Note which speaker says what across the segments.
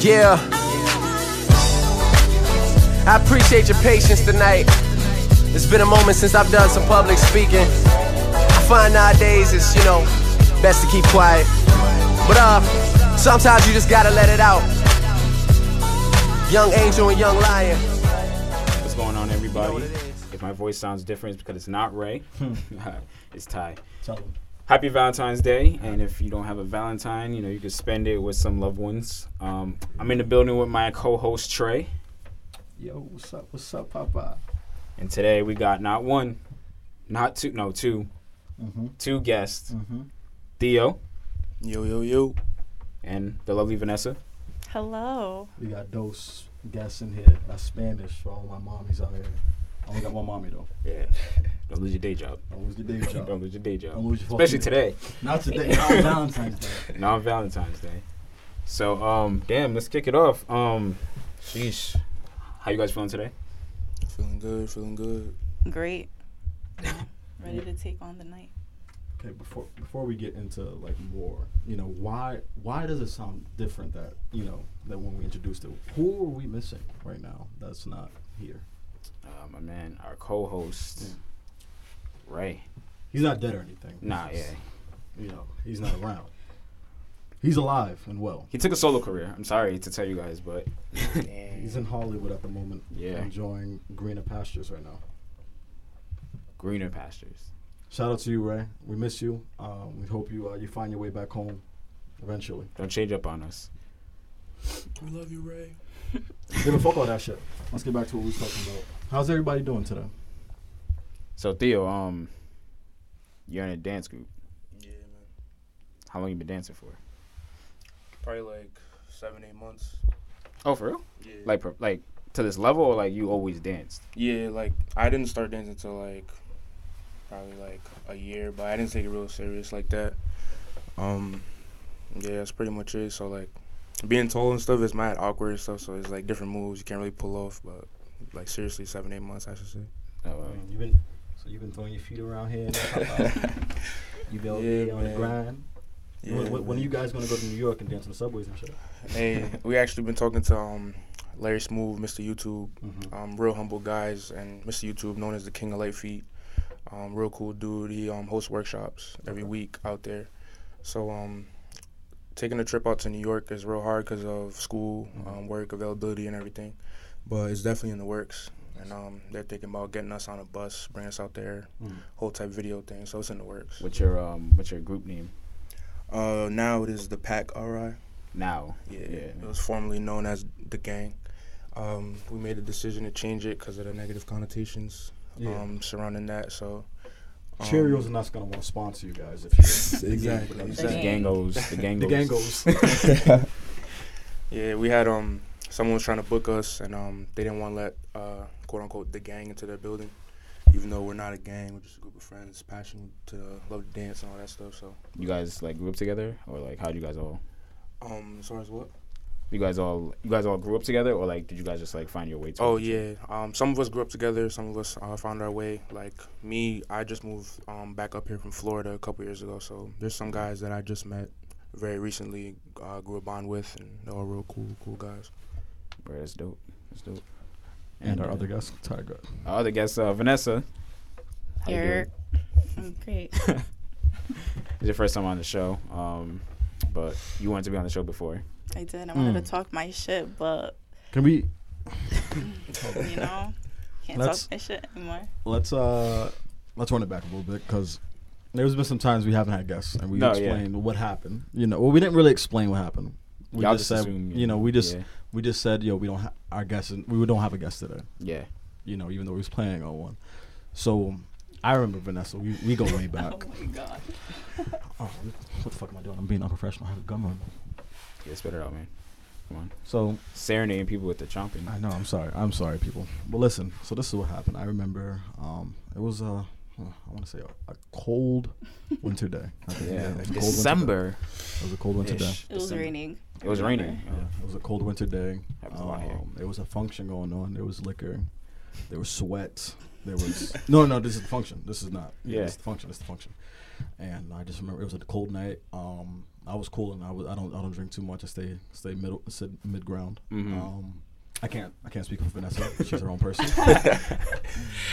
Speaker 1: Yeah. I appreciate your patience tonight. It's been a moment since I've done some public speaking. I find nowadays it's, you know, best to keep quiet. But uh, sometimes you just gotta let it out. Young angel and young lion.
Speaker 2: What's going on, everybody?
Speaker 1: You know what it is.
Speaker 2: if my voice sounds different, it's because it's not Ray. it's Ty.
Speaker 3: Tell them.
Speaker 2: Happy Valentine's Day, and if you don't have a Valentine, you know you can spend it with some loved ones. Um, I'm in the building with my co-host Trey,
Speaker 3: Yo, what's up? What's up, Papa?
Speaker 2: and today we got not one, not two, no 2 two guests,
Speaker 1: Mm.
Speaker 3: Mm-hmm.
Speaker 2: Theo
Speaker 4: Yo, yo, yo.
Speaker 2: and the lovely Vanessa.
Speaker 5: Hello.
Speaker 3: We got those guests in here. That's Spanish for all my mommies out here. I only got one mommy though.
Speaker 2: Yeah. Don't lose your day job.
Speaker 3: Don't lose your Oh, day job.
Speaker 2: Don't lose your day
Speaker 3: Don't
Speaker 2: job.
Speaker 3: lose your fucking-
Speaker 2: Especially today,
Speaker 3: Not today. Not on Valentine's Day.
Speaker 2: not on Valentine's Day. So, um, damn, let's kick it off. Um, sheesh, how you guys feeling today?
Speaker 4: Feeling good, feeling good.
Speaker 5: Great. Ready to take on the night.
Speaker 3: Okay, before before we get into like more, you know, why why does it sound different that you know that when we introduced it? Who are we missing right now? That's not here.
Speaker 2: Uh, my man, our co-host, Ray.
Speaker 3: He's not dead or anything. He's
Speaker 2: Nah, yeah.
Speaker 3: just, You know, he's not around. He's alive and well.
Speaker 2: He took a solo career. I'm sorry to tell you guys, but
Speaker 3: He's in Hollywood at the moment,
Speaker 2: Yeah.
Speaker 3: enjoying greener pastures right now.
Speaker 2: greener pastures.
Speaker 3: Shout out to you, Ray. We miss you. Um, we hope you uh, you find your way back home eventually.
Speaker 2: Don't change up on us.
Speaker 4: We love you, Ray.
Speaker 3: Give a fuck all that shit. Let's get back to what we was talking about. How's everybody doing today?
Speaker 2: So Theo, um, you're in a dance group.
Speaker 4: Yeah, man.
Speaker 2: How long you been dancing for?
Speaker 4: Probably like seven, eight months.
Speaker 2: Oh, for real?
Speaker 4: Yeah.
Speaker 2: Like, pro- like to this level, or like you always danced?
Speaker 4: yeah, like I didn't start dancing until like probably like a year, but I didn't take it real serious like that. Um, yeah, that's pretty much it. So like being tall and stuff is mad awkward and stuff. So it's like different moves you can't really pull off. But like seriously, seven, eight months I should say.
Speaker 2: Oh, wow.
Speaker 3: you've Uh, been so you've been throwing your feet around here. you've been
Speaker 4: Yeah,
Speaker 3: on the
Speaker 4: man.
Speaker 3: grind. when, when- when are
Speaker 4: man.
Speaker 3: you guys gonna go to New York and dance on the subways and shit?
Speaker 4: hey, we actually been talking to um Larry Smooth, Mr. YouTube.
Speaker 3: Mm-hmm.
Speaker 4: um, real humble guys, and Mr. YouTube, known as the King of Light Feet, um, real cool dude. He um, hosts workshops every week out there. So um, taking a trip out to New York is real hard because of school, um, work availability, and everything. But it's definitely in the works, and um, they're thinking about getting us on a bus, bring us out there,
Speaker 3: Mm.
Speaker 4: whole type video thing. So it's in the works.
Speaker 2: What's your um, what's your group name
Speaker 4: Uh, now it is the Pack RI.
Speaker 2: now?
Speaker 4: Yeah,
Speaker 2: Yeah.
Speaker 4: it was formerly known as the Gang. Um, we made a decision to change it because of the negative connotations
Speaker 3: Yeah.
Speaker 4: um, surrounding that. So um,
Speaker 3: Cheerios are not gonna want to sponsor you guys if you
Speaker 4: Exactly,
Speaker 3: The
Speaker 2: The
Speaker 5: exactly.
Speaker 2: gangos. The gangos.
Speaker 3: The gang goes.
Speaker 4: Yeah, we had um someone was trying to book us, and um they didn't want to let uh quote unquote the gang into their building, even though we're not a gang, we're just a group of friends, passion to love to dance and all that stuff. So
Speaker 2: You guys like grew up together, or like how would you guys all?
Speaker 4: um as far as what?
Speaker 2: You guys all, you guys all grew up together, or like did you guys just like find your way? to
Speaker 4: Oh yeah, um some of us grew up together, some of us uh, found our way. Like me, I just moved um back up here from Florida a couple years ago, so there's some guys that I just met very recently, uh, grew a bond with, and they're all real cool, cool guys.
Speaker 2: Bro, that's dope. That's dope.
Speaker 3: And our
Speaker 2: uh,
Speaker 3: other guest, Tiger.
Speaker 2: our other guest, uh, Vanessa. How you doing?
Speaker 5: You're I'm great.
Speaker 2: It's your first time on the show, um, but you wanted to be on the show before.
Speaker 5: I did. I wanted
Speaker 3: Mm.
Speaker 5: to talk my shit, but
Speaker 3: Can we
Speaker 5: you know, can't
Speaker 3: Let's-
Speaker 5: talk my shit anymore.
Speaker 3: let's uh let's run it back a little bit because there's been some times we haven't had guests and we
Speaker 2: No, yeah.
Speaker 3: explained what happened. You know, well, we didn't really explain what happened. We
Speaker 2: Y'all
Speaker 3: just said,
Speaker 2: assume,
Speaker 3: you know, we just
Speaker 2: yeah,
Speaker 3: we just said, yo, we don't ha- our guest, is- we don't have a guest today.
Speaker 2: yeah.
Speaker 3: You know, even though we was planning on one. So I remember Vanessa. We, we go way back.
Speaker 5: Oh my god.
Speaker 3: oh, what the fuck am I doing? I'm being unprofessional. I have a gum on.
Speaker 2: yeah. Spit it out, man.
Speaker 3: So
Speaker 2: Serenading people with the chomping.
Speaker 3: I know. I'm sorry. I'm sorry, people. But listen. So this is what happened. I remember. Um, it was uh, huh, I want to say a, a cold winter day. I think,
Speaker 2: yeah,
Speaker 3: it was a cold winter
Speaker 2: December.
Speaker 3: day. It was a cold winter day.
Speaker 5: It was raining.
Speaker 2: It was raining.
Speaker 3: Yeah, it was a cold winter day.
Speaker 2: Happens a lot here.
Speaker 3: Um, there was a function going on. There was liquor. There was sweat. There was no, no. This is the function. This is not.
Speaker 2: Yeah.
Speaker 3: this is the function. This is the function. and I just remember it was a cold night. Um, I was cool, and I was I don't I don't drink too much. I stay stay middle sit mid ground.
Speaker 2: Mhm.
Speaker 3: Um, I can't I can't speak for Vanessa. She's her own person.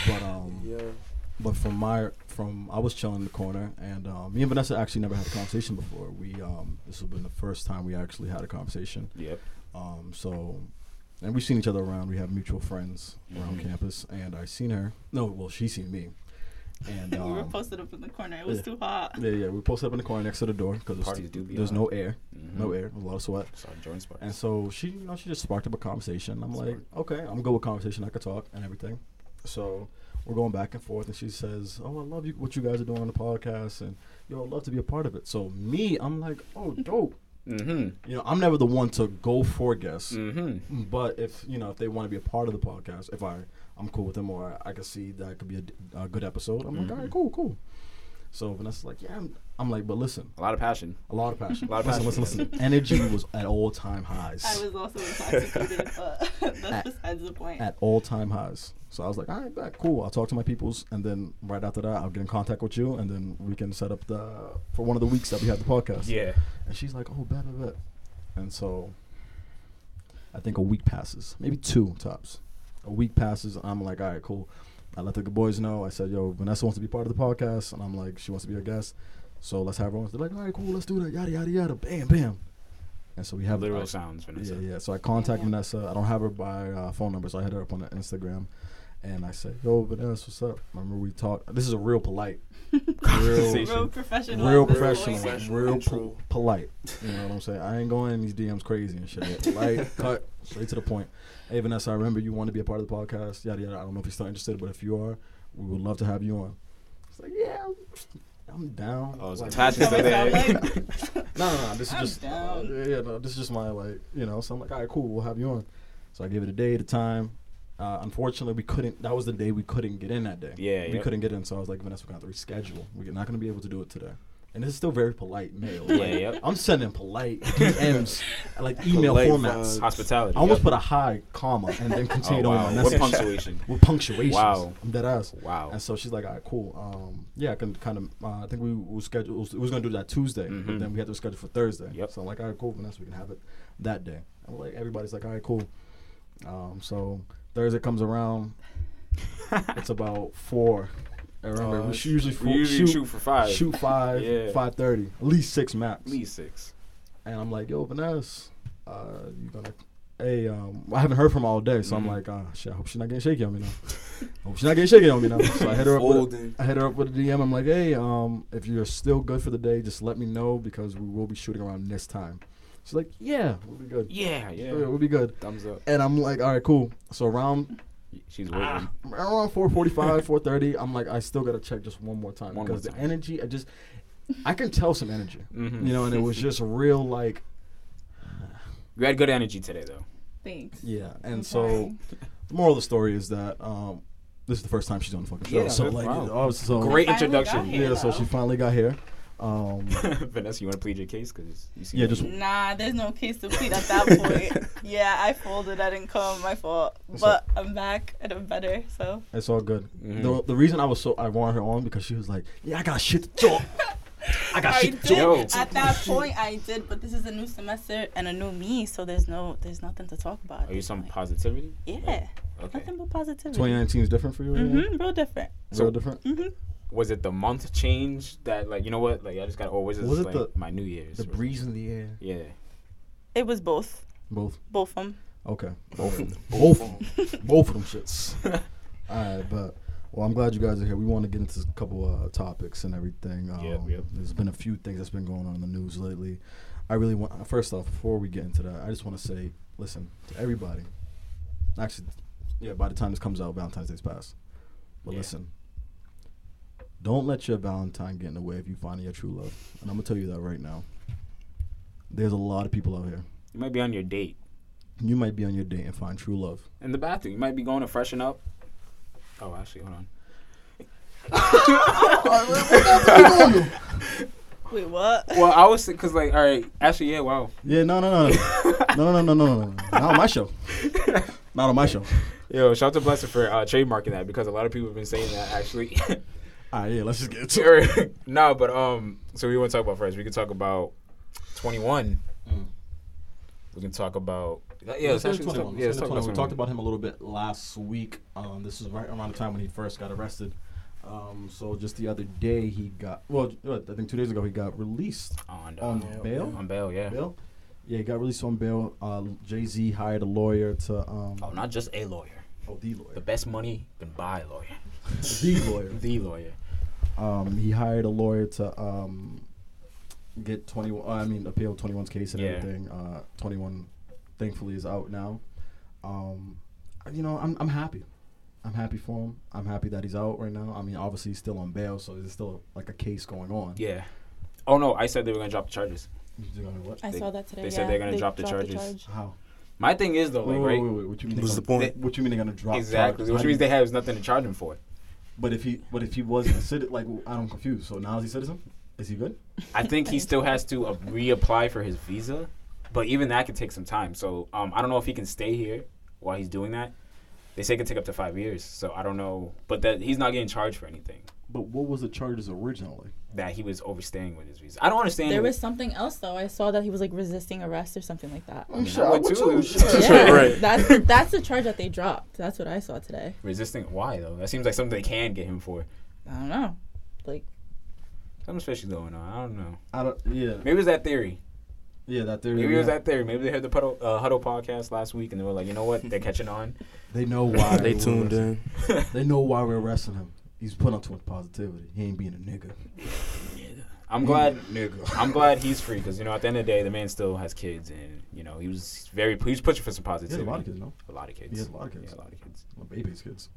Speaker 3: but um,
Speaker 4: Yeah.
Speaker 3: but from my from I was chilling in the corner, and um, me and Vanessa actually never had a conversation before. We um, this has been the first time we actually had a conversation.
Speaker 2: Yep.
Speaker 3: Um, so, and we've seen each other around. We have mutual friends around
Speaker 2: Mhm.
Speaker 3: campus, and I seen her. No, well, she seen me. And
Speaker 5: we were
Speaker 3: um,
Speaker 5: posted up in the corner. It was
Speaker 3: yeah.
Speaker 5: too hot.
Speaker 3: yeah, yeah, we posted up in the corner next to the door because
Speaker 2: Parties do be
Speaker 3: there's
Speaker 2: hot.
Speaker 3: no air,
Speaker 2: Mhm.
Speaker 3: no air, a lot of sweat.
Speaker 2: Sorry, Jordan Sparks.
Speaker 3: And so she, you know, she just sparked up a conversation. I'm like, okay, I'm good with conversation. I could talk and everything. So we're going back and forth, and she says, "Oh, I love you. What you guys are doing on the podcast, and yo, I'd love to be a part of it." So me, I'm like, "Oh, dope."
Speaker 2: mm-hmm.
Speaker 3: You know, I'm never the one to go for guests,
Speaker 2: Mm-hmm.
Speaker 3: but if you know if they want to be a part of the podcast, if I I'm cool with them or I, I can see that could be a d- a, good episode, I'm like, all
Speaker 5: Mm-hmm.
Speaker 3: right, cool, cool. So Vanessa's like, yeah, I'm, I'm like, but listen,
Speaker 2: A lot of passion.
Speaker 3: a lot of passion,
Speaker 2: A lot of
Speaker 3: listen,
Speaker 2: passion.
Speaker 3: listen, listen. Energy was at all time highs.
Speaker 5: I was also intoxicated, but
Speaker 3: At-
Speaker 5: that's besides the point.
Speaker 3: at all time highs. So I was like, all right, bet, cool. I'll talk to my peoples, and then right after that, I'll get in contact with you, and then we can set up the for one of the weeks that we have the podcast.
Speaker 2: Yeah.
Speaker 3: And she's like, oh, bet, bet, bet. And so I think a week passes, maybe two tops. A week passes. I'm like, all right, cool. I let the good boys know. I said, yo, Vanessa wants to be part of the podcast, and I'm like, she wants to be a guest. So let's have her on. They're like, all right, cool, let's do that. Yada yada yada. Bam bam. And so we have
Speaker 2: Literal
Speaker 3: I-
Speaker 2: sounds, Vanessa.
Speaker 3: yeah, yeah. So I contact
Speaker 5: yeah.
Speaker 3: Vanessa. I don't have her by uh, phone number, so I hit her up on the Instagram, and I say, "Yo, Vanessa, what's up?" Remember we talked. This is a real polite, real,
Speaker 2: Conversation.
Speaker 5: real professional.
Speaker 3: real
Speaker 5: at this
Speaker 3: professional,
Speaker 5: point.
Speaker 4: Professional
Speaker 3: real
Speaker 4: intro.
Speaker 3: po- polite. You know what I'm saying? I ain't going in these DMs crazy and shit. Polite, cut, straight to the point. Hey, Vanessa, I remember you want to be a part of the podcast. Yada yada. I don't know if you're still interested, but if you are, we would love to have you on. It's like, yeah. I'm- I'm down.
Speaker 2: Oh, it's
Speaker 3: Like,
Speaker 2: attached
Speaker 5: That
Speaker 2: to
Speaker 5: was
Speaker 2: there.
Speaker 5: how, like,
Speaker 3: no, no, no. This is
Speaker 5: I'm
Speaker 3: just
Speaker 5: down.
Speaker 3: yeah, yeah, no, this is just my like, you know. So I'm like, all right, cool, we'll have you on. So I gave it a day at a time. Uh, unfortunately, we couldn't. That was the day we couldn't get in that day.
Speaker 2: Yeah,
Speaker 3: we
Speaker 2: yep.
Speaker 3: couldn't get in. So I was like, Vanessa, we're gonna have to reschedule. We're not gonna be able to do it today. And this is still very polite mail.
Speaker 2: Yeah,
Speaker 3: Like,
Speaker 2: yep.
Speaker 3: I'm sending polite DMs, like email
Speaker 4: Polite
Speaker 3: formats.
Speaker 4: vibes.
Speaker 2: Hospitality.
Speaker 3: I almost
Speaker 2: yep.
Speaker 3: put a high comma and then
Speaker 2: Oh,
Speaker 3: continued
Speaker 2: wow.
Speaker 3: on my
Speaker 2: What
Speaker 3: message
Speaker 2: punctuation?
Speaker 3: with punctuations.
Speaker 2: Wow.
Speaker 3: I'm dead ass.
Speaker 2: Wow.
Speaker 3: And so she's like, all right, cool. Um, yeah, I can kind of. Uh, I think we was scheduled. We was, going to do that Tuesday, but
Speaker 2: Mhm.
Speaker 3: then we had to schedule for Thursday.
Speaker 2: Yep.
Speaker 3: So I'm like, all right, cool, Vanessa, we can have it that day. And like everybody's like, all right, cool. Um, so Thursday comes around. it's about four. I remember
Speaker 4: Oh,
Speaker 3: we should usually,
Speaker 2: Uh, We
Speaker 3: fo-
Speaker 2: usually shoot, for five.
Speaker 3: shoot five,
Speaker 2: Yeah.
Speaker 3: five thirty, at least six maps.
Speaker 2: At least six.
Speaker 3: And I'm like, yo, Vanessa, uh, you gonna? Hey, um, I haven't heard from her all day, so
Speaker 2: Mhm.
Speaker 3: I'm like, ah, shit, I hope she's not getting shaky on me now. I hope she's not getting shaky on me now. So I hit her up. With,
Speaker 4: Folding.
Speaker 3: I hit her up with a DM. I'm like, hey, um, if you're still good for the day, just let me know because we will be shooting around this time. She's like, yeah, we'll be good.
Speaker 2: Yeah,
Speaker 3: Yeah,
Speaker 2: yeah.
Speaker 3: we'll be good.
Speaker 2: Thumbs up.
Speaker 3: And I'm like, all right, cool. So around Ah.
Speaker 2: She's waiting.
Speaker 3: around 4:45, 4:30, I'm like, I still gotta check just one more
Speaker 2: One
Speaker 3: time
Speaker 2: more
Speaker 3: because
Speaker 2: time.
Speaker 3: the energy, I just, I can tell some energy,
Speaker 2: Mhm.
Speaker 3: you know, and it was just real like.
Speaker 2: You had good energy today, though.
Speaker 5: Thanks.
Speaker 3: Yeah, and
Speaker 5: I'm
Speaker 3: so
Speaker 5: trying.
Speaker 3: the moral of the story is that um, this is the first time she's on the fucking show.
Speaker 2: Yeah,
Speaker 3: so
Speaker 2: that's
Speaker 3: like,
Speaker 2: wild.
Speaker 3: oh, so
Speaker 2: Great
Speaker 5: finally got
Speaker 2: introduction.
Speaker 5: here.
Speaker 3: Yeah, so
Speaker 5: though.
Speaker 3: she finally got here. Um,
Speaker 2: Vanessa, you want to plead your case? Because you see.
Speaker 3: yeah, just
Speaker 5: Nah, there's no case to plead at that point. yeah, I folded. I didn't come. My fault. But I'm back and I'm better. So
Speaker 3: it's all good.
Speaker 2: Mhm.
Speaker 3: The, the reason I was so I wanted her on because she was like, yeah, I got shit to talk. I got
Speaker 5: I
Speaker 3: shit to
Speaker 5: did.
Speaker 2: Yo.
Speaker 5: At that point, I did. But this is a new semester and a new me. So there's no, there's nothing to talk about. at
Speaker 2: Are you
Speaker 5: this
Speaker 2: some
Speaker 5: point.
Speaker 2: positivity?
Speaker 5: Yeah,
Speaker 2: Okay.
Speaker 5: nothing but positivity.
Speaker 3: 2019 is different for you. Right?
Speaker 5: Mm-hmm. Real different. Mm-hmm.
Speaker 3: So
Speaker 2: So-
Speaker 3: different.
Speaker 2: Was it the month change that, like, you know what? Like, I just got, or was it, just,
Speaker 3: Was it
Speaker 2: like,
Speaker 3: the-
Speaker 2: my New Year's?
Speaker 3: The breeze in the air.
Speaker 2: Yeah.
Speaker 5: It was both.
Speaker 3: Both.
Speaker 5: Both of them.
Speaker 3: Okay. Both. of them. Both. of them. Both of them shits. All right, but well, I'm glad you guys are here. We want to get into a couple uh, topics and everything. Um,
Speaker 2: Yep, yep.
Speaker 3: There's been a few things that's been going on in the news lately. I really want. First off, before we get into that, I just want to say, listen to everybody. Actually, yeah. By the time this comes out, Valentine's Day's passed. But
Speaker 2: Yeah.
Speaker 3: listen, don't let your Valentine get in the way if you find your true love. And I'm gonna tell you that right now. There's a lot of people out here.
Speaker 2: You might be on your date
Speaker 3: You might be on your date and find true love.
Speaker 2: in the bathroom. You might be going to freshen up. Oh, actually, hold on.
Speaker 5: Wait, what?
Speaker 2: Well, I was because like, all right, actually, yeah, wow,
Speaker 3: Yeah, no, no, no, no, no, no, no, no, no, no. Not on my show. Not on my show.
Speaker 2: yo, shout out to Blessed for uh, trademarking that because a lot of people have been saying that actually.
Speaker 3: All right, yeah, let's just get to it.
Speaker 2: Sure. no, but um, so we want to talk about first. We can talk about Twenty One. We can talk about yeah. Let's
Speaker 3: Mm. Let's
Speaker 2: actually
Speaker 3: go to
Speaker 2: talk,
Speaker 3: 21.
Speaker 2: yeah, let's
Speaker 3: Let's go
Speaker 2: talk
Speaker 3: to
Speaker 2: about 21.
Speaker 3: 21. We talked about him a little bit last week. Um, this is right around the time when he first got arrested. Um, so just the other day, he got well. I think two days ago, he got released
Speaker 2: on,
Speaker 3: on
Speaker 2: uh,
Speaker 3: bail.
Speaker 2: on bail. Yeah.
Speaker 3: Bail. Yeah, he got released on bail. Uh, Jay Z hired a lawyer to um,
Speaker 2: Oh, not just a lawyer.
Speaker 3: oh, the
Speaker 2: The
Speaker 3: lawyer,
Speaker 2: best money can buy a lawyer.
Speaker 3: the lawyer.
Speaker 2: The lawyer.
Speaker 3: Um, he hired a lawyer to um, get 21. Uh, I mean, appeal 21's case and
Speaker 2: Yeah.
Speaker 3: everything. Uh, 21, thankfully, is out now. Um, you know, I'm I'm happy. I'm happy for him. I'm happy that he's out right now. I mean, obviously, he's still on bail, so there's still like a case going on.
Speaker 2: Yeah. Oh no, I said they were gonna drop the charges.
Speaker 3: You know what?
Speaker 5: I
Speaker 2: They-
Speaker 5: saw that today.
Speaker 2: they
Speaker 5: yeah.
Speaker 2: said they're gonna drop the
Speaker 5: dropped
Speaker 2: charges.
Speaker 3: How?
Speaker 2: My thing is though, like,
Speaker 3: Wait,
Speaker 2: right?
Speaker 3: wait, wait, wait. What you mean? they
Speaker 4: What's
Speaker 3: gonna-
Speaker 4: the point?
Speaker 3: What you mean they're gonna drop?
Speaker 2: Exactly.
Speaker 3: charges? How
Speaker 2: Which
Speaker 3: do
Speaker 2: means they
Speaker 3: you-
Speaker 2: have nothing to charge him for.
Speaker 3: But if he, but if he was a citizen, like I'm confused. So now is he citizen? Is he good?
Speaker 2: I think he still has to uh, reapply for his visa, but even that could take some time. So um, I don't know if he can stay here while he's doing that. They say it can take up to five years. So I don't know, but that he's not getting charged for anything.
Speaker 3: But what was the charges originally?
Speaker 2: That he was overstaying with his visa. I don't understand.
Speaker 5: There
Speaker 2: it.
Speaker 5: was something else though. I saw that he was like resisting arrest or something like that.
Speaker 2: I mean, I would too.
Speaker 5: Yeah,
Speaker 4: Right.
Speaker 5: that's that's the charge that they dropped. That's what I saw today.
Speaker 2: Resisting? Why though? That seems like something they can get him for.
Speaker 5: I don't know. Like
Speaker 2: Something special going on. I don't know.
Speaker 3: I don't. Yeah,
Speaker 2: Maybe it was that theory.
Speaker 3: yeah. That theory.
Speaker 2: Maybe it was
Speaker 3: yeah.
Speaker 2: that theory. Maybe they heard the puddle, uh, huddle podcast last week and they were like, you know what? They're catching on.
Speaker 3: They know why
Speaker 4: They
Speaker 3: we're
Speaker 4: tuned
Speaker 3: arresting-
Speaker 4: in.
Speaker 3: They know why we're arresting him. He's putting on too much positivity. He ain't being a nigga.
Speaker 2: I'm glad.
Speaker 3: nigga.
Speaker 2: I'm glad he's free because you know at the end of the day the man still has kids and you know he was very he was pushing for some
Speaker 3: He has
Speaker 2: positivity.
Speaker 3: a lot of kids, no?
Speaker 2: A lot of kids.
Speaker 3: He has a lot of kids.
Speaker 2: He has a lot of kids.
Speaker 3: Well, babies, kids.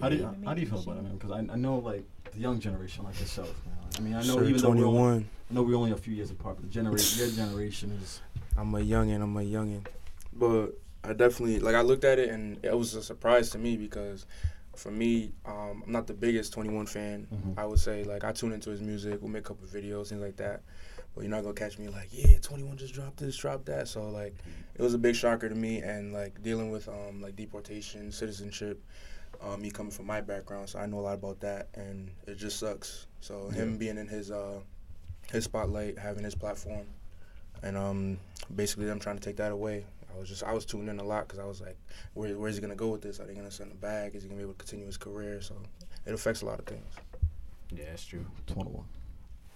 Speaker 3: How do you, how do you feel about it, man? Because I, I know like the young generation, like yourself. Man. I mean, I know
Speaker 4: Sir,
Speaker 3: even though we're only,
Speaker 4: 21.
Speaker 3: I know we're only a few years apart, but the generation, your generation is.
Speaker 4: I'm a youngin. I'm a youngin. But I definitely like I looked at it and it was a surprise to me because for me, um, I'm not the biggest 21 fan.
Speaker 3: Mhm.
Speaker 4: I would say like I tune into his music, we make a couple videos, things like that. But you're not gonna catch me like, yeah, 21 just dropped this, dropped that. So like, it was a big shocker to me and like dealing with um like deportation, citizenship. Um, me coming from my background, so I know a lot about that, and it just sucks. So him being in his uh his spotlight, having his platform, and um basically them trying to take that away. I was just I was tuning in a lot because I was like, where where's he gonna go with this? Are they gonna send him back? Is he gonna be able to continue his career? So it affects a lot of things.
Speaker 2: Yeah, that's true.
Speaker 3: 21.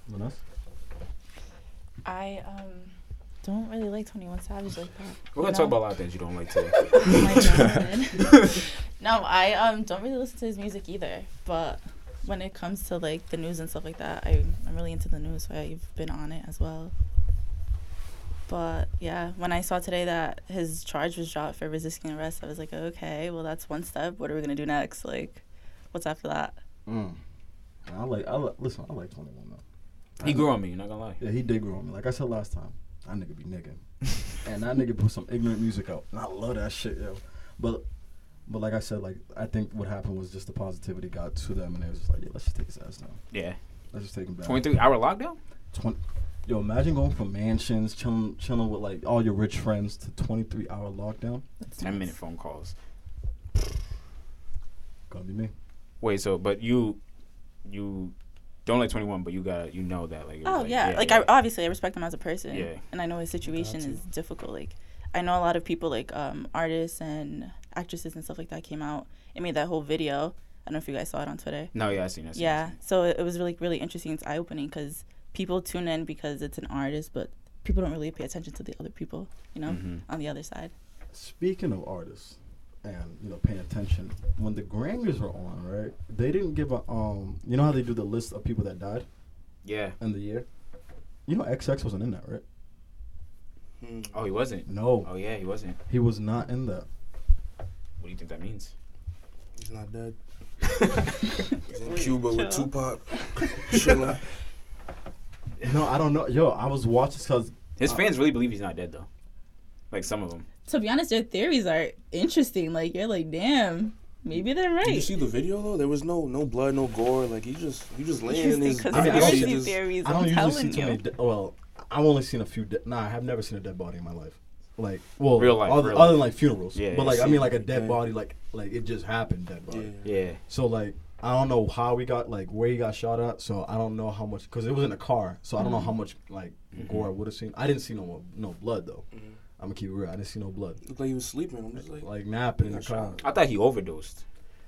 Speaker 3: Anyone else?
Speaker 5: I um don't really like Twenty One Savage like that.
Speaker 2: We're gonna
Speaker 5: No.
Speaker 2: talk about a lot of things you don't like today.
Speaker 5: My God. no, I um don't really listen to his music either. But when it comes to like the news and stuff like that, I I'm really into the news, so I've been on it as well. But yeah, when I saw today that his charge was dropped for resisting arrest, I was like, okay, well that's one step. What are we gonna do next? Like, what's after that?
Speaker 3: Mm. I like. I li- listen. I like 21 though.
Speaker 2: he grew on me. You're not gonna lie.
Speaker 3: Yeah, he did grow on me. Like I said last time, that nigga be nigga. and that nigga put some ignorant music out. And I love that shit, yo. But but like I said, like I think what happened was just the positivity got to them and they was just like, Yeah, let's just take his ass down.
Speaker 2: Yeah,
Speaker 3: Let's just take him back.
Speaker 2: 23 hour lockdown.
Speaker 3: 20 yo, imagine going from mansions, chilling chilling with like all your rich friends to twenty three hour lockdown.
Speaker 2: 10 minute phone calls.
Speaker 3: Gonna be me.
Speaker 2: Wait, so but you you don't like 21, but you got to you know that like. it was
Speaker 5: Oh yeah. like I obviously I respect him as a person.
Speaker 2: Yeah.
Speaker 5: And I know his situation is difficult. Like I know a lot of people like um artists and actresses and stuff like that came out and made that whole video. I don't know if you guys saw it on Twitter.
Speaker 2: No, yeah, I seen that.
Speaker 5: Yeah. So it, it was really really interesting. It's eye opening because people tune in because it's an artist, but people don't really pay attention to the other people. You know,
Speaker 2: Mm-hmm.
Speaker 5: on the other side.
Speaker 3: Speaking of artists and you know paying attention, when the Grammys were on, right, they didn't give a um you know how they do the list of people that died
Speaker 2: Yeah.
Speaker 3: in the year? You know XX wasn't in that, right?
Speaker 4: Hmm.
Speaker 2: Oh, he wasn't.
Speaker 3: No,
Speaker 2: Oh yeah, he wasn't.
Speaker 3: he was not in that.
Speaker 2: What do you think that means?
Speaker 4: He's not dead. He's in Cuba with
Speaker 5: chill.
Speaker 4: Tupac. Chilling.
Speaker 3: No, I don't know. Yo, I was watching because
Speaker 2: His
Speaker 5: Uh,
Speaker 2: fans really believe he's not dead though. Like some of them.
Speaker 5: To be honest, their theories are interesting. Like you're like, damn, maybe they're
Speaker 4: Did you
Speaker 5: right.
Speaker 4: see the video though? There was no no blood, no gore. Like he just he just laying in
Speaker 5: Interesting
Speaker 4: his.
Speaker 3: conspiracy
Speaker 5: conspiracy
Speaker 4: just-
Speaker 5: theories.
Speaker 3: I don't
Speaker 5: I'm
Speaker 3: usually see
Speaker 5: telling
Speaker 3: too many.
Speaker 5: you.
Speaker 3: De- well, I've only seen a few. De- nah, I have never seen a dead body in my life. Like, well,
Speaker 2: Real life,
Speaker 3: other,
Speaker 2: real
Speaker 3: other
Speaker 2: life.
Speaker 3: than like funerals.
Speaker 2: Yeah,
Speaker 3: but
Speaker 2: yeah,
Speaker 3: like I
Speaker 2: see,
Speaker 3: mean, like a dead
Speaker 4: yeah.
Speaker 3: body, like like it just happened, dead body.
Speaker 4: Yeah.
Speaker 2: Yeah.
Speaker 3: So like, I don't know how we got like where he got shot at, so I don't know how much because it was in a car, so I don't know
Speaker 4: Mm-hmm.
Speaker 3: how much like
Speaker 2: Mm-hmm.
Speaker 3: gore I would have seen. I didn't see no more, no blood though. I'm gonna keep it real. I didn't see no blood.
Speaker 4: Looked like he was sleeping. I'm just Mm-hmm. like,
Speaker 3: Like napping in
Speaker 4: He
Speaker 3: the
Speaker 4: got
Speaker 3: car.
Speaker 4: shot.
Speaker 2: I thought he overdosed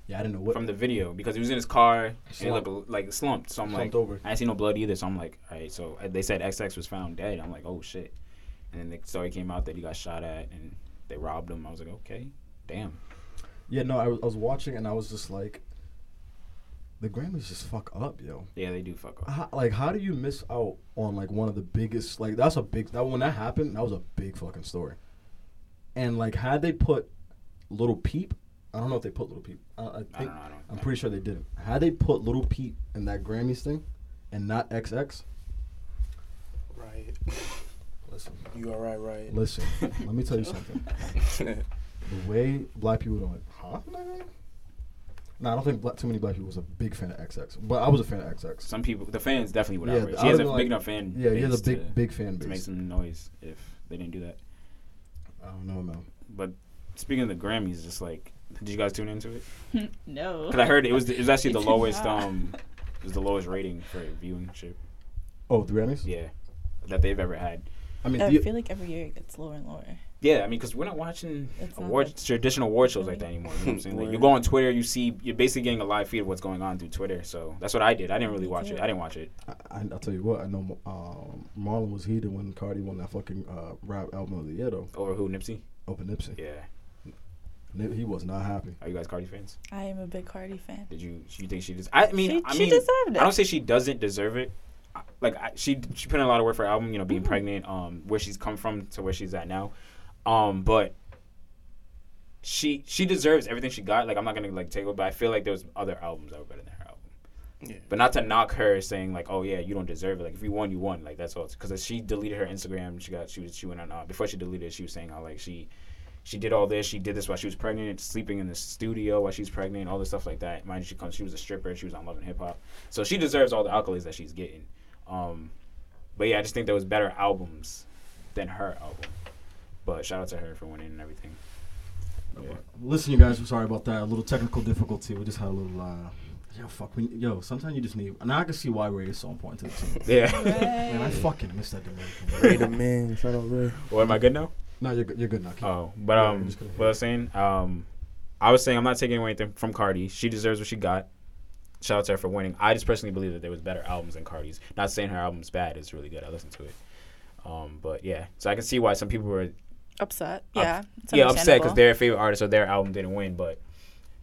Speaker 3: Yeah, I didn't know what.
Speaker 2: from the video because he was in his car and
Speaker 3: Slumped.
Speaker 2: he looked like slumped. So I'm
Speaker 3: Slumped
Speaker 2: like,
Speaker 3: over.
Speaker 2: I didn't see no blood either. So I'm like, all right. So uh, they said XX was found dead. I'm like, oh shit. And then the story came out that he got shot at and they robbed him. I was like, okay, damn.
Speaker 3: Yeah, no, I was, I was watching and I was just like, the Grammys just fuck up, yo.
Speaker 2: Yeah, they do fuck up.
Speaker 3: How, like, how do you miss out on like one of the biggest? Like, that's a big. That when that happened, that was a big fucking story. And like, had they put Little Peep, I don't know if they put Little Peep. uh, I, I think
Speaker 2: I don't know. I don't.
Speaker 3: I'm pretty sure they didn't. Had they put Little Peep in that Grammys thing, and not XX,
Speaker 4: right.
Speaker 3: listen,
Speaker 4: You all right, right?
Speaker 3: listen. let me tell you something. The way black people don't, huh? nigga? No, I don't think black, too many black people was a big fan of XX, but I was a fan of XX.
Speaker 2: Some people, the fans definitely would
Speaker 3: Yeah,
Speaker 2: outrage.
Speaker 3: I
Speaker 2: He has a
Speaker 3: would've
Speaker 2: big
Speaker 3: been like-
Speaker 2: enough fan.
Speaker 3: Yeah, he has
Speaker 2: base
Speaker 3: a big,
Speaker 2: to-
Speaker 3: big fan
Speaker 2: to make
Speaker 3: base.
Speaker 2: some noise if they didn't do that.
Speaker 3: I don't know, man.
Speaker 2: But speaking of the Grammys, it's like, did you guys tune into it?
Speaker 5: No.
Speaker 2: Because I heard it was it was actually the
Speaker 5: It's
Speaker 2: lowest
Speaker 5: not.
Speaker 2: um it was the lowest rating for viewingship.
Speaker 3: Oh, the Grammys?
Speaker 2: Yeah, that they've ever had.
Speaker 3: I mean,
Speaker 5: I
Speaker 3: the,
Speaker 5: feel like every year it gets lower and lower.
Speaker 2: Yeah, I mean, because we're not watching
Speaker 5: It's not
Speaker 2: awards, traditional award shows like that anymore. You know what I'm saying? Like, you go on Twitter, you see, you're basically getting a live feed of what's going on through Twitter. So that's what I did. I didn't really watch it. I didn't watch it.
Speaker 3: I, I, I'll tell you what. I know um, Marlon was heated when Cardi won that fucking uh, rap album of the year, though.
Speaker 2: Over who? Nipsey?
Speaker 3: Open Nipsey.
Speaker 2: Yeah.
Speaker 3: Nip, he was not happy.
Speaker 2: Are you guys Cardi fans?
Speaker 5: I am a big Cardi fan.
Speaker 2: Did you? You think she just? I mean,
Speaker 5: She-
Speaker 2: I
Speaker 5: she
Speaker 2: mean,
Speaker 5: deserved it.
Speaker 2: I don't say she doesn't deserve it. I- Like I, she, she put in a lot of work for her album. You know,
Speaker 5: Mm-hmm.
Speaker 2: being pregnant, um, where she's come from to where she's at now, um, but she she deserves everything she got. Like I'm not gonna like take it, but I feel like there's other albums that were better than her album.
Speaker 4: Yeah.
Speaker 2: But not to knock her, saying like, "Oh yeah, you don't deserve it." Like if you won, you won. Like that's all. Because she deleted her Instagram. She got she was she went on uh, before she deleted. it, She was saying how like she she did all this. She did this while she was pregnant, sleeping in the studio while she was pregnant, all this stuff like that. Mind you, she comes. She was a stripper. She was on Love and Hip Hop, so she deserves all the accolades that she's getting. Um, but yeah, I just think there was better albums than her album. But shout out to her for winning and everything. Yeah.
Speaker 3: Listen, you guys, I'm sorry about that. A little technical difficulty. We just had a little. Uh, yo, fuck. We, yo, sometimes you just need. And I can see why Ray is so important to the team.
Speaker 2: Yeah.
Speaker 3: Man, I
Speaker 5: Right.
Speaker 3: fucking miss that Dominican. bro.
Speaker 4: Ray the man. Shout out Ray.
Speaker 2: well, am I good now?
Speaker 3: no, you're, good- you're good now. Keep-
Speaker 2: Oh, but
Speaker 3: Yeah, I'm
Speaker 2: um,
Speaker 3: just gonna
Speaker 2: what I was saying, um, I was saying I'm not taking away anything from Cardi. She deserves what she got. Shout out to her for winning. I just personally believe that there was better albums than Cardi's. Not saying her album's bad; it's really good. I listened to it. Um, but yeah, so I can see why some people were
Speaker 5: Upset. Yeah. it's
Speaker 2: yeah upset
Speaker 5: understandable.
Speaker 2: because their favorite artist or their album didn't win. But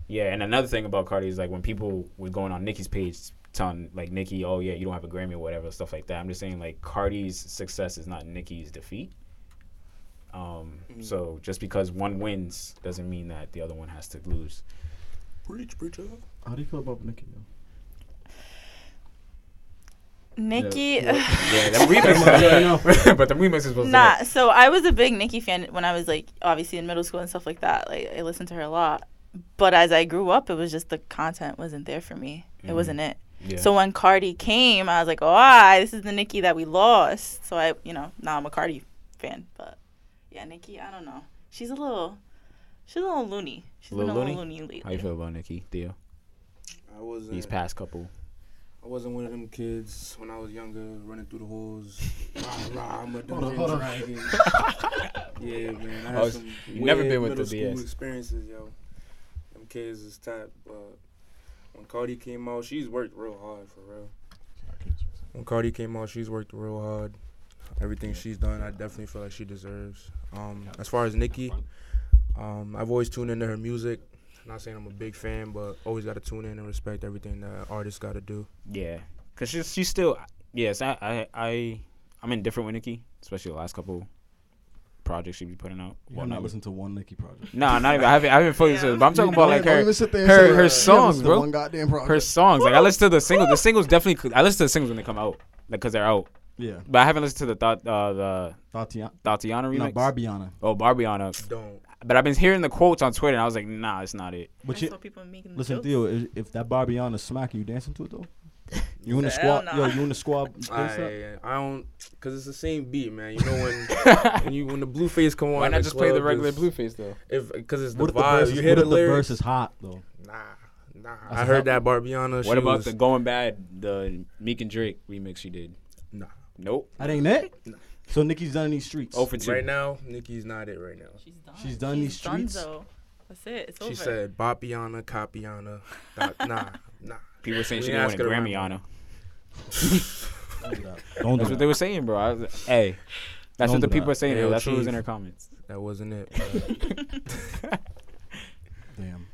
Speaker 2: yeah, and another thing about Cardi is like when people were going on Nicki's page telling like Nicki, oh yeah, you don't have a Grammy or whatever stuff like that. I'm just saying like Cardi's success is not Nicki's defeat. Um, so just because one wins doesn't mean that the other one has to lose.
Speaker 4: Preach, preacher.
Speaker 3: How do you feel about Nicki? Yo?
Speaker 5: Nicki.
Speaker 2: Yeah, them remixes, but the remixes was
Speaker 5: Nah, so I was a big Nicki fan when I was like obviously in middle school and stuff like that. Like I listened to her a lot. But as I grew up, it was just the content wasn't there for me. It wasn't it.
Speaker 2: Mm-hmm. Yeah.
Speaker 5: So when Cardi came, I was like, "Oh, ah, this is the Nicki that we lost." So I, you know, now I'm a Cardi fan. But yeah, Nicki, I don't know. She's a little, she's a little loony. She's been
Speaker 2: Little
Speaker 5: a little loony lately.
Speaker 2: How you feel about Nicki, Theo?
Speaker 4: I wasn't.
Speaker 2: These past couple.
Speaker 4: I wasn't one of them kids when I was younger, running through the holes. rah, rah, I'm a
Speaker 3: Hold on,
Speaker 4: dungeon
Speaker 3: hold on.
Speaker 4: dragon. yeah, man. I had
Speaker 2: I was-
Speaker 4: some
Speaker 2: Oh, you never
Speaker 4: weird
Speaker 2: been with
Speaker 4: middle
Speaker 2: the
Speaker 4: school
Speaker 2: BS.
Speaker 4: experiences, yo. Them kids is top. But when Cardi came out, she's worked real hard for real. When Cardi came out, she's worked real hard. Everything she's done, I definitely feel like she deserves. Um, as far as Nicki, um, I've always tuned into her music. Not saying I'm a big fan, but always got to tune in and respect everything that artists got to do.
Speaker 2: Yeah, cause she's she's still yes. I I I I'm indifferent with Nicki, especially the last couple projects she be putting out.
Speaker 3: You
Speaker 2: Well,
Speaker 3: have not
Speaker 2: not
Speaker 3: listened to one Nicki project.
Speaker 2: nah, not even. I haven't I haven't fully listened. But I'm talking about like
Speaker 3: Don't
Speaker 2: her
Speaker 3: even sit there and
Speaker 2: her-
Speaker 3: say
Speaker 2: her
Speaker 3: you haven't
Speaker 2: songs,
Speaker 3: listened to
Speaker 2: bro.
Speaker 3: One goddamn project.
Speaker 2: her songs. Like I listen to the single. The singles definitely. could- I listen to the singles when they come out, like cause they're out.
Speaker 3: yeah,
Speaker 2: But I haven't listened to the thought uh, the
Speaker 3: Tatiana,
Speaker 2: Tatiana remix.
Speaker 3: no, Barbiana.
Speaker 2: Oh, Barbiana.
Speaker 4: Don't.
Speaker 2: But I've been hearing the quotes on Twitter, and I was like, nah, it's not it.
Speaker 3: But
Speaker 5: I
Speaker 3: you,
Speaker 5: saw people making
Speaker 3: Listen,
Speaker 5: jokes.
Speaker 3: Theo, if, if that Barbiana smack you, you dancing to it though? You in the
Speaker 5: Hell
Speaker 3: squad?
Speaker 5: nah.
Speaker 3: Yo, you in the squad? dance that?
Speaker 4: I, I don't, cause it's the same beat, man. You know when when you when the blue face come on.
Speaker 2: Why
Speaker 4: in
Speaker 2: not just play the
Speaker 4: club,
Speaker 2: regular
Speaker 4: it's-
Speaker 2: Blueface though?
Speaker 4: If cause it's the
Speaker 3: What if the
Speaker 4: vibe.
Speaker 3: verse?
Speaker 4: you
Speaker 3: Is,
Speaker 4: hear
Speaker 3: what
Speaker 4: the
Speaker 3: if the
Speaker 4: lyrics.
Speaker 3: verse is hot though?
Speaker 4: Nah, Nah, I heard that Barbiana.
Speaker 6: What about the Going Bad, the Meek and Drake remix she did?
Speaker 4: Nah.
Speaker 6: Nope.
Speaker 3: That ain't it. So Nikki's done these streets.
Speaker 6: Oh for two.
Speaker 4: right now? Nikki's not it right now.
Speaker 5: She's done.
Speaker 3: She's done these streets?
Speaker 5: donezo. That's it. It's
Speaker 4: She
Speaker 5: over.
Speaker 4: said Bapiana, Capiana. Nah, nah, nah.
Speaker 2: People were saying
Speaker 4: We
Speaker 2: she didn't
Speaker 4: didn't
Speaker 2: win
Speaker 4: ask
Speaker 2: a
Speaker 4: her to rap.
Speaker 2: Grammy on her.
Speaker 3: Don't do that. Don't
Speaker 2: That's
Speaker 3: do
Speaker 2: what they
Speaker 3: that.
Speaker 2: were saying, bro. I was, hey, that's what
Speaker 3: Don't
Speaker 2: the
Speaker 3: do
Speaker 2: people
Speaker 3: that.
Speaker 2: are saying.
Speaker 4: Hey, yo,
Speaker 2: that's what was
Speaker 4: Chief.
Speaker 2: in her comments.
Speaker 4: That wasn't it. but
Speaker 3: Damn.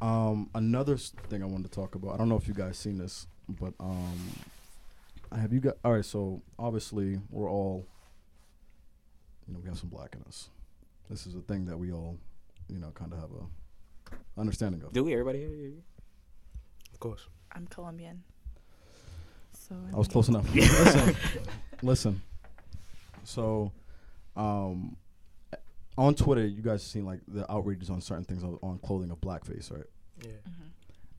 Speaker 3: Um, another s- thing I wanted to talk about. I don't know if you guys seen this, but um, have you got? All right. So obviously we're all, you know, we have some black in us. This is a thing that we all, you know, kind of have a understanding of.
Speaker 2: Do we? Everybody here?
Speaker 4: of course.
Speaker 5: I'm Colombian. So
Speaker 3: I was close enough. listen, listen. So, um, on Twitter, you guys have seen like the outrages on certain things on, on clothing of blackface, right?
Speaker 4: Yeah.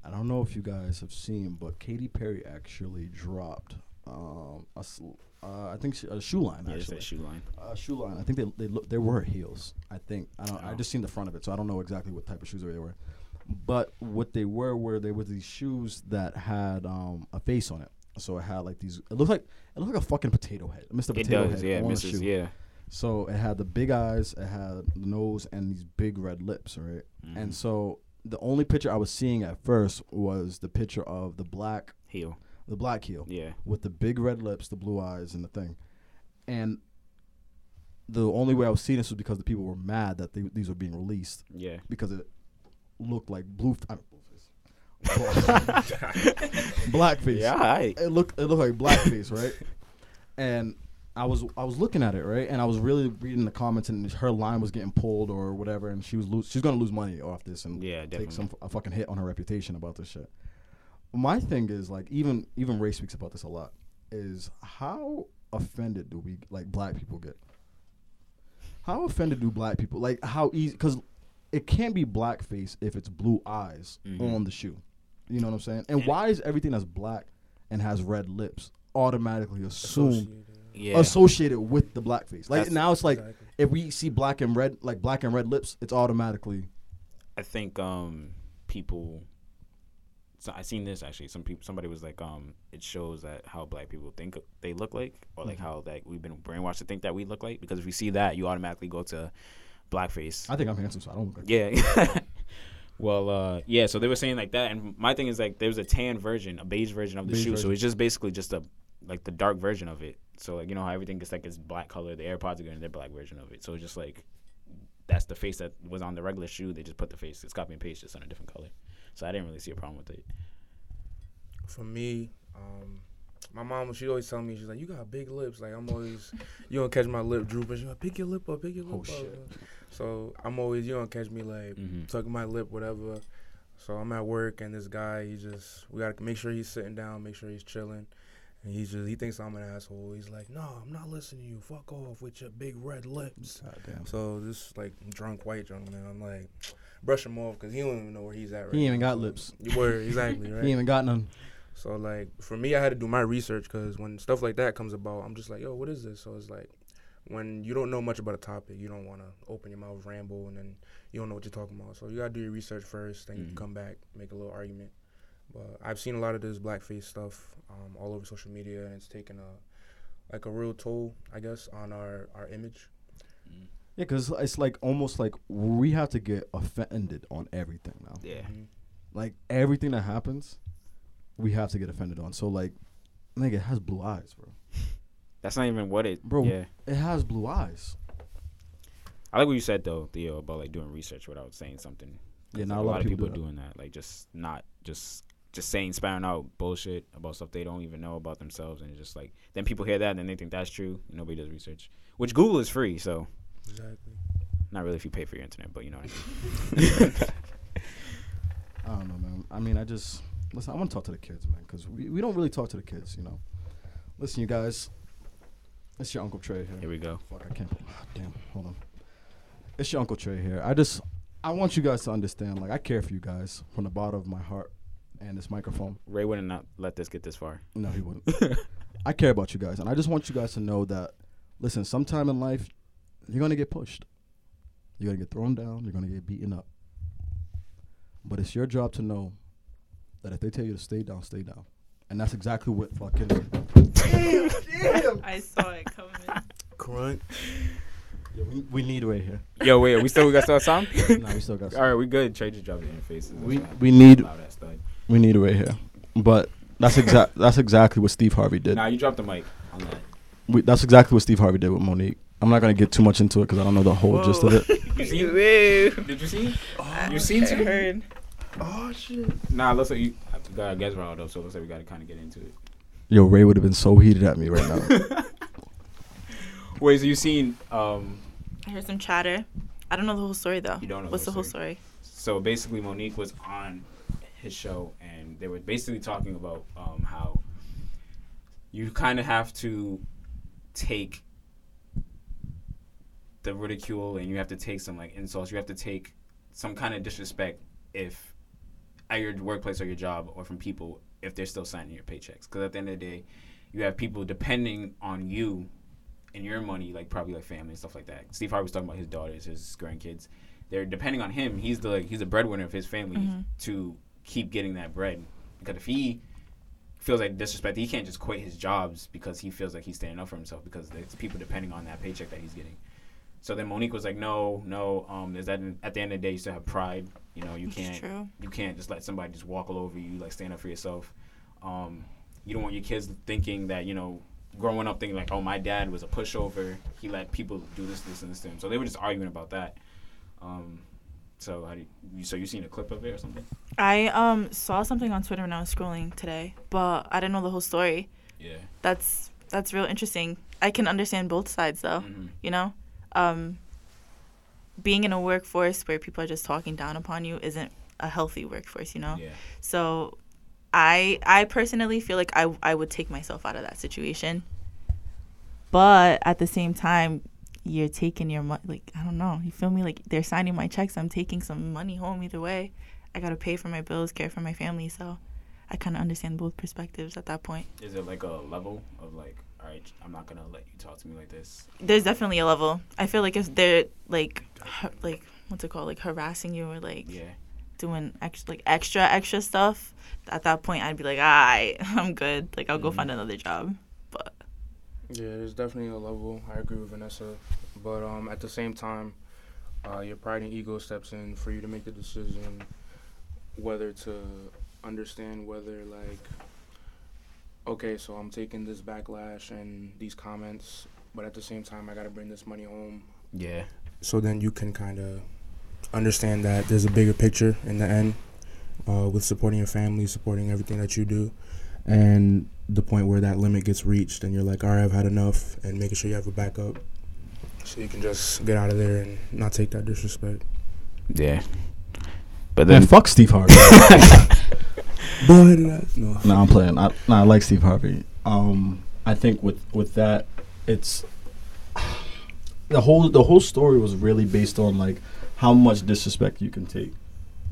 Speaker 3: I don't know if you guys have seen, but Katy Perry actually dropped um, a, s- uh, I think she, a shoe line
Speaker 2: Yeah, it's
Speaker 3: actually,
Speaker 2: that shoe line.
Speaker 3: a shoe line. I think they they look, they were heels. I think I don't. I
Speaker 2: Oh.
Speaker 3: just seen the front of it, so I don't know exactly what type of shoes they were. But what they were were they were these shoes that had um, a face on it. So it had like these. It looked like it looked like a fucking potato head, Mr.
Speaker 2: It
Speaker 3: Potato
Speaker 2: does,
Speaker 3: Head
Speaker 2: yeah,
Speaker 3: on a
Speaker 2: misses,
Speaker 3: shoe.
Speaker 2: yeah.
Speaker 3: So it had the big eyes, it had the nose, and these big red lips, right?
Speaker 2: Mm-hmm.
Speaker 3: And so the only picture I was seeing at first was the picture of the black,
Speaker 2: Heel,
Speaker 3: the black heel,
Speaker 2: yeah.
Speaker 3: with the big red lips, the blue eyes, and the thing. And the only way I was seeing this was because the people were mad that they, these were being released
Speaker 2: Yeah.
Speaker 3: because it looked like blue. I mean, blueface. blackface.
Speaker 2: Yeah, all right.
Speaker 3: It looked it looked like blackface, right? And I was I was looking at it, right? And I was really reading the comments, and her line was getting pulled or whatever, and she was lose, she's gonna lose money off this and
Speaker 2: Yeah,
Speaker 3: take some a fucking hit on her reputation about this shit. My thing is like even even Ray speaks about this a lot. Is how offended do we like black people get? How offended do black people like how easy? Because it can't be blackface if it's blue eyes
Speaker 2: Mm-hmm.
Speaker 3: on the shoe. You know what I'm saying? And why is everything that's black and has red lips automatically assumed
Speaker 2: Yeah.
Speaker 3: associated with the blackface? Like
Speaker 2: That's-
Speaker 3: now it's like if we see black and red, like black and red lips, it's automatically
Speaker 2: I think um people. So I seen this actually. Some people, somebody was like, um, it shows that how black people think they look like, or like how like we've been brainwashed to think that we look like. Because if you see that, you automatically go to blackface.
Speaker 3: I think I'm handsome, so I don't look like
Speaker 2: Yeah. well, uh, yeah. So they were saying like that, and my thing is like there's a tan version, a beige version of the
Speaker 3: Beige
Speaker 2: shoe. So
Speaker 3: version.
Speaker 2: it's just basically just a like the dark version of it. So like you know how everything gets like its black color, the AirPods are getting their black version of it. So it's just like that's the face that was on the regular shoe. They just put the face. It's copy and paste, just on a different color. So I didn't really see a problem with it.
Speaker 4: For me, um, my mom, she always tell me, she's like, "You got big lips." Like I'm always, you don't catch my lip drooping. She's like, "Pick your lip up, pick your lip
Speaker 3: Oh,
Speaker 4: up." So I'm always, you don't catch me like
Speaker 3: Mm-hmm.
Speaker 2: Mhm.
Speaker 4: tucking my lip, whatever. So I'm at work, and this guy, he just, we gotta make sure he's sitting down, make sure he's chilling. And he's just, he thinks I'm an asshole. He's like, "No, I'm not listening to you. Fuck off with your big red lips."
Speaker 3: God damn.
Speaker 4: So this like drunk white gentleman, I'm like, brush him off because he don't even know where he's at right
Speaker 3: He ain't even
Speaker 4: now.
Speaker 3: got lips.
Speaker 4: You were exactly right.
Speaker 3: He ain't even got none.
Speaker 4: So like for me, I had to do my research because when stuff like that comes about, I'm just like, yo, what is this? So it's like when you don't know much about a topic, you don't want to open your mouth, ramble, and then you don't know what you're talking about. So you gotta do your research first, then you can
Speaker 2: Mhm.
Speaker 4: come back, make a little argument. But I've seen a lot of this blackface stuff um, all over social media, and it's taken a like a real toll, I guess, on our our image.
Speaker 3: Yeah, because it's like almost like we have to get offended on everything now.
Speaker 2: Yeah.
Speaker 3: Like everything that happens, we have to get offended on. So like, nigga, it has blue eyes, bro.
Speaker 2: That's not even what it.
Speaker 3: Bro,
Speaker 2: Yeah.
Speaker 3: it has blue eyes.
Speaker 2: I like what you said though, Theo, about like doing research without saying something.
Speaker 3: Yeah,
Speaker 2: 'Cause,
Speaker 3: not
Speaker 2: like,
Speaker 3: a lot of people
Speaker 2: are
Speaker 3: do that.
Speaker 2: doing that. Like just not just just saying spouting out bullshit about stuff they don't even know about themselves, and it's just like then people hear that and then they think that's true. And nobody does research, which Google is free, so
Speaker 4: Exactly.
Speaker 2: not really if you pay for your internet, but you know what I mean.
Speaker 3: I don't know, man. I mean, I just listen. I want to talk to the kids, man, because we, we don't really talk to the kids, you know. Listen, you guys, it's your uncle Trey here.
Speaker 2: Here we go.
Speaker 3: Fuck, I can't. ah, damn, hold on. It's your uncle Trey here. I just I want you guys to understand. Like, I care for you guys from the bottom of my heart and this microphone.
Speaker 2: Ray wouldn't not let this get this far.
Speaker 3: No, he wouldn't. I care about you guys, and I just want you guys to know that. Listen, sometime in life, you're gonna get pushed. You're gonna get thrown down. You're gonna get beaten up. But it's your job to know that if they tell you to stay down, stay down. And that's exactly what fucking.
Speaker 5: I saw it coming.
Speaker 4: Grunt.
Speaker 3: Yeah, we, we need right here.
Speaker 2: Yo, wait, we still we got still time?
Speaker 3: nah, we still got.
Speaker 2: All right, we good. Trey just dropped it in your faces.
Speaker 3: We we need
Speaker 2: loud ass thud.
Speaker 3: we need right here. But that's exact that's exactly what Steve Harvey did.
Speaker 2: Nah, you dropped the mic on that.
Speaker 3: We, that's exactly what Steve Harvey did with Monique. I'm not gonna get too much into it because I don't know the whole gist of it.
Speaker 2: You see? Did you see? Oh, you seen
Speaker 5: I
Speaker 2: too?
Speaker 5: heard.
Speaker 4: Oh shit.
Speaker 2: Nah, let's say you we got our guests riled up, so let's say we got to kind of get into it.
Speaker 3: Yo, Ray would have been so heated at me right now.
Speaker 2: Wait, so you seen? Um,
Speaker 5: I heard some chatter. I don't know the whole story though.
Speaker 2: You don't know
Speaker 5: What's
Speaker 2: the
Speaker 5: the
Speaker 2: whole
Speaker 5: whole story?
Speaker 2: so basically, Monique was on his show, and they were basically talking about um, how you kind of have to take the ridicule, and you have to take some like insults. You have to take some kind of disrespect if at your workplace or your job or from people if they're still signing your paychecks. Because at the end of the day, you have people depending on you and your money, like probably like family and stuff like that. Steve Harvey was talking about his daughters, his grandkids. They're depending on him. He's the like, he's the breadwinner of his family to keep getting that bread. Because if he feels like disrespect, he can't just quit his jobs because he feels like he's standing up for himself because there's people depending on that paycheck that he's getting. So then Monique was like, "No, no. Um, is that at the end of the day, you still have pride. You know, you
Speaker 5: It's
Speaker 2: can't
Speaker 5: true.
Speaker 2: you can't just let somebody just walk all over you. Like stand up for yourself. Um, you don't want your kids thinking that you know, growing up thinking like, oh, my dad was a pushover. He let people do this, this, and this to him. So they were just arguing about that. Um, so how do you, so you seen a clip of it or something?
Speaker 5: I um saw something on Twitter when I was scrolling today, but I didn't know the whole story.
Speaker 2: Yeah.
Speaker 5: That's that's real interesting. I can understand both sides though.
Speaker 2: Mhm.
Speaker 5: You know, um, being in a workforce where people are just talking down upon you isn't a healthy workforce. You know,
Speaker 2: Yeah.
Speaker 5: so I I personally feel like I I would take myself out of that situation. But at the same time, you're taking your money. Like I don't know, you feel me? Like they're signing my checks. I'm taking some money home either way. I gotta pay for my bills, care for my family. So I kind of understand both perspectives at that point.
Speaker 2: Is it like a level of like, all right, I'm not gonna let you talk to me like this.
Speaker 5: There's definitely a level. I feel like if they're like har- like what's it called like harassing you or like
Speaker 2: Yeah.
Speaker 5: doing extra like extra extra stuff at that point i'd be like all right i'm good like i'll go find another job but
Speaker 4: Yeah, there's definitely a level. I agree with Vanessa, but um, at the same time, uh, your pride and ego steps in for you to make the decision whether to understand whether like, okay, so I'm taking this backlash and these comments, but at the same time, I gotta bring this money home.
Speaker 2: Yeah.
Speaker 4: So then you can kind of understand that there's a bigger picture in the end, uh, with supporting your family, supporting everything that you do, and the point where that limit gets reached, and you're like, all right, I've had enough, and making sure you have a backup, so you can just get out of there and not take that disrespect.
Speaker 2: Yeah. But
Speaker 3: Man, fuck Steve Harvey.
Speaker 4: But uh, no,
Speaker 3: No, I'm playing. I, no, I like Steve Harvey. Um, I think with with that, it's the whole the whole story was really based on like how much disrespect you can take,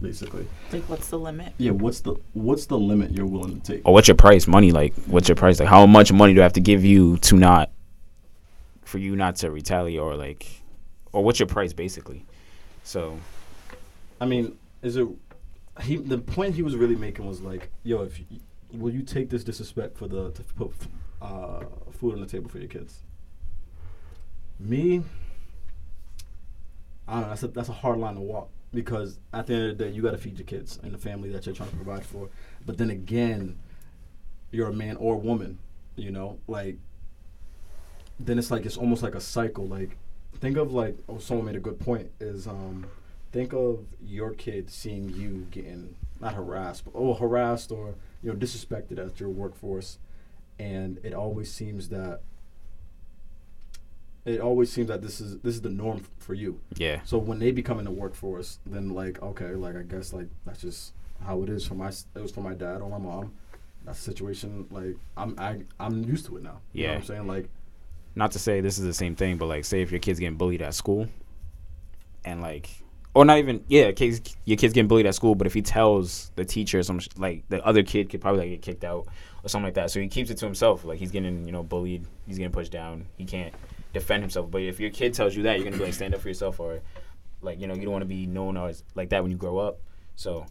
Speaker 3: basically.
Speaker 5: like what's the limit
Speaker 3: Yeah, what's the what's the limit you're willing to take?
Speaker 2: or what's your price? Money, like what's your price? Like how much money do I have to give you to not, for you not to retaliate or like, or what's your price basically? So
Speaker 3: I mean, is it he? The point he was really making was like, yo, if you, will you take this disrespect for the to put uh, food on the table for your kids? Me, I don't know. That's a, that's a hard line to walk because at the end of the day, you got to feed your kids and the family that you're trying to provide for. But then again, you're a man or a woman, you know, like. Then it's like it's almost like a cycle. Like, think of like oh, someone made a good point. Is um, think of your kid seeing you getting not harassed, but oh, harassed or you know disrespected at your workforce, and it always seems that it always seems that this is this is the norm f- for you.
Speaker 2: yeah,
Speaker 3: So when they become in the workforce, then like okay, like I guess like that's just how it is for my s- it was for my dad or my mom. That's a situation like I'm I I'm used to it now. You know
Speaker 2: Yeah.
Speaker 3: what I'm saying like
Speaker 2: not to say this is the same thing, but like say if your kid's getting bullied at school, and like, or not even yeah, kids, your kid's getting bullied at school, but if he tells the teacher or some sh- like the other kid could probably like get kicked out or something like that. So he keeps it to himself. Like he's getting you know bullied, he's getting pushed down, he can't defend himself. But if your kid tells you that, you're gonna be like stand up for yourself or like you know you don't want to be known as like that when you grow up. So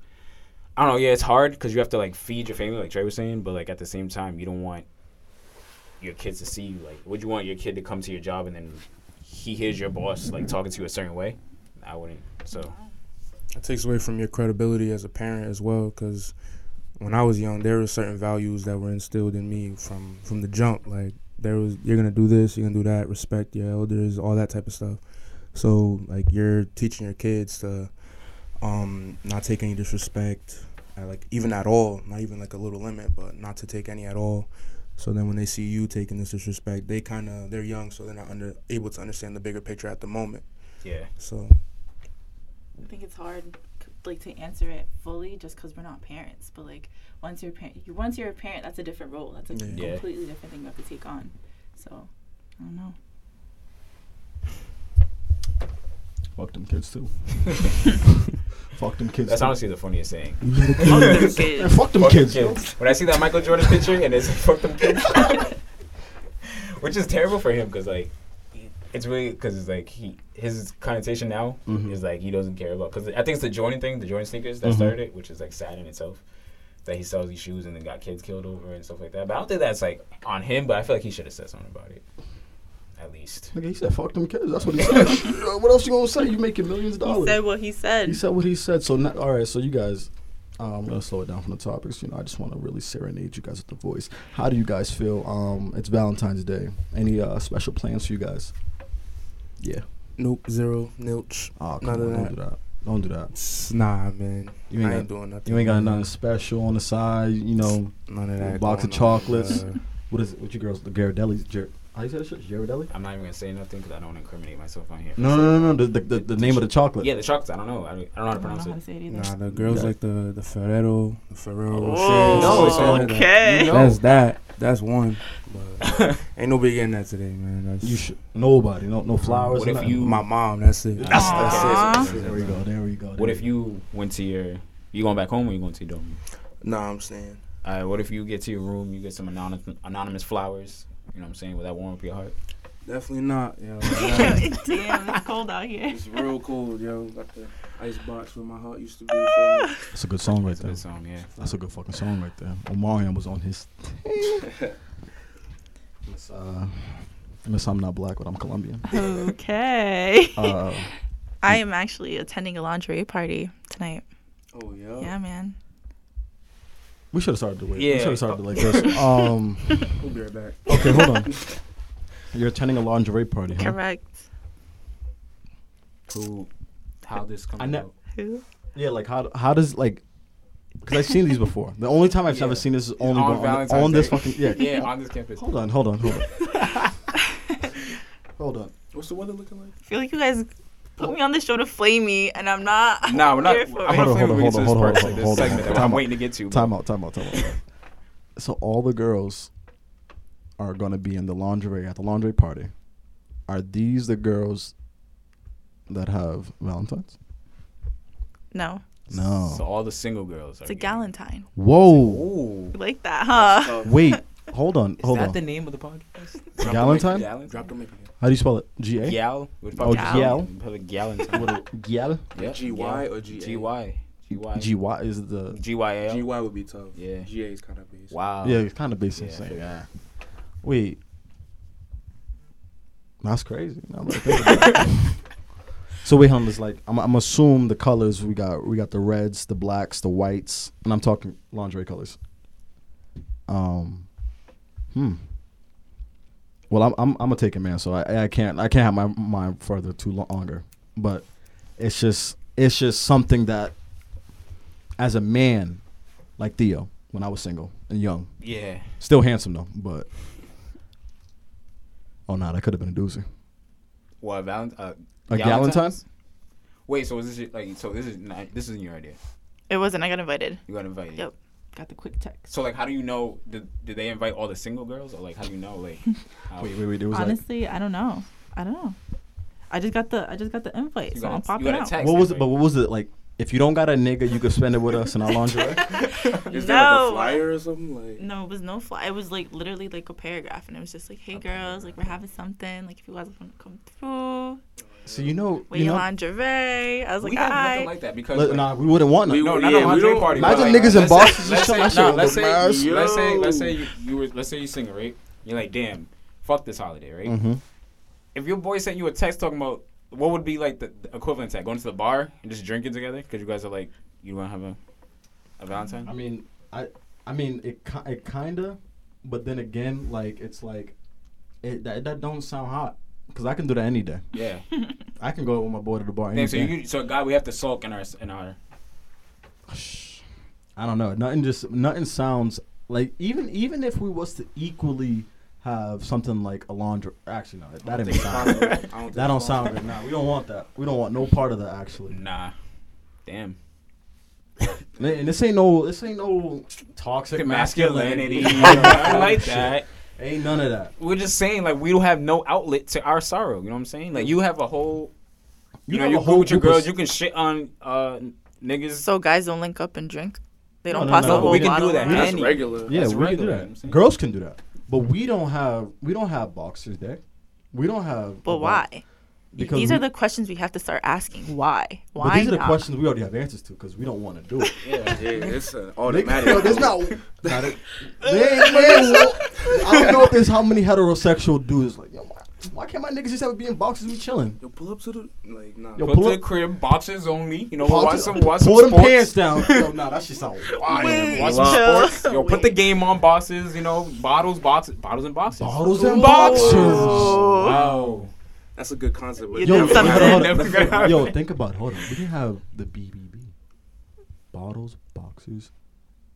Speaker 2: I don't know. Yeah, it's hard because you have to like feed your family, like Trey was saying, but like at the same time, you don't want your kids to see you. Like, would you want your kid to come to your job and then he hears your boss like talking to you a certain way? I wouldn't. So
Speaker 4: It takes away from your credibility as a parent as well, because when I was young, there were certain values that were instilled in me from from the jump. Like there was, you're gonna do this, you're gonna do that, respect your elders, all that type of stuff. So like you're teaching your kids to um, not take any disrespect, uh, like even at all, not even like a little limit, but not to take any at all. So then when they see you taking this disrespect, they kind of they're young, so they're not under able to understand the bigger picture at the moment.
Speaker 2: yeah,
Speaker 4: So
Speaker 5: I think it's hard, c- like, to answer it fully just because we're not parents. But like, once you're a parent, you, once you're a parent, that's a different role. That's a
Speaker 4: Yeah.
Speaker 2: Yeah.
Speaker 5: completely different thing you have to take on. So, I don't know.
Speaker 3: Fuck them kids too. Fuck them kids.
Speaker 2: that's
Speaker 3: too.
Speaker 2: honestly the funniest saying.
Speaker 3: Yeah, fuck them kids. yo.
Speaker 2: When I see that Michael Jordan picture and it's fuck them kids, which is terrible for him because like it's really because it's like he his connotation now
Speaker 3: Mhm.
Speaker 2: is like he doesn't care about because I think it's the Jordan thing, the Jordan sneakers that
Speaker 3: Mhm.
Speaker 2: started it, which is like sad in itself. That he sells these shoes and then got kids killed over and stuff like that. But I don't think that's like on him. But I feel like he should have said something about it, at least.
Speaker 3: Nigga, he said, "Fuck them kids." That's what he said. what else you gonna say? You making millions of dollars.
Speaker 5: what he said.
Speaker 3: He said what he said. So not, all right. So you guys, um, I'm gonna slow it down from the topics. You know, I just want to really serenade you guys with the voice. How do you guys feel? Um, it's Valentine's Day. Any uh, special plans for you guys? Yeah.
Speaker 4: nope, zero, nilch.
Speaker 3: Oh, come
Speaker 4: None
Speaker 3: on,
Speaker 4: of
Speaker 3: don't
Speaker 4: that.
Speaker 3: do that. Don't do that.
Speaker 4: Nah, man.
Speaker 3: You ain't
Speaker 4: I
Speaker 3: got-
Speaker 4: ain't doing nothing.
Speaker 3: You ain't got nothing special on the side. You know
Speaker 4: None of
Speaker 3: A
Speaker 4: that.
Speaker 3: box of
Speaker 4: going on,
Speaker 3: chocolates.
Speaker 4: uh,
Speaker 3: what is it? What you girls? The Ghirardelli's. Ger- how you say that shit? Ghirardelli?
Speaker 2: I'm not even gonna say nothing because I don't want to incriminate myself on here.
Speaker 3: No, no, no, no. The, the, the, the name of the chocolate.
Speaker 2: Yeah, the chocolates. I don't know. I don't, I don't know how
Speaker 5: I
Speaker 2: to
Speaker 5: don't know
Speaker 2: pronounce
Speaker 5: how to
Speaker 2: it.
Speaker 5: say it either.
Speaker 4: nah, the girls
Speaker 3: Okay.
Speaker 4: like the the Ferrero, the Ferrero Rocher.
Speaker 5: Oh,
Speaker 4: shit like that.
Speaker 5: okay.
Speaker 3: You know.
Speaker 4: That's that. That's one. But ain't nobody getting that today, man. That's
Speaker 3: You should. Nobody. No, no flowers.
Speaker 2: What if
Speaker 3: nothing.
Speaker 2: you-
Speaker 4: my mom. That's it.
Speaker 3: That's-
Speaker 5: that's
Speaker 3: There we go. There we go.
Speaker 2: What if you went to your? You going back home or you going to your dorm?
Speaker 4: Nah, I'm saying.
Speaker 2: All right. What if you get to your room, you get some anonymous anonymous flowers? You know what I'm saying? Would that warm up your heart?
Speaker 4: Definitely not, yo.
Speaker 5: Damn, it's cold out here.
Speaker 4: it's real cold, yo. Got the ice box where my heart used to be.
Speaker 3: That's a good song right
Speaker 2: That's a
Speaker 3: there.
Speaker 2: good song. Yeah.
Speaker 3: That's a good fucking song right there. Omarion was on his. Miss, uh, Miss, I'm not black, but I'm Colombian.
Speaker 5: Okay.
Speaker 3: Uh,
Speaker 5: I am actually attending a lingerie party tonight.
Speaker 4: Oh, yo.
Speaker 5: Yeah, man.
Speaker 3: we should have started the way. We
Speaker 2: Yeah.
Speaker 3: should have started it like this. Um,
Speaker 4: We'll be right back.
Speaker 3: okay, hold on. You're attending a lingerie party, huh?
Speaker 5: Correct.
Speaker 2: Who? How this comes
Speaker 3: I know-
Speaker 2: out?
Speaker 5: Who?
Speaker 3: Yeah, like how how does like? Because I've seen these before. The only time I've
Speaker 2: Yeah.
Speaker 3: ever seen this is only
Speaker 2: On
Speaker 3: on, on,
Speaker 2: Valentine's
Speaker 3: this
Speaker 2: Day.
Speaker 3: fucking yeah.
Speaker 2: Yeah, on this campus.
Speaker 3: Hold on, hold on, hold on. hold on.
Speaker 4: What's the weather looking like?
Speaker 5: I feel like you guys put me on the show to flame me, and I'm not.
Speaker 2: Nah, we're not.
Speaker 5: here for
Speaker 2: I'm
Speaker 5: it.
Speaker 2: not
Speaker 3: Hold on,
Speaker 2: flame when we
Speaker 3: hold
Speaker 2: get to
Speaker 3: on,
Speaker 2: this
Speaker 3: hold on,
Speaker 2: part,
Speaker 3: hold
Speaker 2: like
Speaker 3: on,
Speaker 2: this
Speaker 3: hold on,
Speaker 2: segment
Speaker 3: hold
Speaker 2: that
Speaker 3: on.
Speaker 2: I'm waiting to get to.
Speaker 3: Time out, time out, time out. so all the girls are gonna be in the lingerie at the lingerie party. Are these the girls that have Valentine's?
Speaker 5: No,
Speaker 3: No.
Speaker 2: So all the single girls. Are
Speaker 5: it's a
Speaker 2: getting-
Speaker 5: galentine.
Speaker 3: Whoa.
Speaker 2: Ooh.
Speaker 5: You like that, huh?
Speaker 3: Wait. Hold on.
Speaker 2: Is
Speaker 3: hold
Speaker 2: that
Speaker 3: on.
Speaker 2: the name of the podcast?
Speaker 3: Galentine?
Speaker 2: Galentine.
Speaker 4: Drop the mic.
Speaker 3: How do you spell it? G A.
Speaker 2: Eh? Gal. We'd
Speaker 3: Oh,
Speaker 2: probably-
Speaker 3: Gal.
Speaker 2: We'd probably Galentine.
Speaker 3: Gal.
Speaker 2: Yeah,
Speaker 4: GY
Speaker 2: Gal.
Speaker 4: or GA?
Speaker 2: GY. GY.
Speaker 3: G Y is the.
Speaker 2: GYL.
Speaker 4: GY would be tough.
Speaker 2: Yeah.
Speaker 4: GA is kind of base.
Speaker 2: Wow.
Speaker 3: Yeah, it's kind of basic.
Speaker 2: Yeah,
Speaker 3: same.
Speaker 2: figure out.
Speaker 3: Wait. That's crazy. Now that I think about it. so wait, hold on. It's like I'm, I'm assume the colors we got. We got the reds, the blacks, the whites, and I'm talking lingerie colors. Um, hmm. Well, I'm I'm, I'm a take it, man. So I I can't I can't have my mind further too long, longer. But it's just it's just something that, as a man, like Theo, when I was single and young,
Speaker 2: Yeah.
Speaker 3: Still handsome though, but oh no, that could have been a doozy.
Speaker 2: What Valentine? Uh,
Speaker 3: A
Speaker 2: Galentine's?
Speaker 3: Galentine?
Speaker 2: Wait, so is this your- like so? This is not, this isn't your idea.
Speaker 5: It wasn't. I got invited.
Speaker 2: You got invited.
Speaker 5: Yep. Got the quick text.
Speaker 2: So like, how do you know? Did, did they invite all the single girls, or like, how do you know? Like, how,
Speaker 3: Wait, wait, wait. It was
Speaker 5: Honestly, I don't know. I don't know. I just got the I just got the invite,
Speaker 2: you
Speaker 5: so
Speaker 2: got, a,
Speaker 5: I'm
Speaker 2: you
Speaker 5: popping
Speaker 2: got a
Speaker 5: out.
Speaker 2: text.
Speaker 3: like what was it?
Speaker 2: invite.
Speaker 3: But what was it like? If you don't got a nigga, you could spend it with us in our lingerie.
Speaker 4: Is there like
Speaker 5: No.
Speaker 4: a flyer or something? Like,
Speaker 5: No, it was no fly. It was like literally like a paragraph, and it was just like, "Hey girls, like we're having something. Like if you guys want to come through,
Speaker 3: So you know,
Speaker 5: with
Speaker 3: you
Speaker 5: your
Speaker 3: know
Speaker 5: lingerie." I was
Speaker 2: we
Speaker 5: like,
Speaker 2: have nothing
Speaker 5: "Aye."
Speaker 2: like that because
Speaker 3: li-
Speaker 2: like,
Speaker 3: nah, we wouldn't want
Speaker 4: We
Speaker 3: none.
Speaker 2: no,
Speaker 4: would-
Speaker 2: not
Speaker 4: yeah,
Speaker 2: a
Speaker 4: we
Speaker 2: lingerie
Speaker 4: don't-
Speaker 2: party. but,
Speaker 3: Imagine
Speaker 2: like,
Speaker 3: niggas in
Speaker 2: let's say-
Speaker 3: boxes
Speaker 2: let's
Speaker 3: just
Speaker 2: say-
Speaker 3: showing that shit
Speaker 2: nah,
Speaker 3: on
Speaker 2: let's
Speaker 3: the
Speaker 2: say-
Speaker 3: mask.
Speaker 2: Let's say
Speaker 4: Yo.
Speaker 2: let's say you, you were let's say you single right. You're like damn, fuck this holiday right.
Speaker 3: Mhm.
Speaker 2: If your boy sent you a text talking about what would be like the, the equivalent to that, going to the bar and just drinking together because you guys are like you want to have a a Valentine.
Speaker 3: I mean, I, I mean, it, ki- it kinda, but then again, like it's like, it that, that don't sound hot because I can do that any day.
Speaker 2: Yeah.
Speaker 3: I can go out with my boy to the bar. Any
Speaker 2: Damn, so
Speaker 3: day.
Speaker 2: you so God, we have to sulk in our in our.
Speaker 3: I don't know. Nothing just nothing sounds like even even if we was to equally have something like a laundry. Actually, no, that, that didn't sound. good. That don't sound good. Nah, we don't want that. We don't want no part of that actually.
Speaker 2: Nah. Damn.
Speaker 3: And- And this ain't no this ain't no toxic masculinity.
Speaker 2: I like that.
Speaker 3: Ain't none of that.
Speaker 2: We're just saying like we don't have no outlet to our sorrow. You know what I'm saying? Like you have a whole. You, know,
Speaker 3: have
Speaker 2: you
Speaker 3: a
Speaker 2: cool with your
Speaker 3: group of
Speaker 2: girls.
Speaker 3: s-
Speaker 2: You can shit on uh niggas.
Speaker 5: So guys don't link up and drink. They
Speaker 3: No,
Speaker 5: don't
Speaker 3: no,
Speaker 5: pass
Speaker 3: no, we
Speaker 5: the whole
Speaker 3: can do
Speaker 5: bottle.
Speaker 2: that.
Speaker 5: around.
Speaker 4: That's
Speaker 2: Any-
Speaker 4: regular.
Speaker 3: yeah,
Speaker 2: that's
Speaker 3: we can do
Speaker 2: regular, you know what I'm
Speaker 3: that.
Speaker 2: saying?
Speaker 3: Girls can do that, but we don't have we don't have boxers there. We don't have.
Speaker 5: But
Speaker 3: a box-
Speaker 5: why?
Speaker 3: Because
Speaker 5: These
Speaker 3: we-
Speaker 5: are the questions we have to start asking. Why?
Speaker 3: But
Speaker 5: Why
Speaker 3: these are the
Speaker 5: not?
Speaker 3: questions we already have answers to because we don't want to do it.
Speaker 4: Yeah, it's an
Speaker 3: Nigga,
Speaker 4: automatic.
Speaker 3: yo, there's not. not a- there ain't- there ain't wo- I don't know if there's how many heterosexual dudes like yo. Why, why can't my niggas just have be in boxes? We chilling.
Speaker 4: Yo, pull up to the like, nah.
Speaker 3: Yo,
Speaker 2: Go to
Speaker 3: pull
Speaker 2: the
Speaker 3: up-
Speaker 2: crib, boxes only. You know, watch
Speaker 3: Boxes-
Speaker 2: some, watch
Speaker 3: pull
Speaker 2: some
Speaker 3: them
Speaker 2: sports.
Speaker 3: pants down. Yo, nah, that shit sound wild.
Speaker 5: Wait,
Speaker 2: Watch some
Speaker 5: chill.
Speaker 2: sports. Yo, put the game on boxes. You know, bottles, boxes, bottles and boxes.
Speaker 3: Bottles and
Speaker 5: Ooh.
Speaker 3: boxers.
Speaker 2: Wow.
Speaker 4: That's a good concept. but-
Speaker 5: You
Speaker 3: Yo,
Speaker 5: did
Speaker 3: think about,
Speaker 5: something.
Speaker 3: hold on.
Speaker 2: Never gonna happen.
Speaker 3: Yo, think about it. Hold on. We can have the BBB. Bottles, boxers,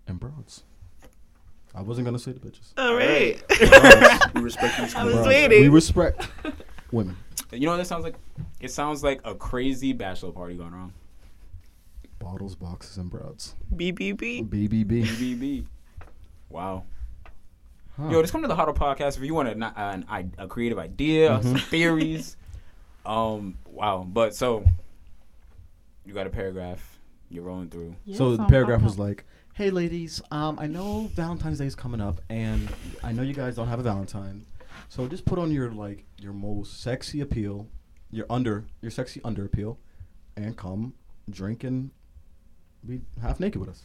Speaker 3: and broads. I wasn't going to say the bitches.
Speaker 5: All right.
Speaker 4: We respect these.
Speaker 5: I was
Speaker 3: Broads.
Speaker 5: waiting.
Speaker 3: We respect women.
Speaker 2: You know what that sounds like? It sounds like a crazy bachelor party going wrong.
Speaker 3: Bottles, boxes, and broads.
Speaker 5: BBB.
Speaker 3: BBB.
Speaker 2: BBB. Wow.
Speaker 3: Huh.
Speaker 2: Yo, just come to the Huddle Podcast if you want an, an, i- a creative idea, some
Speaker 3: Mm-hmm.
Speaker 2: theories. Um, wow. But so, you got a paragraph. You're rolling through.
Speaker 3: so the paragraph was like, "Hey ladies, um, I know Valentine's Day is coming up, and I know you guys don't have a Valentine, so just put on your like your most sexy appeal, your under your sexy under appeal, and come drink and be half naked with us,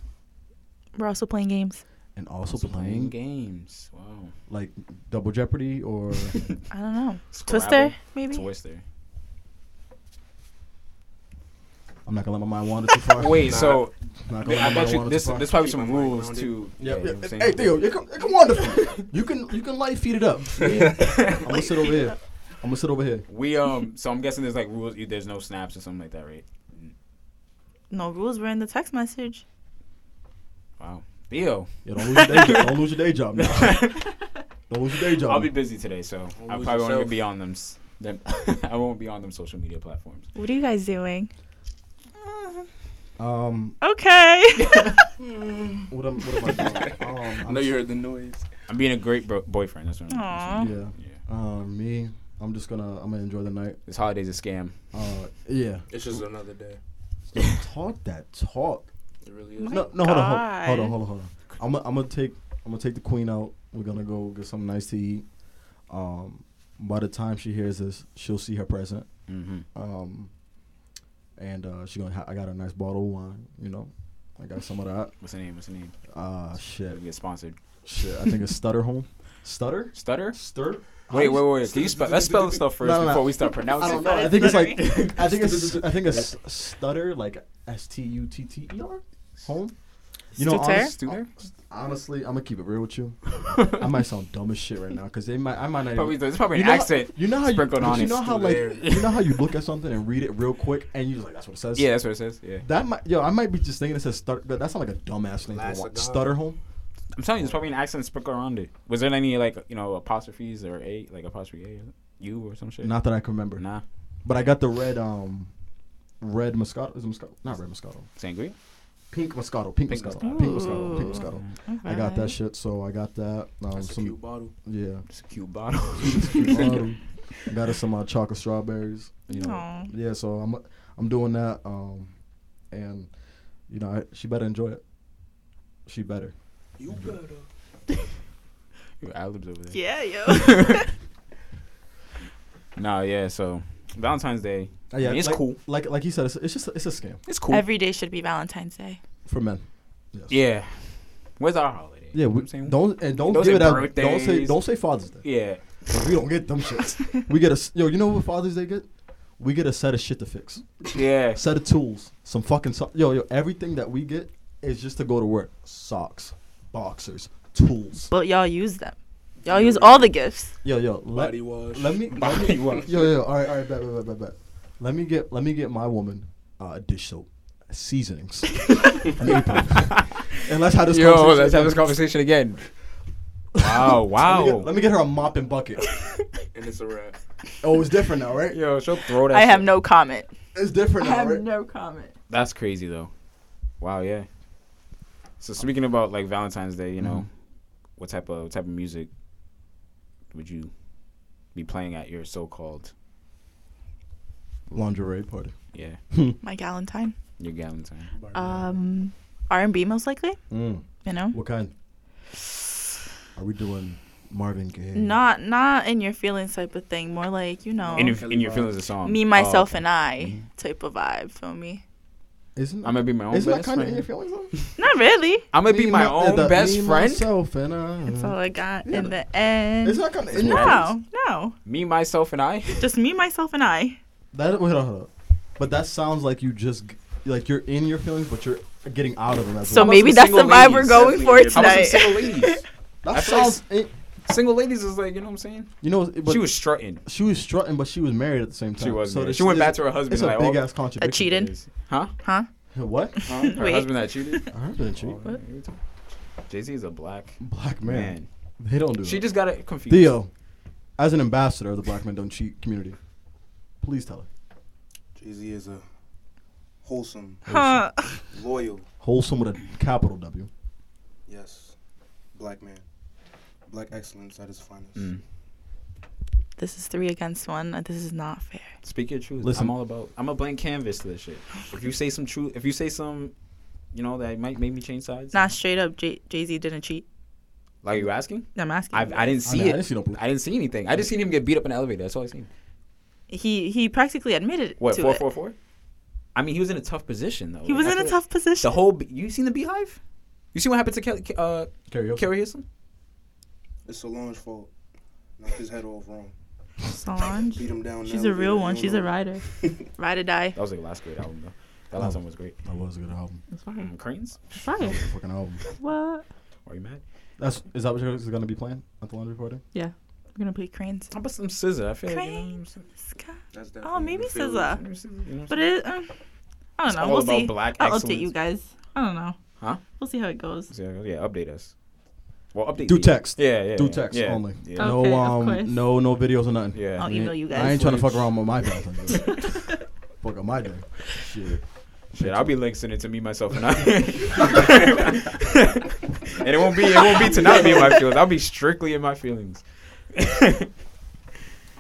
Speaker 5: We're also playing games.
Speaker 3: and also
Speaker 2: Playing
Speaker 3: playing
Speaker 2: games. Wow.
Speaker 3: like Double Jeopardy or
Speaker 5: I don't know.
Speaker 2: Scrabble.
Speaker 5: Twister, maybe.
Speaker 2: Twister.
Speaker 3: I'm not gonna let my mind wander too far.
Speaker 2: Wait,
Speaker 4: Nah.
Speaker 2: so
Speaker 3: I'm not gonna
Speaker 2: I
Speaker 3: let my
Speaker 2: bet
Speaker 3: mind
Speaker 2: you
Speaker 3: wander
Speaker 2: this
Speaker 3: too far.
Speaker 2: there's probably
Speaker 4: Keep
Speaker 2: some
Speaker 4: my mind
Speaker 2: rules
Speaker 4: grounded.
Speaker 2: too.
Speaker 3: Yep,
Speaker 2: Yeah, you know
Speaker 3: yep.
Speaker 2: what I'm
Speaker 3: Hey
Speaker 2: saying?
Speaker 3: Theo, you can, you can wander. you can you can light feed it up. I'm gonna sit over here. I'm gonna sit over here.
Speaker 2: We um. So I'm guessing there's like rules. There's no snaps or something like that, right?
Speaker 5: No rules were in the text message.
Speaker 2: Wow. Theo,
Speaker 3: Yeah, don't lose your day job. Don't lose your day job now. don't lose your day job.
Speaker 2: I'll be busy today, so I probably
Speaker 4: lose
Speaker 2: won't even
Speaker 4: yourself.
Speaker 2: be on them. s- them I won't be on them social media platforms.
Speaker 5: What are you guys doing? Uh-huh.
Speaker 3: um,
Speaker 5: Okay.
Speaker 3: what am, what am I doing? Um,
Speaker 4: I
Speaker 3: I'm
Speaker 4: know
Speaker 3: s-
Speaker 4: you heard the noise.
Speaker 2: I'm being a great bro- boyfriend. That's what I'm that's what I'm
Speaker 5: Aw.
Speaker 2: saying.
Speaker 3: Yeah.
Speaker 2: Yeah.
Speaker 3: Um, me. I'm just gonna. I'm gonna enjoy the night.
Speaker 2: This holiday's a scam.
Speaker 3: Uh, yeah.
Speaker 4: It's just another day.
Speaker 3: Talk that talk.
Speaker 4: It really is.
Speaker 3: No, no, hold on, hold, hold on, hold on, hold on. I'm gonna, I'm gonna take, I'm gonna take the queen out. We're gonna go get something nice to eat. Um, by the time she hears this, she'll see her present.
Speaker 2: Mm-hmm.
Speaker 3: Um, and uh, she gonna. Ha- I got a nice bottle of wine. You know, I got some of that.
Speaker 2: What's the name? What's the name?
Speaker 3: Ah, shit,
Speaker 2: We get sponsored.
Speaker 3: shit. I think it's Stutter Home. Stutter.
Speaker 2: Stutter.
Speaker 3: Stir.
Speaker 2: Wait, wait, wait. Can you spell? Let's spell the stuff first
Speaker 3: No, no, no.
Speaker 2: before we start
Speaker 3: I don't
Speaker 2: pronouncing.
Speaker 3: know. I
Speaker 5: It's
Speaker 3: think it's like
Speaker 5: stuttering.
Speaker 3: I think it's I think it's stutter like S T U T T E R home. You know,
Speaker 5: Stutter?
Speaker 3: honest-
Speaker 2: Stutter?
Speaker 3: honestly, I'm gonna keep it real with you. I might sound dumb as shit right now because they might I might not.
Speaker 2: Probably
Speaker 3: Even,
Speaker 2: there's probably
Speaker 3: you
Speaker 2: an
Speaker 3: know,
Speaker 2: accent.
Speaker 3: you know how you,
Speaker 2: sprinkled
Speaker 3: but
Speaker 2: on
Speaker 3: you
Speaker 2: it.
Speaker 3: know how like you know how you look at something and read it real quick and you're just like that's what it says.
Speaker 2: Yeah, that's what it says. Yeah.
Speaker 3: That might yo, I might be just thinking it says stutter. But that sounds like a dumbass name.
Speaker 4: Last
Speaker 3: To
Speaker 4: of
Speaker 3: want.
Speaker 4: God.
Speaker 3: Stutter home.
Speaker 2: I'm telling you, there's probably an accent sprinkled around it. Was there any like you know apostrophes or a like apostrophe a or u or some shit?
Speaker 3: Not that I can remember.
Speaker 2: Nah.
Speaker 3: But I got the red um, red Moscato. Is it Moscato? Not red Moscato.
Speaker 2: Sangria.
Speaker 3: Pink Moscato. Pink,
Speaker 2: Pink
Speaker 3: Moscato.
Speaker 2: Moscato.
Speaker 3: Pink Moscato. Pink
Speaker 5: Ooh.
Speaker 3: Moscato. I got that shit, so I got that. Um,
Speaker 4: That's a cute
Speaker 3: some,
Speaker 4: bottle.
Speaker 3: yeah,
Speaker 2: It's a cute bottle.
Speaker 3: um, got us some uh, chocolate strawberries. You know,
Speaker 5: Aw.
Speaker 3: yeah. So I'm I'm doing that, um, and you know I, she better enjoy it. She better.
Speaker 4: You better.
Speaker 2: You ad libs over there.
Speaker 5: Yeah, yo.
Speaker 2: Nah, yeah. So Valentine's Day,
Speaker 3: Uh, yeah,
Speaker 2: it's
Speaker 3: like,
Speaker 2: cool.
Speaker 3: Like like he said, it's, it's just a, it's a scam
Speaker 2: It's cool.
Speaker 5: Every day should be Valentine's Day.
Speaker 3: for men. Yes.
Speaker 2: yeah. Where's our holiday?
Speaker 3: Yeah,
Speaker 2: You know what
Speaker 3: we,
Speaker 2: I'm saying?
Speaker 3: don't and don't
Speaker 2: Those
Speaker 3: give
Speaker 2: are
Speaker 3: it out. Don't say
Speaker 2: birthdays.
Speaker 3: don't say Father's Day.
Speaker 2: Yeah.
Speaker 3: we don't get them shits. We get a s- yo. You know what Father's Day get? We get a set of shit to fix,
Speaker 2: Yeah.
Speaker 3: a set of tools, some fucking so- yo yo. Everything that we get is just to go to work. Socks, boxers, tools.
Speaker 5: But y'all use them. Y'all use all the gifts.
Speaker 3: Yo yo. Let,
Speaker 4: Body wash.
Speaker 3: let me. Let me yo yo. yo, All right all right. Bet bet bet bet. bet. Let me get let me get my woman uh, a dish soap, seasonings, an apron, and let's have this.
Speaker 2: Yo,
Speaker 3: conversation
Speaker 2: let's have this
Speaker 3: again.
Speaker 2: conversation again. Wow,
Speaker 3: Let me, get,
Speaker 2: wow.
Speaker 3: let me get her a mop and bucket.
Speaker 4: And it's a wrap.
Speaker 3: Oh, it's different now, right?
Speaker 2: Yo, she'll throw that.
Speaker 5: I have
Speaker 2: shit.
Speaker 5: no comment.
Speaker 3: It's different
Speaker 5: I
Speaker 3: now,
Speaker 5: have
Speaker 3: right?
Speaker 5: no comment.
Speaker 2: That's crazy though. Wow, yeah. So speaking about like Valentine's Day, you know, what type of what type of music would you be playing at your so-called
Speaker 3: Lingerie party.
Speaker 2: yeah
Speaker 5: My Galentine.
Speaker 2: your Valentine?
Speaker 5: Um, R and B most likely.
Speaker 3: Mm.
Speaker 5: You know,
Speaker 3: What kind? Are we doing Marvin Gaye?
Speaker 5: not not in your feelings type of thing. More like you
Speaker 3: Oh,
Speaker 5: know,
Speaker 2: In your in your feelings, a song.
Speaker 5: me myself
Speaker 2: Oh,
Speaker 5: and I type of vibe. Feel me?
Speaker 3: Isn't
Speaker 2: I'm gonna be my own
Speaker 3: isn't that
Speaker 2: best
Speaker 3: kind of in your
Speaker 2: friend.
Speaker 3: feelings? though?
Speaker 5: Not really.
Speaker 2: I'm gonna be
Speaker 3: Me,
Speaker 2: my
Speaker 3: my-
Speaker 2: own
Speaker 3: the-
Speaker 2: best
Speaker 3: me,
Speaker 2: friend.
Speaker 3: myself, and I.
Speaker 2: Mm-hmm.
Speaker 5: That's all I got
Speaker 3: Yeah,
Speaker 5: in
Speaker 3: but-
Speaker 5: the end.
Speaker 3: Isn't that kind of in your feelings?
Speaker 5: no, no,
Speaker 2: Me myself and I.
Speaker 5: just me, myself, and I.
Speaker 3: That wait, hold on, hold on. But that sounds like you just g- like you're in your feelings, but you're getting out of them as
Speaker 5: So
Speaker 3: well.
Speaker 2: about
Speaker 5: maybe
Speaker 2: some
Speaker 5: that's the
Speaker 2: single
Speaker 5: vibe we're
Speaker 2: ladies?
Speaker 5: going for
Speaker 2: How
Speaker 4: Definitely.
Speaker 2: about some
Speaker 5: tonight.
Speaker 2: single ladies?
Speaker 3: that
Speaker 2: I feel like
Speaker 3: sounds. It,
Speaker 2: single ladies is like you know what I'm saying.
Speaker 3: you know, it- but
Speaker 2: she was strutting.
Speaker 3: she was strutting, but she was married at the same time.
Speaker 2: She was.
Speaker 3: So
Speaker 2: So
Speaker 3: this-
Speaker 2: she went
Speaker 3: this-
Speaker 2: back to her husband.
Speaker 3: It's a
Speaker 2: like,
Speaker 3: big
Speaker 2: oh,
Speaker 3: ass
Speaker 5: A
Speaker 3: contradiction.
Speaker 5: cheated,
Speaker 2: huh?
Speaker 5: huh?
Speaker 3: What?
Speaker 2: Huh? Her
Speaker 5: Wait.
Speaker 2: husband that cheated.
Speaker 3: I heard that cheat.
Speaker 2: Jay Z is a black
Speaker 3: Black
Speaker 2: man.
Speaker 3: man. They don't do
Speaker 2: She
Speaker 3: that.
Speaker 2: just got it confused.
Speaker 3: Theo, as an ambassador of the Black Men Don't Cheat community, please tell her.
Speaker 4: Jay Z is a wholesome,
Speaker 5: Huh?
Speaker 4: loyal,
Speaker 3: Wholesome with a capital W.
Speaker 4: yes, black man. Black excellence at his finest.
Speaker 2: Mm.
Speaker 5: This is three against one. and This is not fair.
Speaker 2: Speak your truth.
Speaker 3: Listen.
Speaker 2: I'm all about. I'm a blank canvas to this shit. If you say some truth, if you say some, you know that might make me change sides.
Speaker 5: Not straight up. Jay Z didn't cheat.
Speaker 2: Like you asking?
Speaker 5: I'm asking.
Speaker 2: I I didn't see
Speaker 3: I, mean,
Speaker 2: it.
Speaker 3: I didn't see no blue.
Speaker 2: I didn't see anything. I just seen him get beat up in the elevator. That's all I seen.
Speaker 5: he he practically admitted
Speaker 2: What
Speaker 5: to
Speaker 2: four
Speaker 5: it.
Speaker 2: four four? I mean, he was in a tough position though.
Speaker 5: He was in a
Speaker 2: That's
Speaker 5: tough
Speaker 2: what-
Speaker 5: position.
Speaker 2: The whole. be- You seen the beehive? You see what happened to Kelly? Uh,
Speaker 3: Carry over.
Speaker 2: Carrie Hilson?
Speaker 4: It's Solange's fault. Knocked his head off wrong.
Speaker 5: Solange.
Speaker 4: Beat him down.
Speaker 5: She's a real one. She's a
Speaker 4: right.
Speaker 5: rider. Ride or die.
Speaker 2: That was like last great album though. That last one was great.
Speaker 3: That was a good album.
Speaker 5: It's fire.
Speaker 2: Mm, Cranes?
Speaker 5: It's
Speaker 3: That
Speaker 5: fire.
Speaker 3: was a fucking album.
Speaker 5: What?
Speaker 2: Are you mad?
Speaker 3: That's is that what you're going to be playing at the laundry party?
Speaker 5: We're gonna play cranes.
Speaker 2: How about some scissor? I feel like. You know, what I'm
Speaker 5: Cranes
Speaker 2: saying?
Speaker 5: in the sky.
Speaker 4: That's
Speaker 5: Oh,
Speaker 4: definitely
Speaker 5: maybe
Speaker 4: the feeling.
Speaker 5: SZA.
Speaker 2: You know what I'm
Speaker 5: But it. Um, I don't
Speaker 2: It's
Speaker 5: know.
Speaker 2: all
Speaker 5: we'll
Speaker 2: about
Speaker 5: see.
Speaker 2: black
Speaker 5: I'll update
Speaker 2: excellence.
Speaker 5: you guys. I don't know.
Speaker 2: Huh?
Speaker 5: We'll see how it goes.
Speaker 2: So, yeah, update us. Well, update
Speaker 3: Do
Speaker 2: me.
Speaker 3: text.
Speaker 2: Yeah, yeah.
Speaker 3: Do
Speaker 2: yeah,
Speaker 3: text
Speaker 2: yeah,
Speaker 3: only.
Speaker 2: Yeah.
Speaker 5: Oh.
Speaker 3: no,
Speaker 5: Okay, of course.
Speaker 3: um, no, no videos or nothing.
Speaker 2: yeah.
Speaker 5: I'll email you guys.
Speaker 3: I ain't trying to fuck around with my Valentine's Day. fuck up my day. Shit.
Speaker 2: Shit, I'll be linking it to me, myself, and I. and it won't be it won't be to not be in my feelings. I'll be strictly in my feelings.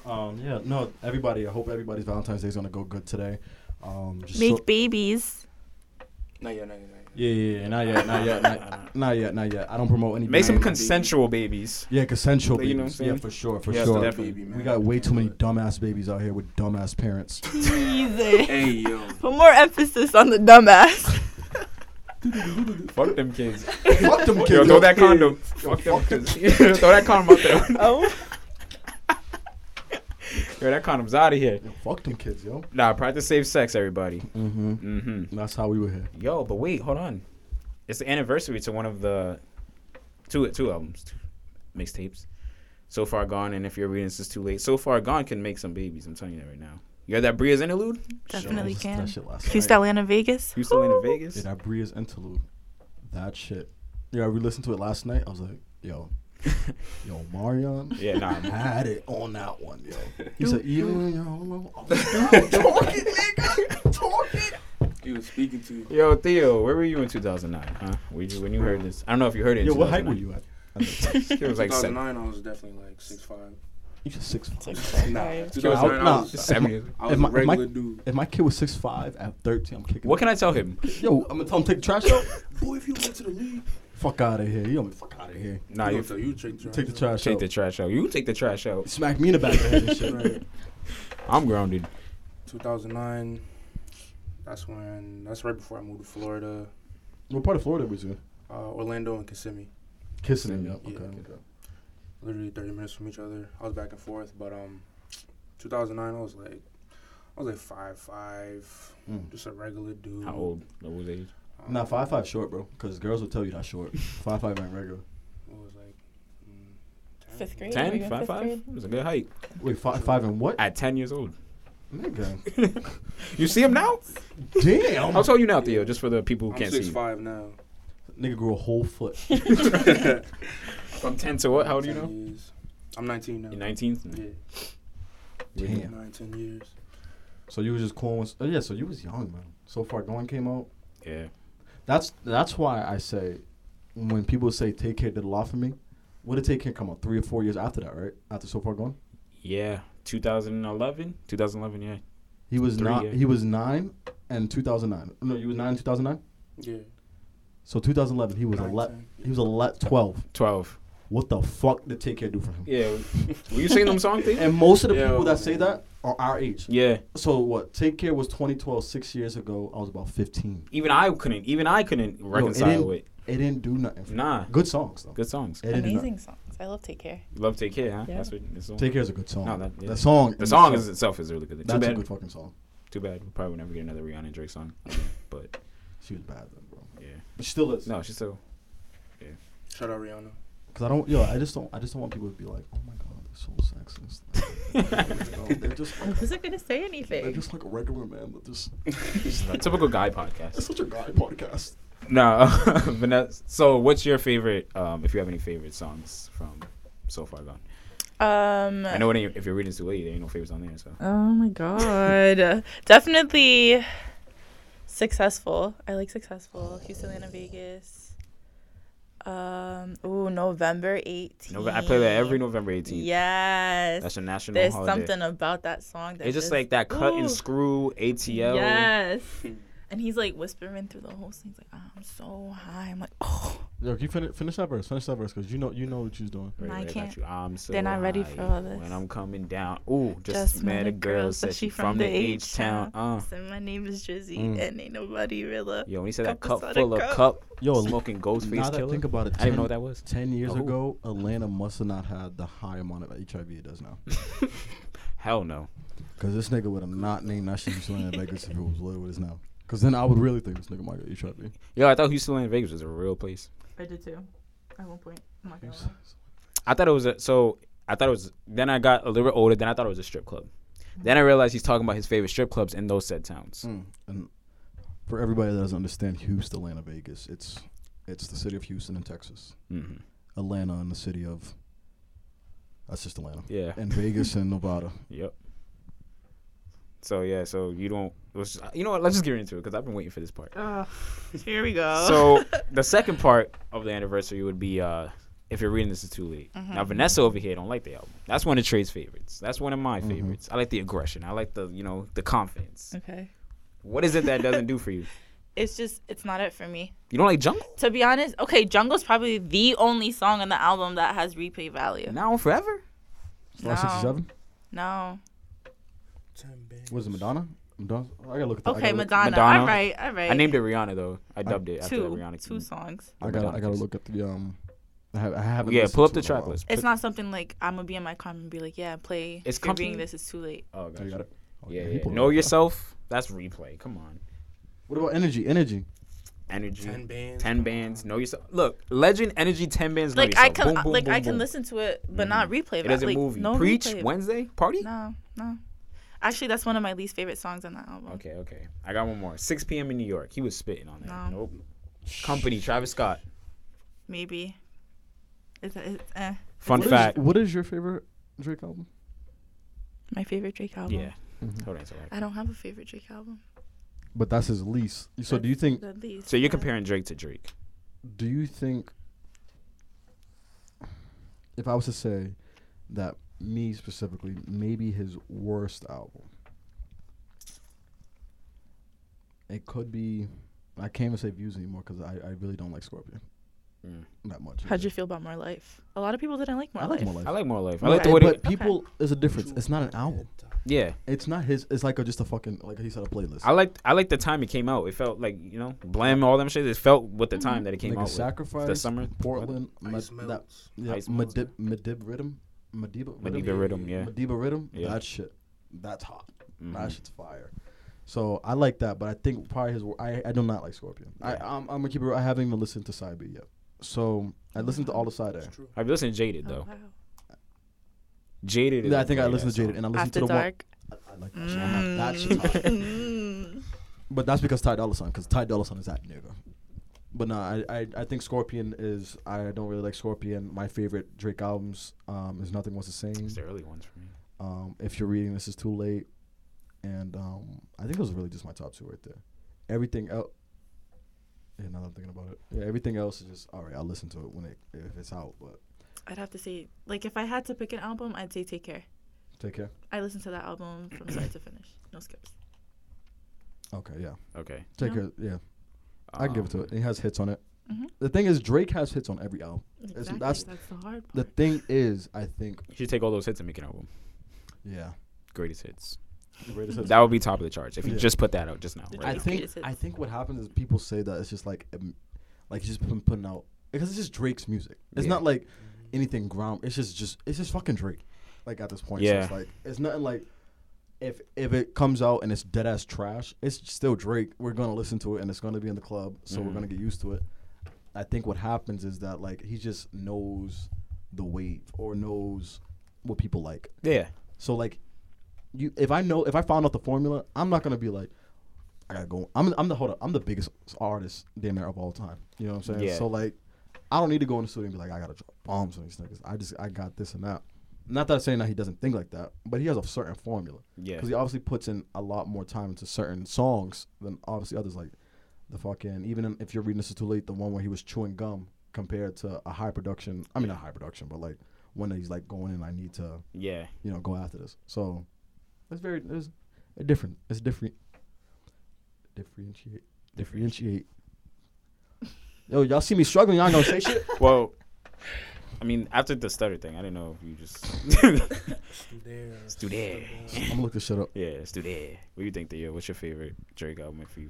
Speaker 3: Um, yeah, no, everybody. I hope everybody's Valentine's Day is going to go good today. Um, just
Speaker 5: Make
Speaker 3: so-
Speaker 5: babies.
Speaker 4: Not yet, not yet, not yet.
Speaker 3: yeah, yeah, yeah, not yet, not yet, not, not yet, not yet. I don't promote any.
Speaker 2: Make some
Speaker 3: babies.
Speaker 2: consensual babies.
Speaker 3: Yeah, consensual.
Speaker 2: You know what I'm
Speaker 3: babies.
Speaker 2: saying?
Speaker 3: Yeah, for sure, for
Speaker 2: Yes,
Speaker 3: sure.
Speaker 2: definitely.
Speaker 4: Baby, man.
Speaker 3: We got way too many dumbass babies out here with dumbass parents.
Speaker 5: Jesus.
Speaker 4: Hey yo,
Speaker 5: Put more emphasis on the dumbass.
Speaker 2: Fuck them kids.
Speaker 3: Fuck them kids.
Speaker 2: Yo, throw
Speaker 3: yo.
Speaker 2: that condom. Fuck them kids. throw that condom out there.
Speaker 5: oh.
Speaker 2: Yo, that condom's out of here.
Speaker 3: Yo, fuck them kids, yo.
Speaker 2: Nah, practice safe sex, everybody.
Speaker 3: Mm-hmm.
Speaker 2: Mm-hmm.
Speaker 3: That's how we were here.
Speaker 2: Yo, but wait, hold on. It's the anniversary to one of the two two albums, two mixtapes. So far gone, and if you're reading this, it's too late. So far gone can make some babies. I'm telling you that right now. You heard that Bria's interlude?
Speaker 5: Definitely
Speaker 3: Yo, I listened to
Speaker 5: can.
Speaker 3: That shit last
Speaker 5: Two
Speaker 3: night.
Speaker 5: Stallion in Vegas.
Speaker 2: You still in
Speaker 5: Ooh.
Speaker 2: Vegas?
Speaker 3: Yeah, that Bria's interlude. That shit. Yeah, we listened to it last night. I was like, yo, yo, Marion.
Speaker 2: Yeah, nah. I'm-
Speaker 3: Had it on that one, yo. He said, "Even when you're alone, I'm still talking, nigga, talking."
Speaker 4: he was speaking to you.
Speaker 2: Yo, Theo, where were you in 2009? Huh? Were you, when you heard this? I don't know if you heard it. in
Speaker 3: Yo, what height were
Speaker 2: 2009.
Speaker 3: you at?
Speaker 2: It was like seven.
Speaker 4: 2009, I was definitely like six five.
Speaker 3: You just six. Five.
Speaker 4: Nah,
Speaker 3: Nah,
Speaker 4: 2009, I was,
Speaker 2: seven years.
Speaker 4: I was
Speaker 3: Am I-
Speaker 4: a
Speaker 3: am I-
Speaker 4: regular dude.
Speaker 3: If my kid was six five at thirteen, I'm kicking.
Speaker 2: What can I tell him?
Speaker 3: I? Yo, I'm gonna tell him to take the trash out.
Speaker 4: Boy, if you went to the league,
Speaker 3: Fuck out of here. You don't fuck out of here.
Speaker 2: Nah, you
Speaker 4: you, you take,
Speaker 3: Take the trash
Speaker 2: take
Speaker 3: out.
Speaker 2: the trash out. You take the trash out.
Speaker 3: Smack me in the back of the head and shit.
Speaker 4: Right.
Speaker 2: I'm grounded.
Speaker 4: 2009. That's when. That's right before I moved to Florida,
Speaker 3: What part of Florida was you? in?
Speaker 4: uh, Orlando and Kissimmee.
Speaker 3: Kissing him. Yep.
Speaker 4: Yeah.
Speaker 3: Okay.
Speaker 4: Literally 30 minutes from each other. I was back and forth, but um, 2009. I was like, I was like five five,
Speaker 3: Mm.
Speaker 4: just a regular dude.
Speaker 2: How old? What was age?
Speaker 4: Um,
Speaker 3: Nah, five five short, bro. Because girls will tell you not short. five five ain't regular.
Speaker 4: What was like? mm, 10?
Speaker 5: Fifth grade? Were you
Speaker 2: Ten?
Speaker 5: in
Speaker 2: Five?
Speaker 5: fifth
Speaker 2: Five?
Speaker 5: grade?
Speaker 2: It was a good height.
Speaker 3: Wait, five five and what?
Speaker 2: At ten years old.
Speaker 3: Nigga.
Speaker 2: You see him now?
Speaker 3: Damn.
Speaker 2: How tall are you now, Theo? Just for the people who
Speaker 4: I'm
Speaker 2: can't
Speaker 4: six
Speaker 2: see. You.
Speaker 4: five now.
Speaker 3: Nigga grew a whole foot.
Speaker 2: From ten to what? How old are you
Speaker 4: 10
Speaker 2: now?
Speaker 4: years. I'm 19 now.
Speaker 2: You're 19.
Speaker 4: Yeah,
Speaker 3: Damn.
Speaker 4: nine, 10 years.
Speaker 3: So you was just cool. and s- Oh yeah. So you was young, man. So far gone came out.
Speaker 2: Yeah.
Speaker 3: That's that's why I say when people say Take Care did a lot for me, what did Take Care come out three or four years after that, right? After So Far Gone,
Speaker 2: Yeah. 2011. 2011. Yeah.
Speaker 3: he was
Speaker 2: Three,
Speaker 3: not
Speaker 2: yeah.
Speaker 3: he was nine and two thousand nine. No, you was nine in two thousand nine.
Speaker 4: Yeah.
Speaker 3: So two thousand eleven, he was
Speaker 4: Nine,
Speaker 3: ele-
Speaker 4: 10.
Speaker 3: he was ele- twelve.
Speaker 2: 12.
Speaker 3: What the fuck did Take Care do for him?
Speaker 2: Yeah. Were you singing them song thing?
Speaker 3: And most of the
Speaker 4: Yo,
Speaker 3: people that say
Speaker 4: man.
Speaker 3: that are our age.
Speaker 2: Yeah.
Speaker 3: So what? Take Care was 2012, six years ago. I was about 15.
Speaker 2: Even I couldn't. Even I couldn't reconcile
Speaker 3: didn't-
Speaker 2: with.
Speaker 3: It didn't do nothing. For me.
Speaker 2: Nah.
Speaker 3: Good songs though.
Speaker 2: Good songs.
Speaker 3: It didn't do nothing.
Speaker 5: Amazing songs. I love Take Care.
Speaker 2: Love take care. Huh?
Speaker 5: Yeah.
Speaker 2: That's what. That's all.
Speaker 3: Take Care is a good song.
Speaker 2: No, that- yeah.
Speaker 3: That song.
Speaker 2: the song is itself is really good. Too
Speaker 3: That's a
Speaker 2: bad.
Speaker 3: good fucking song.
Speaker 2: Too bad. We'll probably never get another Rihanna and Drake song. But
Speaker 3: She was bad though, bro.
Speaker 2: yeah.
Speaker 3: But she still is.
Speaker 2: No, she's still.
Speaker 4: Shout out Rihanna.
Speaker 3: Cause I don't, yo, I just don't, I just don't want people to be like, oh my god, they're so sexist. Like, they're just,
Speaker 5: I
Speaker 3: like,
Speaker 5: wasn't gonna say
Speaker 3: they're
Speaker 5: anything.
Speaker 3: just like a regular man that just,
Speaker 2: typical guy
Speaker 3: it's
Speaker 2: podcast.
Speaker 3: such a guy podcast.
Speaker 2: No, Vanessa. So, what's your favorite? Um, if you have any favorite songs from so far gone,
Speaker 5: Um.
Speaker 2: I know it ain't, if you're reading too late, there ain't no favorites on there. So,
Speaker 5: Oh my god. Definitely successful. I like successful. Houston, Atlanta, Vegas. Um. Ooh, November 18th.
Speaker 2: Nove- I play that every November 18th.
Speaker 5: Yes.
Speaker 2: that's a national
Speaker 5: There's
Speaker 2: holiday.
Speaker 5: something about that song that
Speaker 2: it's just like that cut
Speaker 5: ooh.
Speaker 2: and screw ATL.
Speaker 5: Yes. And he's like whispering through the whole thing. He's like, "Oh, I'm so high. I'm like, oh.
Speaker 3: Yo, can you finish, finish that verse? Finish that verse, cause you know, you know what you was doing.
Speaker 2: Right,
Speaker 5: I
Speaker 2: right, got
Speaker 5: can't.
Speaker 2: you. I'm so
Speaker 5: They're not ready
Speaker 2: high
Speaker 5: for all this.
Speaker 2: When I'm coming down, ooh, just, met a girl, said she from, the H town. Uh,
Speaker 5: And my name is Drizzy,
Speaker 3: Mm.
Speaker 5: and ain't nobody realer.
Speaker 2: yo, when he said that
Speaker 5: Cup
Speaker 2: cup
Speaker 5: inside a
Speaker 2: full of
Speaker 5: cup.
Speaker 2: cup,
Speaker 3: Yo,
Speaker 2: smoking ghost face
Speaker 3: now that I
Speaker 2: killer.
Speaker 3: think about it,
Speaker 2: I didn't know what
Speaker 3: ten-
Speaker 2: that was.
Speaker 3: ten years
Speaker 2: Oh.
Speaker 3: ago, Atlanta must have not had the high amount of HIV it does now.
Speaker 2: Hell no.
Speaker 3: Cause this nigga would have not named that shit Houston Atlanta Vegas if it was what it is now. Cause then I would really think this nigga might get HIV.
Speaker 2: Yo, I thought Houston and Vegas was a real place.
Speaker 5: I did too. At one point. I'm not gonna lie.
Speaker 2: I thought it was a, so. I thought it was. Then I got a little bit older. Then I thought it was a strip club. Then I realized he's talking about his favorite strip clubs in those said towns.
Speaker 3: Mm. And for everybody that doesn't understand Houston, Atlanta, Vegas, it's it's the city of Houston in Texas.
Speaker 2: hmm
Speaker 3: Atlanta and the city of that's just Atlanta.
Speaker 2: Yeah.
Speaker 3: And Vegas and Nevada.
Speaker 2: Yep. So yeah. So you don't. Let's just, you know what? Let's just get into it because I've been waiting for this part.
Speaker 5: Here we go.
Speaker 2: So the second part of the anniversary would be uh, if you're reading this is too late. Now Vanessa over here don't like the album. That's one of Trey's favorites. That's one of my favorites. I like the aggression. I like the you know the confidence.
Speaker 5: okay.
Speaker 2: What is it that doesn't do for you?
Speaker 5: It's just, it's not it for me.
Speaker 2: You don't like jungle
Speaker 5: To be honest, okay, Jungle's probably the only song on the album that has replay value.
Speaker 2: now and forever.
Speaker 5: No.
Speaker 3: sixty seven?
Speaker 5: No.
Speaker 4: Ten bangs.
Speaker 3: Was it Madonna? Madonna? I gotta look at that. I
Speaker 5: Okay,
Speaker 3: gotta look-
Speaker 5: Madonna.
Speaker 2: Madonna.
Speaker 5: All right, all right.
Speaker 2: I named it Rihanna though. I dubbed it after
Speaker 5: two,
Speaker 2: that Rihanna.
Speaker 5: two songs.
Speaker 3: I gotta I
Speaker 2: Madonna
Speaker 3: gotta
Speaker 2: case.
Speaker 3: look at the um I have I haven't
Speaker 2: Yeah,
Speaker 3: listened
Speaker 2: pull up
Speaker 3: to
Speaker 2: the
Speaker 3: it in a
Speaker 2: track
Speaker 3: while.
Speaker 2: list.
Speaker 5: It's not something like I'm gonna be in my car and be like, yeah, play.
Speaker 2: It's
Speaker 5: If you're reading
Speaker 2: company-
Speaker 5: this. It's too late.
Speaker 2: Oh,
Speaker 3: Oh, you got
Speaker 2: gotcha.
Speaker 3: it?
Speaker 2: Yeah,
Speaker 3: Okay,
Speaker 2: yeah.
Speaker 3: you pulled it
Speaker 2: Know
Speaker 3: up.
Speaker 2: yourself. That's replay. Come on.
Speaker 3: What about energy? Energy.
Speaker 2: Energy.
Speaker 4: Ten bands.
Speaker 2: Ten bands. Know yourself. Look, legend, energy, ten bands. Know
Speaker 5: Like I
Speaker 2: Yourself.
Speaker 5: can,
Speaker 2: Boom, boom,
Speaker 5: like I
Speaker 2: boom,
Speaker 5: can
Speaker 2: boom.
Speaker 5: listen to it, but not replay.
Speaker 2: It doesn't
Speaker 5: like,
Speaker 2: move you.
Speaker 5: No
Speaker 2: Preach
Speaker 5: replay.
Speaker 2: Wednesday party.
Speaker 5: No, no. Actually, that's one of my least favorite songs on that album.
Speaker 2: Okay, okay. I got one more. 6 p.m. in New York. He was spitting on that.
Speaker 5: No.
Speaker 2: Nope. Company, Travis Scott.
Speaker 5: Maybe. It's, it's eh.
Speaker 2: Fun
Speaker 3: What is-
Speaker 2: fact.
Speaker 3: what is your favorite Drake album?
Speaker 5: my favorite Drake album.
Speaker 2: Yeah.
Speaker 3: Mm-hmm.
Speaker 2: Hold on. So,
Speaker 5: I don't have a favorite Drake album.
Speaker 3: But that's his least. So do you think
Speaker 5: At least.
Speaker 2: so you're
Speaker 5: yeah.
Speaker 2: comparing Drake to Drake.
Speaker 3: do you think if I was to say that me specifically, maybe his worst album, it could be. I can't even say views anymore because I, I really don't like Scorpion.
Speaker 2: Mm.
Speaker 3: Not much.
Speaker 5: How'd you
Speaker 3: either.
Speaker 5: feel about More Life? A lot of people didn't like More
Speaker 3: I like
Speaker 5: Life.
Speaker 3: more life.
Speaker 2: I like more life. I
Speaker 3: But-
Speaker 2: like the way.
Speaker 3: but
Speaker 2: they-
Speaker 3: people there's a difference. It's not an album.
Speaker 2: yeah,
Speaker 3: It's not his. It's like a, just a fucking like he said a playlist.
Speaker 2: I like. I like the time it came out. It felt like you know, blam all them shit. It felt with the time that it came
Speaker 3: Nigga
Speaker 2: out. with.
Speaker 3: sacrifice
Speaker 2: The summer,
Speaker 3: Portland.
Speaker 4: Ice
Speaker 3: Med- that,
Speaker 4: Melts.
Speaker 3: yeah,
Speaker 2: Ice Melts,
Speaker 3: Medib, Medib rhythm. Mediba
Speaker 2: Madiba rhythm. Yeah,
Speaker 3: Madiba rhythm.
Speaker 2: Yeah.
Speaker 3: That shit. That's hot. That
Speaker 2: Mhm.
Speaker 3: shit's fire. So I like that, but I think probably his. wor- I I do not like Scorpion. I I'm, I'm gonna keep it. real, I haven't even listened to Side B yet. So I listened to all the Side A.
Speaker 4: It's true.
Speaker 2: I've listened to Jaded
Speaker 5: Oh,
Speaker 2: though.
Speaker 5: wow.
Speaker 2: Jaded. is
Speaker 3: Yeah, I
Speaker 2: a
Speaker 3: think I
Speaker 2: great
Speaker 3: listened
Speaker 2: ass
Speaker 3: to Jaded,
Speaker 2: song.
Speaker 3: and I listened
Speaker 5: After
Speaker 3: to the
Speaker 5: Dark.
Speaker 3: one. I, I like that shit. I'm like, that shit's hot.
Speaker 5: Mm.
Speaker 3: But that's because Ty Dolla Sign, because Ty Dolla Sign is that nigga. But nah, I, I I think Scorpion is. I don't really like Scorpion. My favorite Drake albums um, is Nothing Was the Same.
Speaker 2: It's the early ones for me.
Speaker 3: Um, if you're reading this is too late, and um, I think those are really just my top two right there. Everything else. Yeah, now that I'm thinking about it. Yeah, everything else is just all right. I'll listen to it when it if it's out. But
Speaker 5: I'd have to say, like, if I had to pick an album, I'd say Take Care.
Speaker 3: take care.
Speaker 5: I listened to that album from start to finish. No skips.
Speaker 3: Okay, yeah.
Speaker 2: Okay.
Speaker 3: Take
Speaker 5: No.
Speaker 3: care. Yeah, I can give it to
Speaker 2: Um,
Speaker 3: it. It has hits on it.
Speaker 5: Mhm.
Speaker 3: The thing is, Drake has hits on every album.
Speaker 5: Exactly.
Speaker 3: that's-
Speaker 5: That's, the hard
Speaker 3: The
Speaker 5: part.
Speaker 3: thing is, I think,
Speaker 2: You should take all those hits and make an album.
Speaker 3: yeah.
Speaker 2: Greatest hits.
Speaker 3: the greatest hits.
Speaker 2: That would be top of the charts if you
Speaker 3: Yeah.
Speaker 2: just put that out just now.
Speaker 5: The
Speaker 2: Right
Speaker 3: I
Speaker 5: Drake
Speaker 3: think
Speaker 5: greatest hits.
Speaker 3: I think what happens is people say that it's just like, um, like he's just been putting out because it's just Drake's music. It's
Speaker 2: Yeah.
Speaker 3: not like anything ground. It's just just it's just fucking Drake. Like at this point, so it's
Speaker 2: Yeah.
Speaker 3: like it's nothing like if if it comes out and it's dead ass trash, it's still Drake. We're gonna listen to it and it's gonna be in the club, so we're
Speaker 2: Mhm.
Speaker 3: gonna get used to it. I think what happens is that like he just knows the wave or knows what people like.
Speaker 2: now. Yeah.
Speaker 3: So like, you if I know if I found out the formula, I'm not gonna be like, I gotta go. I'm I'm the hold up. I'm the biggest artist damn near of all time. You know what I'm saying?
Speaker 2: Yeah.
Speaker 3: So like, I don't need to go in the studio and be like, I gotta drop bombs on these niggas. I just I got this and that. Not that I'm saying that he doesn't think like that, but he has a certain formula
Speaker 2: Yeah.
Speaker 3: because he obviously puts in a lot more time into certain songs than obviously others. Like the fucking even in- if you're reading this is too late, the one where he was chewing gum compared to a high production. I mean, not high production, but like one that he's like going in. I need to
Speaker 2: Yeah.
Speaker 3: you know, go after this. So it's very it's a different. It's different. Differentiate. Differentiate. Yo, y'all see me struggling. Y'all gonna say shit.
Speaker 2: Well, I mean, after the stutter thing, I didn't know if you just.
Speaker 4: It's
Speaker 2: do
Speaker 4: there.
Speaker 2: that.
Speaker 3: I'm gonna look this shit up.
Speaker 2: Yeah, let's do that. What do you think, Theo? What's your favorite Drake album for you?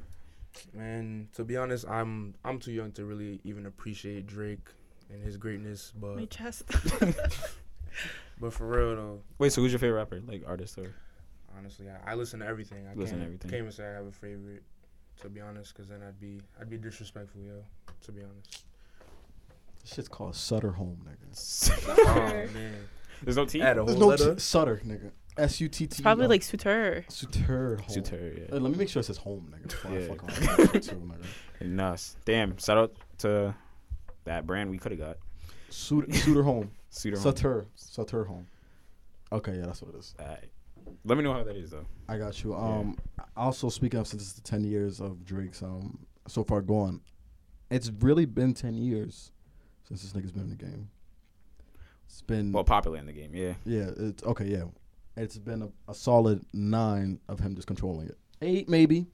Speaker 4: Man, to be honest, I'm I'm too young to really even appreciate Drake and his greatness,
Speaker 5: My
Speaker 4: but
Speaker 5: chest.
Speaker 4: but for real though,
Speaker 2: Wait, so who's your favorite rapper? Like artist or?
Speaker 4: honestly, I, I listen to everything. I
Speaker 2: Listen to
Speaker 4: can't,
Speaker 2: everything.
Speaker 4: can't even say I have a favorite, to be honest, because then I'd be I'd be disrespectful, yo. To be honest.
Speaker 3: This shit's called Sutter Home, nigga.
Speaker 4: oh man.
Speaker 2: There's no T.
Speaker 4: Add a
Speaker 3: There's no t- Sutter, nigga. S U T T.
Speaker 5: It's probably like Suter.
Speaker 3: Sutter Home.
Speaker 2: Suter,
Speaker 3: Uh,
Speaker 2: yeah.
Speaker 3: let me make sure it says home, nigga. Before I
Speaker 2: Yeah.
Speaker 3: fuck off. Sutter, nigga.
Speaker 2: And Nas. Damn. Shout out to that brand we could have got.
Speaker 3: Suter, Suter Home.
Speaker 2: Suter. Home.
Speaker 3: Sutter. Sutter Home. Okay, yeah, that's what it is.
Speaker 2: Alright. Let me know how that is though.
Speaker 3: I got you. Um, also speaking of since it's the ten years of Drake's um so far gone, it's really been ten years since this nigga's been in the game. It's been
Speaker 2: Well, popular in the game. Yeah.
Speaker 3: yeah, it's okay, yeah, it's been a, a solid nine of him just controlling it. Eight maybe,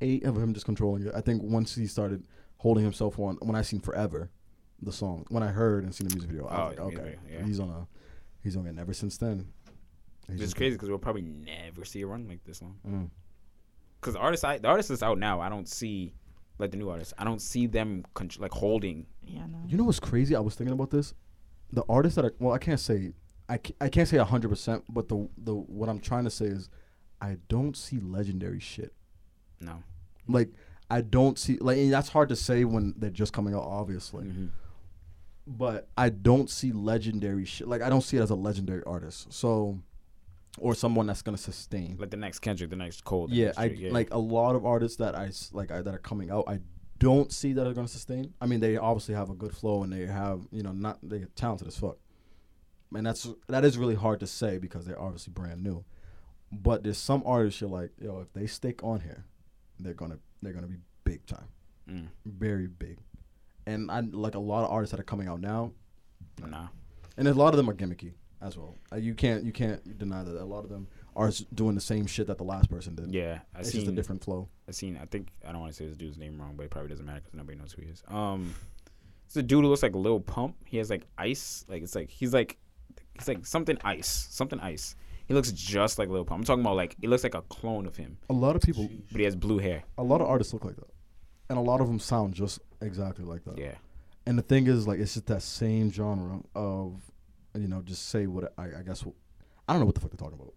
Speaker 3: eight of him just controlling it. I think once he started holding himself on, when I seen forever, the song when I heard and seen the music video, I was
Speaker 2: Oh,
Speaker 3: like,
Speaker 2: yeah,
Speaker 3: okay,
Speaker 2: yeah.
Speaker 3: he's on a he's on it. And Ever since then, he's
Speaker 2: Which is
Speaker 3: just-
Speaker 2: crazy because we'll probably never see a run like this long.
Speaker 3: Mm-hmm. Mm.
Speaker 2: Because the artists, I, the artists that's out now, I don't see like the new artists. I don't see them con- like holding.
Speaker 5: Yeah, no.
Speaker 3: You know what's crazy? I was thinking about this. The artists that are well, I can't say, I, ca- I can't say hundred percent, but the the what I'm trying to say is, I don't see legendary shit.
Speaker 2: No.
Speaker 3: Like I don't see like and that's hard to say when they're just coming out, obviously.
Speaker 2: Mhm.
Speaker 3: But I don't see legendary shit. Like I don't see it as a legendary artist. So, or someone that's gonna sustain.
Speaker 2: Like the next Kendrick, the next Cole. the
Speaker 3: yeah,
Speaker 2: next
Speaker 3: I
Speaker 2: Drake, yeah.
Speaker 3: like a lot of artists that I s- like I, that are coming out. I don't see that are going to sustain. I mean, they obviously have a good flow and they have you know not they're talented as fuck, and that's that is really hard to say because they're obviously brand new. But there's some artists you're like, yo, if they stick on here, they're gonna they're gonna be big time,
Speaker 2: Mm.
Speaker 3: very big, and I like a lot of artists that are coming out now,
Speaker 2: Nah.
Speaker 3: and a lot of them are gimmicky as well. Uh, You can't you can't deny that a lot of them are s- doing the same shit that the last person did.
Speaker 2: Yeah, I
Speaker 3: it's
Speaker 2: seen.
Speaker 3: just a different flow.
Speaker 2: I seen. I think I don't want to say this dude's name wrong, but it probably doesn't matter because nobody knows who he is. Um, It's a dude who looks like a little pump. He has like ice. Like it's like he's like he's like something ice. Something ice. He looks just like Lil Pump. I'm talking about like he looks like a clone of him,
Speaker 3: A lot of people,
Speaker 2: but he has blue hair.
Speaker 3: a lot of artists look like that, and a lot of them sound just exactly like that.
Speaker 2: Yeah.
Speaker 3: And the thing is, like, it's just that same genre of, you know, just say what I, I guess. What, I don't know what the fuck they're talking about.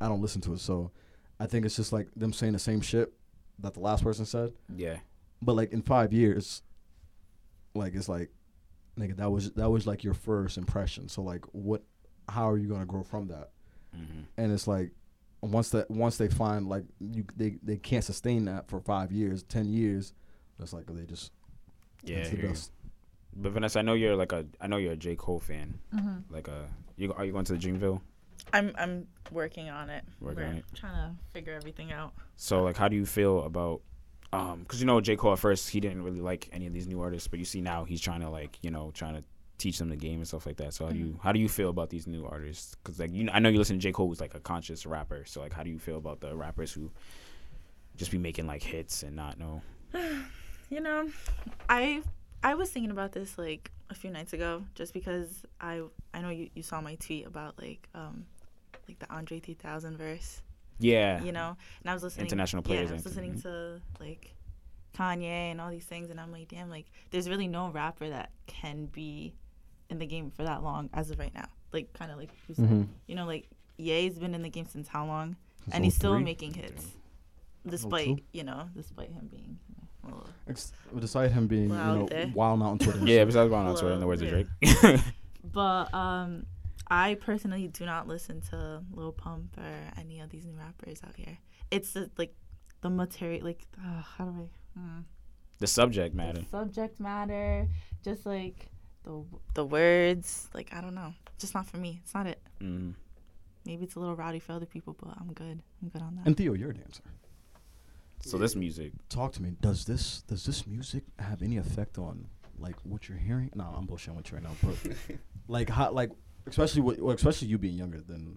Speaker 3: I don't listen to it, so I think it's just like them saying the same shit that the last person said.
Speaker 2: Yeah.
Speaker 3: But like in five years, like it's like, nigga, that was that was like your first impression. So like, what? How are you gonna grow from that?
Speaker 2: Mm-hmm.
Speaker 3: And it's like, once that once they find like you they they can't sustain that for five years, ten years, that's like they just
Speaker 2: Yeah.
Speaker 3: it's
Speaker 2: I
Speaker 3: the
Speaker 2: hear you.
Speaker 3: best.
Speaker 2: But Vanessa, I know you're like a I know you're a J Cole fan. Like a you are you going to the Dreamville?
Speaker 5: I'm I'm working on it.
Speaker 2: Working
Speaker 5: We're
Speaker 2: on it.
Speaker 5: trying to figure everything out.
Speaker 2: So like, how do you feel about? Um, because you know J Cole at first he didn't really like any of these new artists, but you see now he's trying to like you know trying to teach them the game and stuff like that. So how do you
Speaker 5: Mm-hmm.
Speaker 2: how do you feel about these new artists? Because like you know, I know you listen to J Cole who's like a conscious rapper. So like, how do you feel about the rappers who just be making like hits and not know?
Speaker 5: You know, I I was thinking about this like a few nights ago, just because I I know you, you saw my tweet about like um like the Andre 3000 verse.
Speaker 2: Yeah,
Speaker 5: you know. And I was listening
Speaker 2: Uh-huh. International
Speaker 5: yeah,
Speaker 2: players mm-hmm.
Speaker 5: I was
Speaker 2: and-
Speaker 5: listening to like Kanye and all these things, and I'm like, damn, like there's really no rapper that can be in the game for that long as of right now. Like kind of like you said,
Speaker 2: Mm-hmm.
Speaker 5: you know, like Ye's been in the game since how long, and
Speaker 2: oh
Speaker 5: he's still
Speaker 3: 03?
Speaker 5: making hits, despite
Speaker 3: 02?
Speaker 5: you know, despite him being. you know, a little-
Speaker 3: Ex- Despite him being,
Speaker 5: Well,
Speaker 3: you know,
Speaker 5: there.
Speaker 3: wild out on Twitter.
Speaker 2: yeah. Besides going on Twitter, in the words
Speaker 5: Well,
Speaker 2: of Drake.
Speaker 5: But um, I personally do not listen to Lil Pump or any of these new rappers out here. It's the, like the material, like uh, how do I?
Speaker 2: the subject matter.
Speaker 5: the subject matter, just like the the words. Like I don't know, just not for me. It's not it.
Speaker 2: Mm.
Speaker 5: Maybe it's a little rowdy for other people, but I'm good. I'm good on that.
Speaker 3: And Theo, you're a dancer.
Speaker 2: So this music,
Speaker 3: Talk to me. Does this does this music have any effect on like what you're hearing? No, I'm bullshitting with you right now, but like how like especially what well, especially you being younger than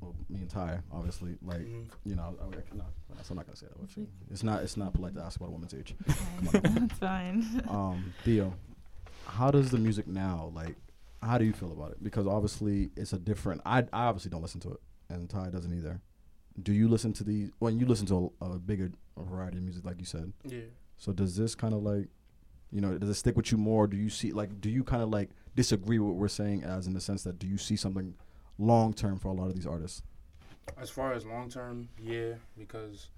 Speaker 3: well, me and Ty, obviously. Like you know, I, I, no, I'm not gonna say that. With you. It's not it's not polite to ask about a woman's age.
Speaker 5: it's fine.
Speaker 3: um, Theo, how does the music now like? How do you feel about it? Because obviously it's a different. I I obviously don't listen to it, and Ty doesn't either. Do you listen to these when you listen to a, a bigger variety of music, like you said?
Speaker 4: Yeah.
Speaker 3: So does this kind of like, you know, does it stick with you more? Do you see like, do you kind of like disagree with what we're saying as in the sense that do you see something long term for a lot of these artists?
Speaker 4: As far as long term, yeah, because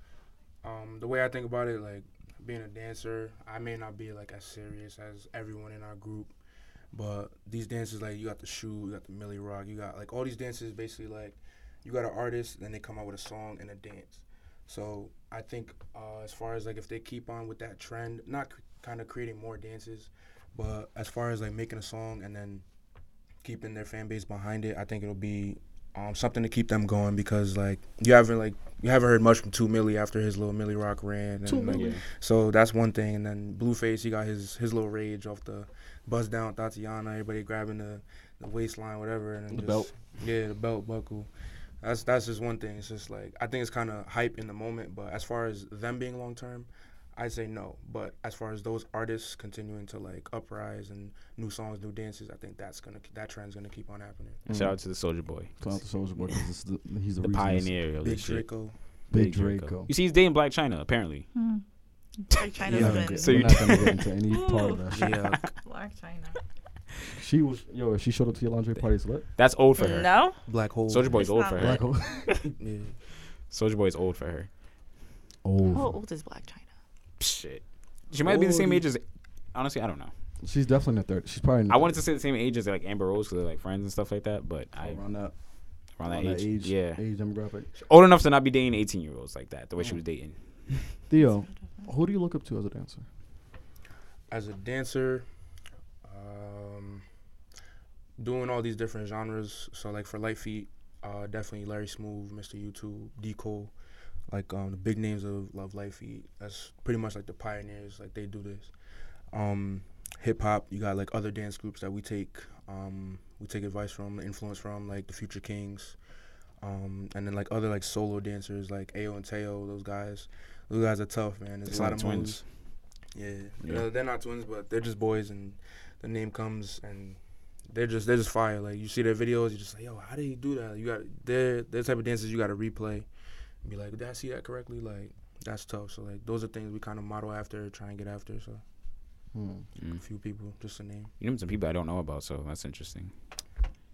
Speaker 4: um, the way I think about it, like being a dancer, I may not be like as serious as everyone in our group, but these dances, like you got the shoe, you got the Millie Rock, you got like all these dances, basically like you got an artist, then they come out with a song and a dance. So I think uh, as far as like if they keep on with that trend, not c- kind of creating more dances, but as far as like making a song and then keeping their fan base behind it, I think it'll be um, something to keep them going because like you haven't like you haven't heard much from Two Millie after his little Millie Rock ran. And, like, So that's one thing, and then Blueface he got his his little rage off the buzz down Tatiana, everybody grabbing the, the waistline, whatever, and then
Speaker 3: The
Speaker 4: just,
Speaker 3: belt.
Speaker 4: Yeah, the belt buckle. That's that's just one thing. It's just like I think it's kind of hype in the moment, but as far as them being long term, I'd say no. But as far as those artists continuing to like uprise and new songs, new dances, I think that's gonna that trend's gonna keep on happening.
Speaker 2: shout out to the Soldier Boy,
Speaker 3: Shout out to Soulja Boy 'cause it's the, he's the,
Speaker 2: the
Speaker 3: reason it's
Speaker 2: pioneer of
Speaker 4: Big
Speaker 2: this shit.
Speaker 4: Draco.
Speaker 3: Big Draco.
Speaker 2: You see, he's dating Black China apparently.
Speaker 5: Black China's
Speaker 3: Yeah,
Speaker 5: been.
Speaker 2: So
Speaker 3: we're
Speaker 2: you-
Speaker 3: not gonna get into any part of that. shit.
Speaker 4: Yeah,
Speaker 5: Black China.
Speaker 3: She was yo. If she showed up to your lingerie party, it's lit.
Speaker 2: That's old for her.
Speaker 5: No.
Speaker 4: Black Hole.
Speaker 2: Soldier Boy's
Speaker 5: It's
Speaker 2: old
Speaker 5: not
Speaker 2: for her.
Speaker 5: Black
Speaker 3: Black hole.
Speaker 4: Yeah.
Speaker 2: Soldier Boy's old for her.
Speaker 5: How
Speaker 3: Oh,
Speaker 5: old is Black China?
Speaker 2: Shit. She might be the same age as. Honestly, I don't know.
Speaker 3: she's definitely in the third. She's probably. In the
Speaker 2: I wanted to say the same age as like Amber Rose because they're like friends and stuff like that. But I
Speaker 3: around that,
Speaker 2: around
Speaker 3: around
Speaker 2: that age, yeah,
Speaker 3: age demographic.
Speaker 2: old enough to not be dating eighteen year olds like that the way she was dating.
Speaker 3: Theo, who do you look up to as a dancer?
Speaker 4: As a dancer, um, doing all these different genres. So like for light feet, uh, definitely Larry Smooth, Mr. YouTube, D Cole, like um, the big names of Love Light Feet. That's pretty much like the pioneers. Like they do this. Um, Hip hop, you got like other dance groups that we take um, we take advice from, influence from, like the Future Kings, um, and then like other like solo dancers like Ao and Teo. Those guys, those guys are tough, man. There's
Speaker 2: They
Speaker 4: a lot
Speaker 2: sound
Speaker 4: of
Speaker 2: like
Speaker 4: twins.
Speaker 2: twins.
Speaker 4: Yeah,
Speaker 2: Yeah.
Speaker 4: No, they're not twins, but they're just boys and the name comes and they're just they're just fire. Like you see their videos, you're just like, yo, how did he do that? You got their their type of dances you got to replay, and be like, did I see that correctly? Like that's tough. So like those are things we kind of model after, try and get after. So
Speaker 3: Hmm.
Speaker 4: a few people, just a name.
Speaker 2: You know some people I don't know about, so that's interesting.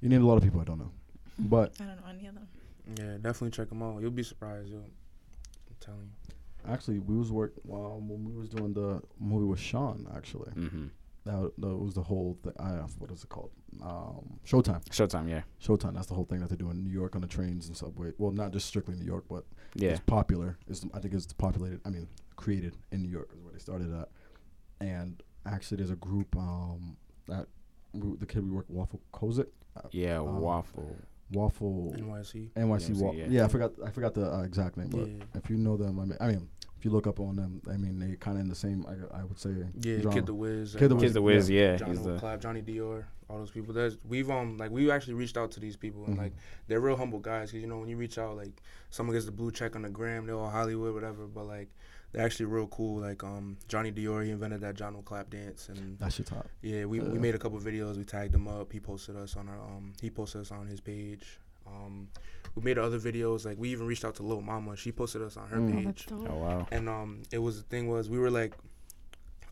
Speaker 3: You need a lot of people I don't know, but
Speaker 5: I don't know any of them.
Speaker 4: Yeah, definitely check them out. You'll be surprised, yo. I'm telling you.
Speaker 3: actually, we was work well, when we was doing the movie with Sean. Actually,
Speaker 2: Mm-hmm.
Speaker 3: that, that was the whole thing. I what is it called? Um, Showtime.
Speaker 2: Showtime, yeah,
Speaker 3: Showtime. That's the whole thing that they do in New York on the trains and subway. Well, not just strictly New York, but
Speaker 2: yeah.
Speaker 3: it's popular. It's, I think it's populated. I mean, created in New York is where they started at. And actually, there's a group um, that we, the kid we work Waffle Kozik,
Speaker 2: Yeah,
Speaker 3: Um,
Speaker 2: waffle.
Speaker 3: Waffle NYC
Speaker 4: NYC.
Speaker 2: NYC,
Speaker 3: Waffle.
Speaker 2: yeah.
Speaker 3: Yeah. I forgot. I forgot the uh, exact name. But
Speaker 4: Yeah.
Speaker 3: if you know them, I mean, I mean, if you look up on them, I mean, they kind of in the same. I, I would say.
Speaker 4: Yeah,
Speaker 3: genre.
Speaker 4: Kid the Wiz.
Speaker 3: Kid the
Speaker 4: uh,
Speaker 2: Kids the Wiz, yeah,
Speaker 4: Johnny
Speaker 2: he's the
Speaker 4: Clap, Johnny Dior, all those people. That's we've um like we actually reached out to these people
Speaker 3: Mm-hmm.
Speaker 4: and like they're real humble guys because you know when you reach out like someone gets the blue check on the gram, they're all Hollywood, whatever. But like they're actually real cool. Like um Johnny Dior, he invented that Johnny Clap dance, and
Speaker 3: That's your top.
Speaker 4: yeah, we, we
Speaker 3: Yeah.
Speaker 4: made a couple videos. We tagged him up. He posted us on our um he posted us on his page. Um, we made other videos. Like we even reached out to Lil Mama. She posted us on her
Speaker 3: Mm. Oh,
Speaker 4: page
Speaker 2: Oh wow.
Speaker 4: and um it was the thing was we were like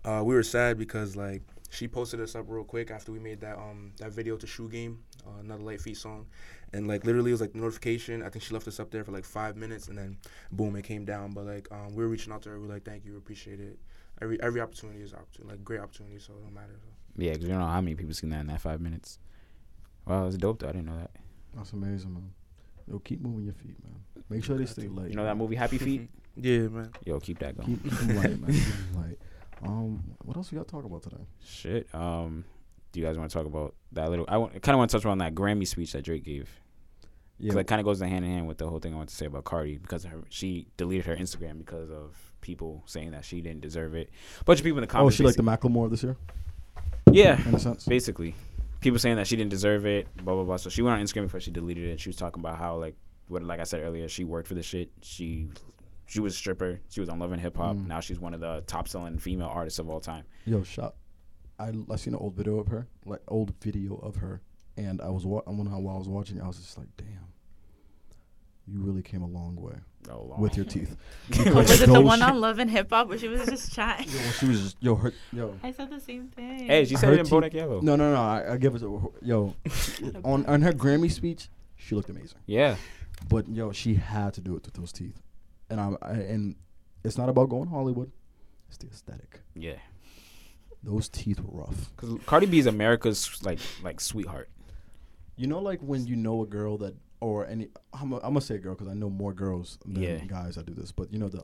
Speaker 4: uh we were sad because like she posted us up real quick after we made that um that video to shoe game uh, another light feet song and like literally it was like the notification i think she left us up there for like five minutes and then boom it came down but like um we were reaching out to her we were like thank you we appreciate it every every opportunity is opportunity like great opportunity so it don't matter
Speaker 2: Yeah, 'cause you don't know how many people seen that in that five minutes. Wow, that's dope though. I didn't know that.
Speaker 3: That's amazing, man. Yo, keep moving your feet, man. Make sure they stay light.
Speaker 2: You know that movie Happy Feet?
Speaker 4: Mm-hmm. yeah man
Speaker 2: Yo, keep that going.
Speaker 3: Keep, keep 'em light, man. Keep 'em light. Um, what else we got to talk about today?
Speaker 2: Shit. Um, do you guys want to talk about that little? I, want, I kind of want to touch on that Grammy speech that Drake gave.
Speaker 3: Yeah,
Speaker 2: Because it kind of goes in hand in hand with the whole thing I want to say about Cardi because her she deleted her Instagram because of people saying that she didn't deserve it. bunch of people in the
Speaker 3: Oh,
Speaker 2: comments.
Speaker 3: she like the Macklemore this year,
Speaker 2: basi- yeah,
Speaker 3: in a sense.
Speaker 2: basically. People saying that she didn't deserve it, blah blah blah. So she went on Instagram before she deleted it. She was talking about how like what like I said earlier, she worked for the shit. She she was a stripper. She was on Love and Hip Hop.
Speaker 3: Mm.
Speaker 2: Now she's one of the top selling female artists of all time.
Speaker 3: Yo, shot. I I seen an old video of her, like old video of her, and I was wa- when I, while I was watching, I was just like, damn. You really came a long way
Speaker 2: Oh, long.
Speaker 3: with your teeth.
Speaker 5: Or was it the
Speaker 3: Those
Speaker 5: one
Speaker 3: shit-
Speaker 5: on Love and Hip Hop where she was just chatting?
Speaker 3: Yo, she was just yo her yo.
Speaker 5: I said the same thing.
Speaker 2: hey, she said
Speaker 3: Her
Speaker 2: it in
Speaker 3: teeth-
Speaker 2: Bodak Yellow.
Speaker 3: No, no, no. I, I give it to her. Yo, on on her Grammy speech, she looked amazing.
Speaker 2: Yeah,
Speaker 3: But yo, she had to do it with those teeth, and I, I and it's not about going Hollywood. It's the aesthetic.
Speaker 2: yeah.
Speaker 3: Those teeth were rough.
Speaker 2: Because Cardi B is America's like like sweetheart.
Speaker 3: You know, like when you know a girl that, or any, I'm, a, I'm gonna say girl because I know more girls than
Speaker 2: Yeah.
Speaker 3: guys that do this. But you know the,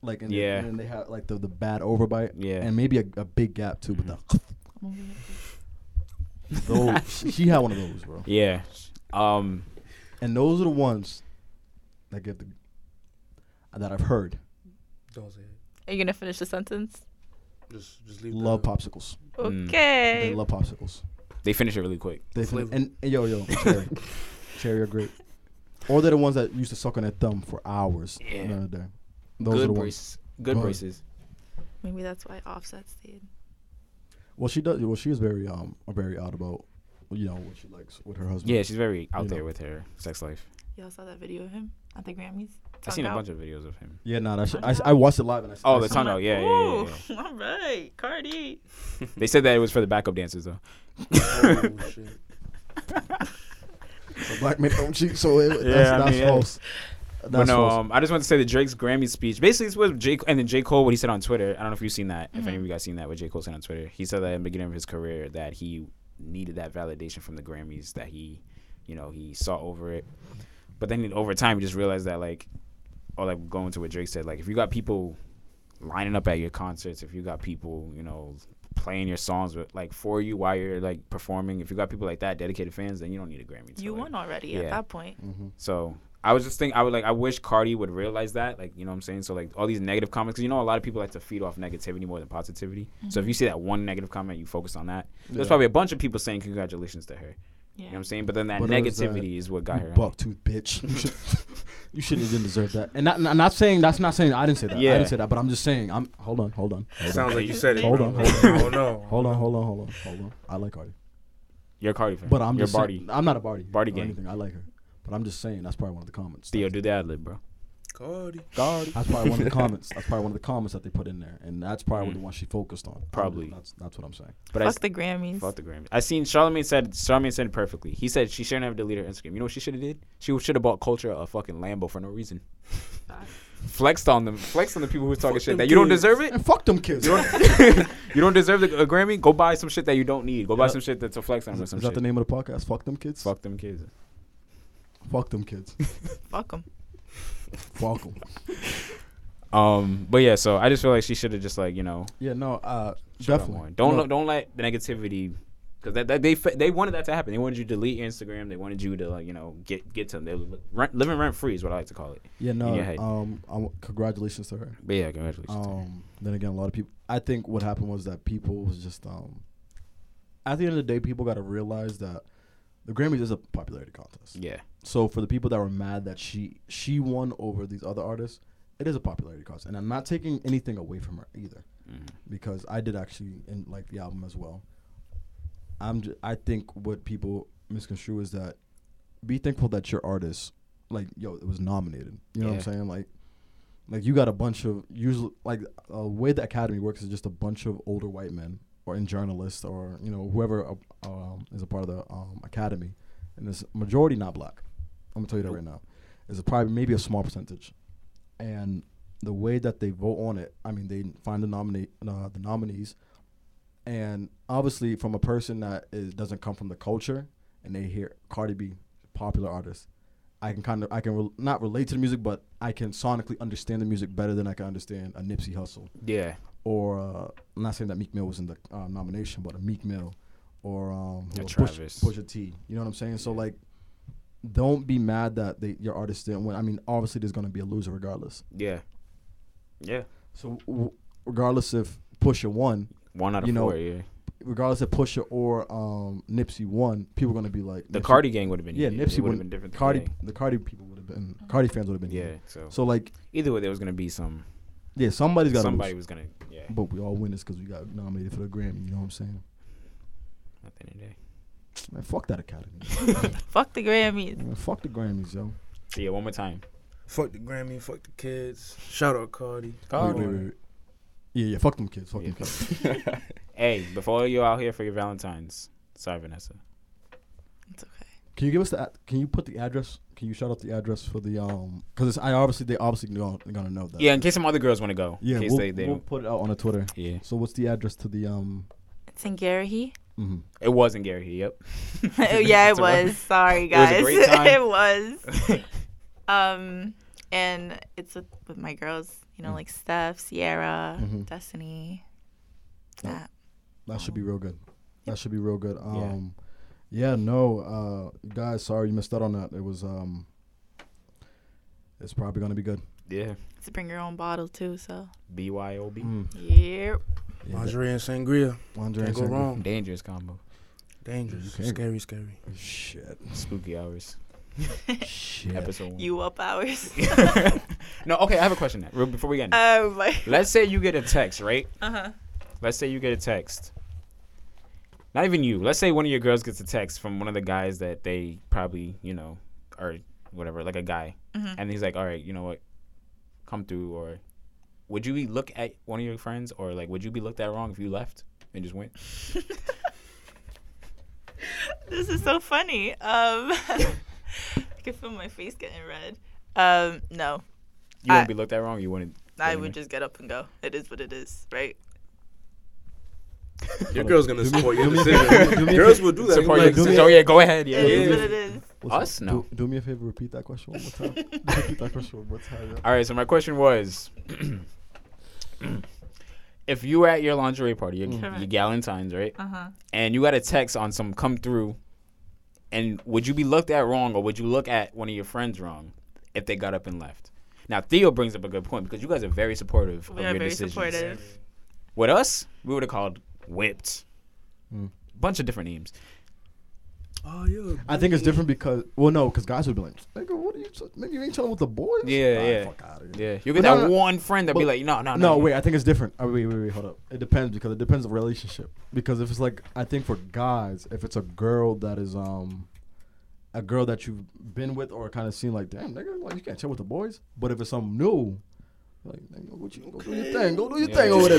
Speaker 3: like and
Speaker 2: Yeah.
Speaker 3: yeah, and then they have like the the bad overbite,
Speaker 2: Yeah.
Speaker 3: and maybe a, a big gap too. But the
Speaker 2: Mm-hmm.
Speaker 3: those, she- she had one of those, bro.
Speaker 2: Yeah. Um.
Speaker 3: And those are the ones that give the that I've heard
Speaker 4: don't say it
Speaker 5: Are you gonna finish the sentence?
Speaker 4: just just leave
Speaker 3: love
Speaker 4: the,
Speaker 3: popsicles.
Speaker 2: Mm.
Speaker 5: Okay.
Speaker 3: They love popsicles.
Speaker 2: They finish it really quick.
Speaker 3: They fin-
Speaker 4: Flavor.
Speaker 3: and, and yo yo cherry, cherry or grape, or they're the ones that used to suck on their thumb for hours.
Speaker 2: Yeah.
Speaker 3: another day. Those are
Speaker 2: Good
Speaker 3: the ones.
Speaker 2: braces. Good
Speaker 3: Go ahead.
Speaker 2: braces.
Speaker 5: Maybe that's why Offset stayed.
Speaker 3: Well, she does. Well, she is very um very out about you know what she likes with her husband.
Speaker 2: Yeah, she's very out
Speaker 3: You
Speaker 2: there
Speaker 3: know.
Speaker 2: with her sex life.
Speaker 5: Y'all saw that video of him at the Grammys?
Speaker 2: I've seen a bunch of videos of him.
Speaker 3: yeah. Nah, that shit, I
Speaker 5: Tongue
Speaker 3: I watched it live and I. s-
Speaker 2: Oh,
Speaker 3: I
Speaker 2: the
Speaker 3: s-
Speaker 2: tongue out. Yeah, yeah, yeah,
Speaker 5: Ooh, all right, Cardi.
Speaker 2: yeah. They said that it was for the backup dancers though.
Speaker 4: oh, shit.
Speaker 3: the black men don't cheat, so it, that's,
Speaker 2: Yeah, I
Speaker 3: that's
Speaker 2: mean, yeah.
Speaker 3: false.
Speaker 2: but
Speaker 3: That's
Speaker 2: no,
Speaker 3: false.
Speaker 2: um, I just want to say the Drake's Grammy speech. Basically, it's what J and then J Cole what he said on Twitter. I don't know if you've seen that. If any of you guys seen that, what J Cole said on Twitter, he said that in the beginning of his career that he needed that validation from the Grammys. That he, you know, he saw over it. But then over time, he just realized that like, or like going to what Drake said, like if you got people lining up at your concerts, if you got people, you know, playing your songs with, like for you while you're like performing, if you got people like that, dedicated fans, then you don't need a Grammy. to,
Speaker 5: You
Speaker 2: like,
Speaker 5: won already
Speaker 2: Yeah. Mm.
Speaker 5: at that point.
Speaker 2: so I was just thinking, I would like, I wish Cardi would realize that, like, you know what I'm saying? So like, all these negative comments, because you know a lot of people like to feed off negativity more than positivity. So if you see that one negative comment, you focus on that. There's
Speaker 3: Yeah.
Speaker 2: probably a bunch of people saying congratulations to her. You know what
Speaker 5: Yeah.
Speaker 2: I'm saying? But then that
Speaker 3: uh, But it was that
Speaker 2: negativity is what got her.
Speaker 3: Bucktooth bitch. You shouldn't even deserve that. And not, I'm not saying that's not saying I didn't say that. I
Speaker 2: Yeah.
Speaker 3: didn't say that, but I'm just saying I'm. Hold on, hold on, hold on,
Speaker 4: Sounds like you said it.
Speaker 3: Hold
Speaker 4: bro.
Speaker 3: on, hold on.
Speaker 4: Oh no.
Speaker 3: hold on, hold on, hold on, hold on. I like Cardi,
Speaker 2: You're a Cardi fan.
Speaker 3: but I'm
Speaker 2: You're
Speaker 3: just
Speaker 2: Barty.
Speaker 3: saying- I'm not a Barty.
Speaker 2: Barty
Speaker 3: or
Speaker 2: gang.
Speaker 3: Anything. I like her, but I'm just saying that's probably one of the comments.
Speaker 2: Theo, do the ad lib, bro.
Speaker 4: Cardi.
Speaker 3: That's probably one of the comments. That's probably one of the comments that they put in there, and that's probably the one she focused on. I'm-
Speaker 2: Mm. Probably.
Speaker 3: That's that's what I'm saying.
Speaker 2: But I
Speaker 5: Fuck
Speaker 2: s-
Speaker 5: the Grammys.
Speaker 2: Fuck the Grammys. I seen Charlamagne said Charlamagne said it perfectly. He said she shouldn't have deleted her Instagram. You know what she should have did? She should have bought Culture a fucking Lambo for no reason. flexed on them. Flexed on the people who was talking shit that you don't deserve it.
Speaker 3: And fuck them kids.
Speaker 2: You
Speaker 3: Is
Speaker 2: don't, you don't deserve the, a Grammy. Go buy some shit that you don't need. Go buy
Speaker 3: Yeah.
Speaker 2: some shit that's a flex on them or some
Speaker 3: that the
Speaker 2: shit.
Speaker 3: name of the podcast? Fuck them kids.
Speaker 2: Fuck them kids.
Speaker 3: Fuck them kids.
Speaker 5: Fuck them.
Speaker 3: fuck them.
Speaker 2: Um, but yeah, so I just feel like she should have just like you know
Speaker 3: Yeah, no, uh,
Speaker 2: Shut up
Speaker 3: definitely.
Speaker 2: more. Don't
Speaker 3: No,
Speaker 2: let- don't let the negativity because that, that they fe- they wanted that to happen. They wanted you to delete your Instagram. They wanted you to like you know get get to them. They were li- rent, living rent free is what I like to call it.
Speaker 3: Yeah,
Speaker 2: your
Speaker 3: no.
Speaker 2: head.
Speaker 3: Um, I w- congratulations to her.
Speaker 2: But yeah, congratulations. to her.
Speaker 3: Um, then again, a lot of people. I think what happened was that people was just um. At the end of the day, people got to realize that the Grammys is a popularity contest.
Speaker 2: yeah,
Speaker 3: So for the people that were mad that she she won over these other artists, it is a popularity contest, and I'm not taking anything away from her either,
Speaker 2: Mm-hmm.
Speaker 3: because I did actually in, like the album as well. I'm j- I think what people misconstrue is that be thankful that your artist like yo it was nominated. You know
Speaker 2: Yeah.
Speaker 3: what I'm saying? Like like you got a bunch of usually like a way the academy works is just a bunch of older white men or in journalists or you know whoever uh, um, is a part of the um, academy and this majority not black i'm gonna tell you that right now is probably maybe a small percentage and the way that they vote on it i mean they find the nominee uh, the nominees and obviously from a person that is doesn't come from the culture and they hear Cardi B popular artist I can kind of I can rel not relate to the music but I can sonically understand the music better than I can understand a Nipsey Hussle
Speaker 2: yeah,
Speaker 3: or uh, I'm not saying that Meek Mill was in the uh, nomination but a Meek Mill or um
Speaker 2: A
Speaker 3: who else?
Speaker 2: Travis.
Speaker 3: Push, Pusha T you know what I'm saying so like don't be mad that they, your artist didn't win I mean obviously there's going to be a loser regardless
Speaker 2: yeah, yeah.
Speaker 3: so w- regardless if Pusha won
Speaker 2: One out of
Speaker 3: You know,
Speaker 2: four. yeah,
Speaker 3: regardless if Pusha or um, Nipsey won, people are gonna be like
Speaker 2: the
Speaker 3: Nipsey-
Speaker 2: Cardi gang would have been.
Speaker 3: Yeah,
Speaker 2: heated. It
Speaker 3: Nipsey
Speaker 2: would've
Speaker 3: would have
Speaker 2: been different. than
Speaker 3: Cardi,
Speaker 2: Gang.
Speaker 3: the Cardi people would have been. Cardi fans would have been.
Speaker 2: Yeah.
Speaker 3: heated.
Speaker 2: So,
Speaker 3: So like,
Speaker 2: either way, there was gonna be some
Speaker 3: yeah, somebody's got to
Speaker 2: somebody
Speaker 3: lose.
Speaker 2: was gonna. Yeah.
Speaker 3: But we all win this because we got nominated for the Grammy. You know what I'm saying?
Speaker 2: At the end of the day.
Speaker 3: Man, fuck that Academy.
Speaker 5: Fuck the Grammys.
Speaker 3: Man, fuck the Grammys, yo.
Speaker 2: So yeah, one more time.
Speaker 4: Fuck the Grammy. Fuck the kids. Shout out Cardi.
Speaker 3: Wait, wait, wait, wait. Yeah, yeah, fuck them kids. Fuck
Speaker 2: Oh, Yeah.
Speaker 3: them kids.
Speaker 2: Hey, before you're out here for your Valentine's, sorry Vanessa.
Speaker 5: It's okay.
Speaker 3: Can you give us the? ad- Can you put the address? Can you shout out the address for the um? Because I obviously they obviously gonna, they're gonna know that.
Speaker 2: Yeah, in case some other girls want to go.
Speaker 3: Yeah,
Speaker 2: In case
Speaker 3: we'll,
Speaker 2: they, they
Speaker 3: we'll put it out on a Twitter.
Speaker 2: yeah.
Speaker 3: So what's the address to the um?
Speaker 5: It's in Garrahy.
Speaker 3: mhm.
Speaker 2: It wasn't Gary. Hill, Yep.
Speaker 5: yeah, it
Speaker 2: It's a wrap.
Speaker 5: was.
Speaker 2: was a
Speaker 5: Sorry, guys.
Speaker 2: great time.
Speaker 5: It was. Um, and it's with, with my girls. You
Speaker 2: Mm.
Speaker 5: know, like Steph, Sierra,
Speaker 2: Mm-hmm.
Speaker 3: Mhm.
Speaker 5: Destiny.
Speaker 3: Yep.
Speaker 5: That.
Speaker 3: That should be real good. That should be real good. Um, yeah. no, uh, guys, sorry you missed out on that. It was um, it's probably gonna be good.
Speaker 2: Yeah.
Speaker 5: To bring your own bottle too. So.
Speaker 2: BYOB.
Speaker 3: Mm.
Speaker 5: Yep.
Speaker 3: Yeah, that-
Speaker 4: Lingerie and sangria.
Speaker 3: Andre
Speaker 4: Can't go
Speaker 3: Sanford.
Speaker 4: wrong.
Speaker 2: Dangerous combo.
Speaker 4: Dangerous.
Speaker 3: Okay.
Speaker 4: Scary, scary.
Speaker 3: Shit,
Speaker 2: Spooky hours.
Speaker 3: shit.
Speaker 2: Episode one.
Speaker 5: You up hours.
Speaker 2: no, okay, I have a question now, real- before we get in.
Speaker 5: oh my.
Speaker 2: Let's say you get a text, right?
Speaker 5: Uh huh.
Speaker 2: Let's say you get a text. Not even you. Let's say one of your girls gets a text from one of the guys that they probably, you know, or whatever, like a guy. And he's like, all right, you know what? Come through. Or would you be look at one of your friends or like, would you be looked at wrong if you left and just went?
Speaker 5: This is so funny. Um, I can feel my face getting red. Um, no,
Speaker 2: You
Speaker 5: I-
Speaker 2: wouldn't be looked at wrong. You wouldn't.
Speaker 5: I
Speaker 2: Anyway.
Speaker 5: would just get up and go. It is what it is, right?
Speaker 4: Your girl's gonna support your
Speaker 3: do
Speaker 4: decision.
Speaker 3: me a
Speaker 4: Girls will do that.
Speaker 2: Support
Speaker 4: You
Speaker 2: your
Speaker 4: like,
Speaker 2: decision. Oh yeah, go ahead. Yeah.
Speaker 5: It is
Speaker 2: yeah.
Speaker 5: what it is.
Speaker 3: Listen,
Speaker 2: Us? No.
Speaker 3: Do, do me a favor. Repeat that question one more time. repeat that question one more time. yo.
Speaker 2: All right. So my question was, if you were at your lingerie party, your, your
Speaker 5: Correct.
Speaker 2: Galentine's, right?
Speaker 5: Uh huh.
Speaker 2: And you got a text on some come through, and would you be looked at wrong or would you look at one of your friends wrong if they got up and left? Now Theo brings up a good point because you guys are very supportive of
Speaker 5: We are
Speaker 2: your
Speaker 5: very
Speaker 2: decisions.
Speaker 5: supportive.
Speaker 2: With us, we would have called whipped.
Speaker 3: Mm.
Speaker 2: Bunch of different names.
Speaker 4: Oh, yeah.
Speaker 3: I think it's different because well, no, because guys would be like, "Nigga, what are you? T- nigga, you ain't chilling with the boys."
Speaker 2: Yeah,
Speaker 3: Ah,
Speaker 2: yeah.
Speaker 3: fuck outta here.
Speaker 2: Yeah, you get
Speaker 3: But
Speaker 2: that
Speaker 3: no, no,
Speaker 2: one friend that be
Speaker 3: but-
Speaker 2: like, no, no, no.
Speaker 3: No, wait. I think it's different. Oh, wait, wait, wait. Hold up. It depends because it depends on relationship. Because if it's like, I think for guys, if it's a girl that is um, a girl that you've been with or kind of seen like, damn nigga, like you can't chill with the boys. But if it's something new, like, nigga, what you go do your thing, go do your
Speaker 2: Yeah.
Speaker 3: thing over there,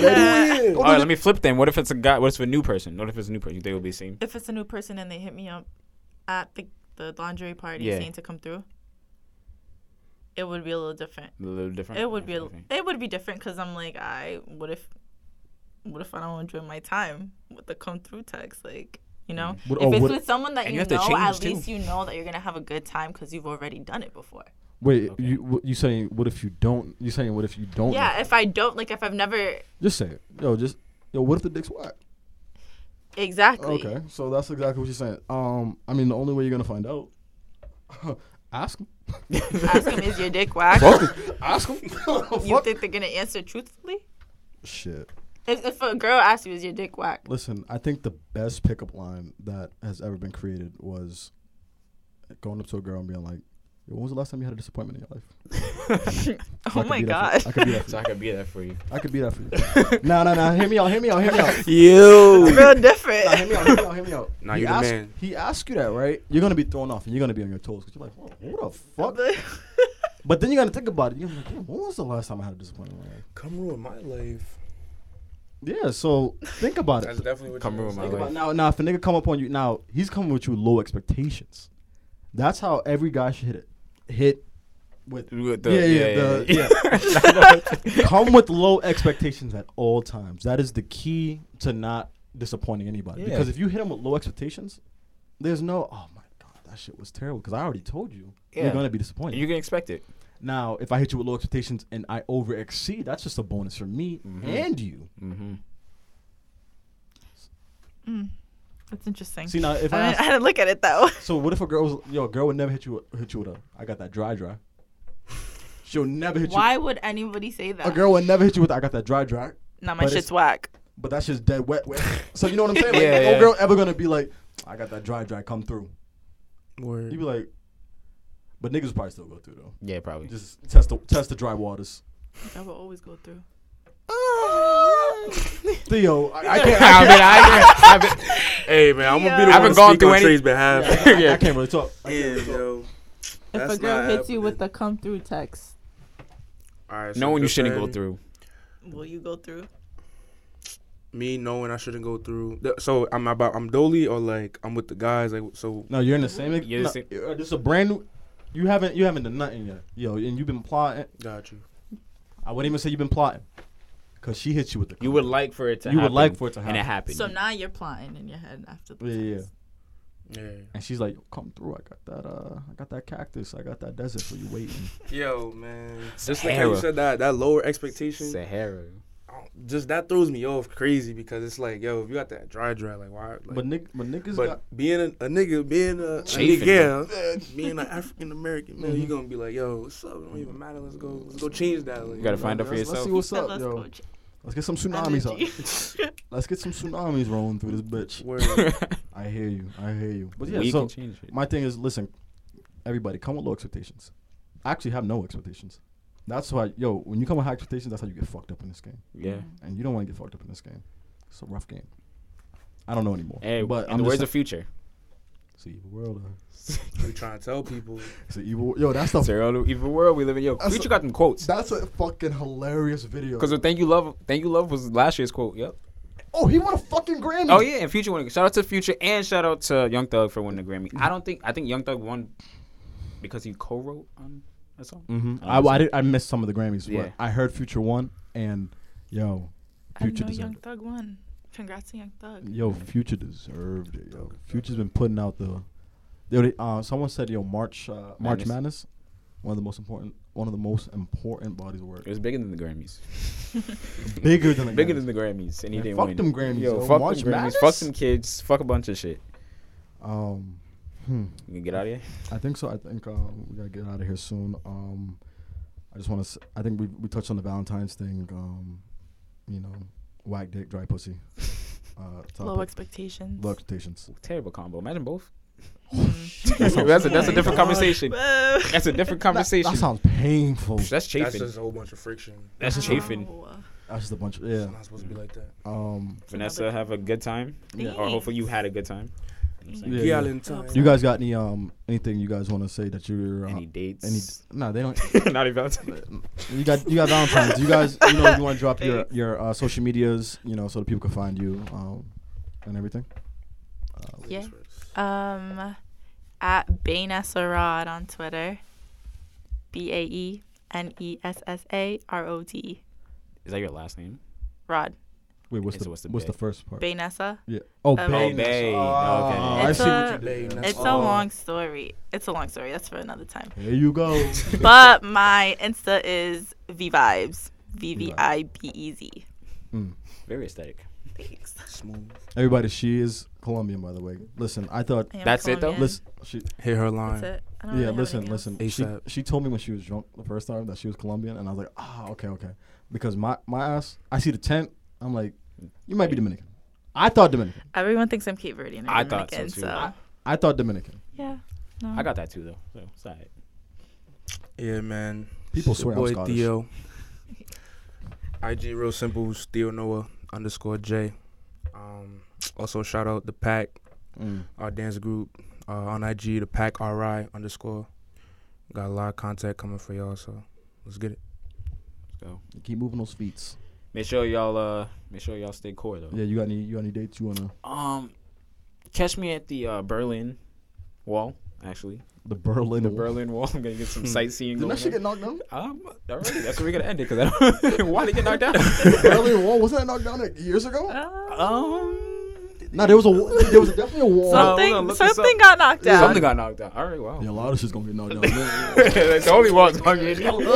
Speaker 3: baby. Go
Speaker 2: All
Speaker 3: do
Speaker 2: right,
Speaker 3: your-
Speaker 2: let me flip then. What if it's a guy? What if it's a new person? What if it's a new person? You think it'll be the same?
Speaker 5: If it's a new person and they hit me up at the, the lingerie party
Speaker 2: Yeah.
Speaker 5: saying to come through, it would be a little different.
Speaker 2: A little different.
Speaker 5: It would be a,
Speaker 2: Okay.
Speaker 5: it would be different because I'm like, I what if what if I don't enjoy my time with the come through text, like you know,
Speaker 3: Would-
Speaker 5: if
Speaker 3: oh,
Speaker 5: it's
Speaker 3: would-
Speaker 5: with someone that
Speaker 2: and you
Speaker 5: you,
Speaker 2: have to
Speaker 5: know, at
Speaker 2: change, too.
Speaker 5: least you know that you're gonna have a good time because you've already done it before.
Speaker 3: Wait, you what- you saying what if you don't? You saying what if you don't?
Speaker 5: Yeah, if I don't like, if I've never
Speaker 3: Just say it. Yo, just yo. What if the dick's whack?
Speaker 5: exactly.
Speaker 3: Okay, so that's exactly what you're saying. Um, I mean, the only way you're gonna find out, ask him.
Speaker 5: Ask them, is your dick whack?
Speaker 3: ask him.
Speaker 5: You think they're gonna answer truthfully?
Speaker 3: Shit.
Speaker 5: If, if a girl asks you, is your dick whack?
Speaker 3: Listen, I think the best pickup line that has ever been created was going up to a girl and being like, "Yo, "When was the last time you had a disappointment in your life?"
Speaker 5: oh
Speaker 3: I could
Speaker 5: my
Speaker 3: be
Speaker 5: god.
Speaker 3: that for- I could be that
Speaker 2: So
Speaker 3: for you.
Speaker 2: I could be that for you.
Speaker 3: I could be that for you. No, no, no. Hear me out. Hear me out. Hear me out.
Speaker 2: You.
Speaker 5: Real different.
Speaker 3: Nah, hear me out. Hear me out. Hear me out.
Speaker 4: Nah,
Speaker 3: He
Speaker 4: you the
Speaker 3: asked-
Speaker 4: man.
Speaker 3: He asked you that, right? You're gonna be thrown off, and you're gonna be on your toes because you're like, "Whoa, "What the fuck?" But then you gotta think about it. You're like, "Damn, when was the last time I had a disappointment? in my life?"
Speaker 4: Come ruin my life.
Speaker 3: Yeah, so think about
Speaker 4: That's
Speaker 3: it.
Speaker 4: definitely what
Speaker 2: Come
Speaker 4: you
Speaker 2: ruin my
Speaker 3: Think
Speaker 2: life.
Speaker 3: about now. Now, if a nigga come up on you, now he's coming with you low expectations. That's how every guy should hit it. Hit with
Speaker 2: With the-
Speaker 3: yeah, yeah,
Speaker 2: yeah,
Speaker 3: the- yeah. come with low expectations at all times. That is the key to not disappointing anybody.
Speaker 2: Yeah.
Speaker 3: Because if you hit him with low expectations, there's no oh my god that shit was terrible. Because I already told you
Speaker 2: Yeah.
Speaker 3: you're gonna be disappointed.
Speaker 2: You can expect it.
Speaker 3: Now, if I hit you with low expectations and I over exceed, that's just a bonus for me and you.
Speaker 2: Mm-hmm.
Speaker 5: That's interesting.
Speaker 3: See now, if I,
Speaker 5: I, didn't,
Speaker 3: ask,
Speaker 5: I didn't look at it though.
Speaker 3: so, what if a girl was yo, a girl would never hit you with- hit you with a I got that dry dry. She'll never hit
Speaker 5: Why would anybody say
Speaker 3: you. A
Speaker 5: that?
Speaker 3: girl would never hit you with I got that dry dry.
Speaker 5: nah, my
Speaker 3: but
Speaker 5: shit's
Speaker 3: it's-
Speaker 5: whack.
Speaker 3: But that's just dead wet. wet. so you know what I'm saying? Like,
Speaker 2: Yeah,
Speaker 3: no
Speaker 2: yeah.
Speaker 3: girl ever gonna be like I got that dry dry come through.
Speaker 4: Word.
Speaker 3: You be like, but niggas would probably still go through though.
Speaker 2: Yeah, probably.
Speaker 3: Just test the test the dry waters.
Speaker 5: I will always go through. Oh,
Speaker 3: Theo, I, I can't.
Speaker 2: I mean, I can't.
Speaker 4: Hey man, I'm gonna be
Speaker 5: Yeah. I
Speaker 4: the
Speaker 2: haven't
Speaker 4: one
Speaker 2: gone
Speaker 4: speaking
Speaker 2: through
Speaker 4: on
Speaker 2: any-
Speaker 4: Trey's behalf.
Speaker 3: I, I, I can't really talk. I
Speaker 4: Yeah,
Speaker 3: can't really talk.
Speaker 4: yo.
Speaker 5: If
Speaker 4: That's
Speaker 5: a girl
Speaker 4: not
Speaker 5: hits you with the
Speaker 4: happening.
Speaker 5: come through text,
Speaker 4: Alright, so
Speaker 2: Knowing you
Speaker 4: good
Speaker 2: shouldn't
Speaker 4: thing.
Speaker 2: go through.
Speaker 5: will you go through?
Speaker 4: Me knowing I shouldn't go through. Th- So I'm about I'm Dolly or like I'm with the guys. Like so.
Speaker 3: No, you're in the same.
Speaker 2: You're the
Speaker 3: no,
Speaker 2: same-
Speaker 3: uh, This is a brand new. You haven't you haven't done nothing yet, yo, and you've been plotting.
Speaker 4: Got you.
Speaker 3: I wouldn't even say you've been plotting, cause she hit you with the.
Speaker 2: You would like for it to.
Speaker 3: You would
Speaker 2: happen,
Speaker 3: like for it to
Speaker 2: and it
Speaker 3: happen.
Speaker 2: happened.
Speaker 5: So now you're plotting in your head after the
Speaker 3: Yeah, yeah, yeah.
Speaker 5: text.
Speaker 4: Yeah.
Speaker 3: And she's like, "Come through! I got that. Uh, I got that cactus. I got that desert for you waiting."
Speaker 4: Yo, man. Just like
Speaker 2: Sahara.
Speaker 4: how you said that that lower expectation.
Speaker 2: Sahara.
Speaker 4: I don't- Just that throws me off crazy because it's like yo, if you got that dry dry, like why? Like,
Speaker 3: but Nick, but niggas
Speaker 4: But
Speaker 3: got.
Speaker 4: being a, a nigga, being a, a
Speaker 2: Chafing. Mm-hmm.
Speaker 4: nigga, being an African American man, you gonna be like, yo, what's up? It don't even matter. Let's go, let's go change that. Like,
Speaker 2: You gotta find out for
Speaker 3: let's,
Speaker 2: yourself.
Speaker 3: let's see what's
Speaker 5: Said,
Speaker 3: up,
Speaker 5: "Let's
Speaker 3: yo.
Speaker 5: go check
Speaker 3: Let's get some tsunamis up.
Speaker 5: energy."
Speaker 3: Let's get some tsunamis rolling through this bitch.
Speaker 4: Word.
Speaker 3: I hear you. I hear you. But yeah,
Speaker 2: we can
Speaker 3: so
Speaker 2: change it.
Speaker 3: my thing is, listen, everybody, come with low expectations. I actually have no expectations. That's why, yo, when you come with high expectations, that's how you get fucked up in this game.
Speaker 2: Yeah.
Speaker 3: and you don't want to get fucked up in this game. It's a rough game. I don't know anymore.
Speaker 2: Hey,
Speaker 3: but
Speaker 2: but
Speaker 3: I'm
Speaker 2: the words
Speaker 3: just
Speaker 2: of future.
Speaker 3: it's an evil world. Though.
Speaker 4: we trying to tell people.
Speaker 3: It's an evil. Yo, that's the.
Speaker 2: It's a real evil world we live in. Yo,
Speaker 3: Oh. That's
Speaker 2: future
Speaker 3: a-
Speaker 2: got them quotes.
Speaker 3: That's a fucking hilarious video.
Speaker 2: Because thank you love, thank you love was last year's quote. Yep.
Speaker 3: oh, he won a fucking Grammy.
Speaker 2: Oh yeah, and Future winning. Shout out to Future and shout out to Young Thug for winning the Grammy. I don't think I think Young Thug won because he co-wrote on a song.
Speaker 3: hmm
Speaker 2: I
Speaker 3: I,
Speaker 2: was-
Speaker 3: I, did, I missed some of the Grammys,
Speaker 2: Yeah.
Speaker 3: but I heard Future won, and yo,
Speaker 5: I
Speaker 3: Future
Speaker 5: know Young
Speaker 3: deserved.
Speaker 5: Thug won. Congrats to Young Thug.
Speaker 3: it. Yo,
Speaker 2: Mm-hmm.
Speaker 3: Future deserved it. Yo, Future's been putting out the. Yo, they- uh, someone said yo March uh, March
Speaker 2: Madness.
Speaker 3: Madness, one of the most important one of the most important bodies of work,
Speaker 2: It was bigger than the Grammys.
Speaker 3: bigger than the
Speaker 2: Bigger
Speaker 3: Grammys.
Speaker 2: than the Grammys, and he
Speaker 3: Man,
Speaker 2: didn't
Speaker 3: fuck
Speaker 2: win.
Speaker 3: them Grammys,
Speaker 2: Yo,
Speaker 3: yo.
Speaker 2: fuck
Speaker 3: March
Speaker 2: them Grammys.
Speaker 3: Madness?
Speaker 2: Fuck some kids. Fuck a bunch of shit.
Speaker 3: um. Hmm.
Speaker 2: You can get out of here.
Speaker 3: I think so. I think um, we gotta get out of here soon. Um, I just want to. I think we we touched on the Valentine's thing. Um, you know, whack dick, dry pussy. Uh,
Speaker 5: Low
Speaker 3: topic.
Speaker 5: expectations.
Speaker 3: Low expectations.
Speaker 2: Terrible combo. Imagine both. that's, a, that's, a,
Speaker 5: Oh my
Speaker 2: different
Speaker 5: God.
Speaker 2: conversation.
Speaker 5: Whoa.
Speaker 2: That's a different
Speaker 3: That, that
Speaker 2: conversation.
Speaker 3: sounds painful.
Speaker 2: That's
Speaker 4: That's
Speaker 2: chafing.
Speaker 4: just a whole bunch of friction.
Speaker 2: That's chafing.
Speaker 5: Wow.
Speaker 3: That's just a bunch of
Speaker 4: It's
Speaker 3: yeah.
Speaker 4: not supposed to be like that.
Speaker 3: Um,
Speaker 2: Vanessa, have a good time, or hopefully you had a good time.
Speaker 3: yeah,
Speaker 4: Yeah,
Speaker 3: yeah.
Speaker 4: time.
Speaker 3: You guys got any um anything you guys want to say that you're uh,
Speaker 2: Any
Speaker 3: any?
Speaker 2: dates?
Speaker 3: No, they don't.
Speaker 2: Not even. Valentine's.
Speaker 3: You got you got Valentine's. You guys, you know, you want to drop your your uh, social medias, you know, so that people can find you um, and everything.
Speaker 5: Yeah. Um, at Bane Sarad on Twitter. B A E N E S S A R O D E.
Speaker 2: Is that your last name?
Speaker 5: Rod.
Speaker 3: Wait, what's
Speaker 2: Okay,
Speaker 3: the,
Speaker 2: so what's the
Speaker 3: what's the
Speaker 2: bay?
Speaker 3: first part?
Speaker 5: Baynessa.
Speaker 3: Yeah. Oh,
Speaker 5: Oh,
Speaker 2: Oh,
Speaker 3: Bay.
Speaker 5: Bay.
Speaker 2: Bay.
Speaker 3: Oh,
Speaker 2: okay.
Speaker 3: I
Speaker 5: It's
Speaker 3: see what
Speaker 5: a-
Speaker 3: you did. there.
Speaker 5: It's a long story. It's a long story. That's for another time.
Speaker 3: There you go.
Speaker 5: But my Insta is V Vibes. V V I B E Z.
Speaker 2: Very aesthetic.
Speaker 5: Thanks.
Speaker 4: Smooth.
Speaker 3: Everybody, she is Colombian, by the way. Listen, I thought.
Speaker 5: I am
Speaker 2: That's it, though?
Speaker 5: Colombian.
Speaker 3: Listen, she,
Speaker 4: Hit her
Speaker 5: That's
Speaker 4: line.
Speaker 5: it. I don't
Speaker 3: yeah,
Speaker 5: really have
Speaker 3: listen,
Speaker 5: anything else.
Speaker 3: listen. She,
Speaker 4: ASAP.
Speaker 3: she told me when she was drunk the first time that she was Colombian, and I was like, ah, okay, okay, because my my ass, I see the tent, I'm like, you might be Dominican. I thought Dominican.
Speaker 5: Everyone thinks I'm Cape Verdean. or
Speaker 2: I thought so,
Speaker 5: Dominican,
Speaker 2: too.
Speaker 5: so-
Speaker 3: I thought Dominican.
Speaker 5: yeah. No.
Speaker 2: I got that too though. So it's alright.
Speaker 4: Yeah, man.
Speaker 3: People
Speaker 4: It's your
Speaker 3: swear I'm Scottish.
Speaker 4: Theo. IG real simple. it's Theo Noah underscore J. Um, also shout out the Pack,
Speaker 3: Mm.
Speaker 4: our dance group uh, on IG, the Pack RI underscore. Got a lot of content coming for y'all, so let's get it.
Speaker 3: Keep moving those feet.
Speaker 2: Make sure y'all uh make sure y'all stay core though.
Speaker 3: Yeah, you got any you got any dates you wanna
Speaker 2: Um catch me at the uh, Berlin Wall, actually.
Speaker 3: the Berlin
Speaker 2: The
Speaker 3: Wall?
Speaker 2: Berlin Wall. I'm gonna get some sightseeing going.
Speaker 3: Didn't that shit
Speaker 2: on.
Speaker 3: get knocked down?
Speaker 2: Um, all right, that's where we're gonna end it. Cause I don't why did it get knocked down?
Speaker 3: Berlin Wall wasn't that knocked down like, years ago?
Speaker 5: Uh,
Speaker 2: um,
Speaker 3: no, there was a wa- there was definitely a wall.
Speaker 2: So- hold
Speaker 5: something
Speaker 2: on, look this
Speaker 5: something
Speaker 2: up.
Speaker 5: got knocked down.
Speaker 2: something got knocked down. All right, wow.
Speaker 3: yeah, a lot of shit's gonna get knocked down.
Speaker 2: that's the only wall that's gonna get knocked. down.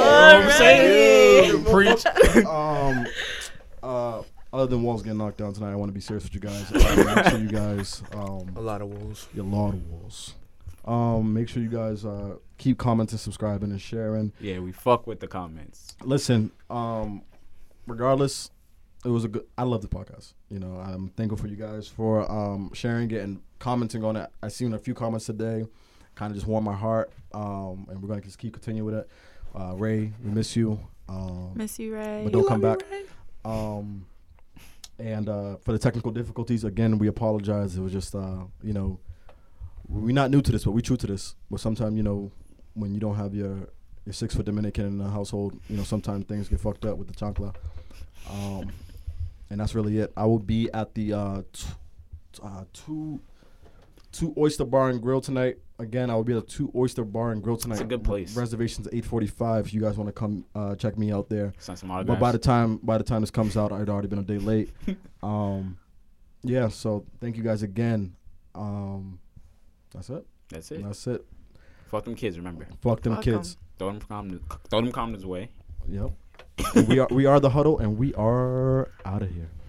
Speaker 5: Alrighty.
Speaker 3: Preach. um, uh, other than walls getting knocked down tonight, I want to be serious with you guys. Uh, make sure you guys, um,
Speaker 4: A lot of wolves.
Speaker 3: your lot of walls. Um, make sure you guys uh, keep commenting, subscribing, and sharing.
Speaker 2: Yeah, we fuck with the comments.
Speaker 3: Listen, um, regardless, it was a good. I love the podcast. You know, I'm thankful for you guys for um, sharing it and commenting on it. I seen a few comments today, kind of just warm my heart. Um, and we're gonna just keep continuing with it. Uh, Ray, we miss you. Um,
Speaker 5: Miss you, Ray.
Speaker 3: but don't come back. Um, and uh, for the technical difficulties, again, we apologize. It was just, uh, you know, we're not new to this, but we're true to this. But sometimes, you know, when you don't have your your six foot Dominican in the household, you know, sometimes things get fucked up with the chancla. Um, and that's really it. I will be at the uh, t- t- uh, two two oyster bar and grill tonight. Again, I will be at the two oyster bar and grill tonight.
Speaker 2: a good place.
Speaker 3: Reservations eight forty five. If you guys want to come uh, check me out there.
Speaker 2: Sign some
Speaker 3: But by the
Speaker 2: autographs.
Speaker 3: time by the time this comes out, I'd already been a day late. um, yeah. So thank you guys again. Um, that's it.
Speaker 2: That's it.
Speaker 3: That's it.
Speaker 2: Fuck them kids. Remember,
Speaker 3: Fuck them
Speaker 5: Fuck 'em.
Speaker 3: kids.
Speaker 2: throw them comments. Throw them comments away.
Speaker 3: Yep. we are we are the huddle, and we are out of here.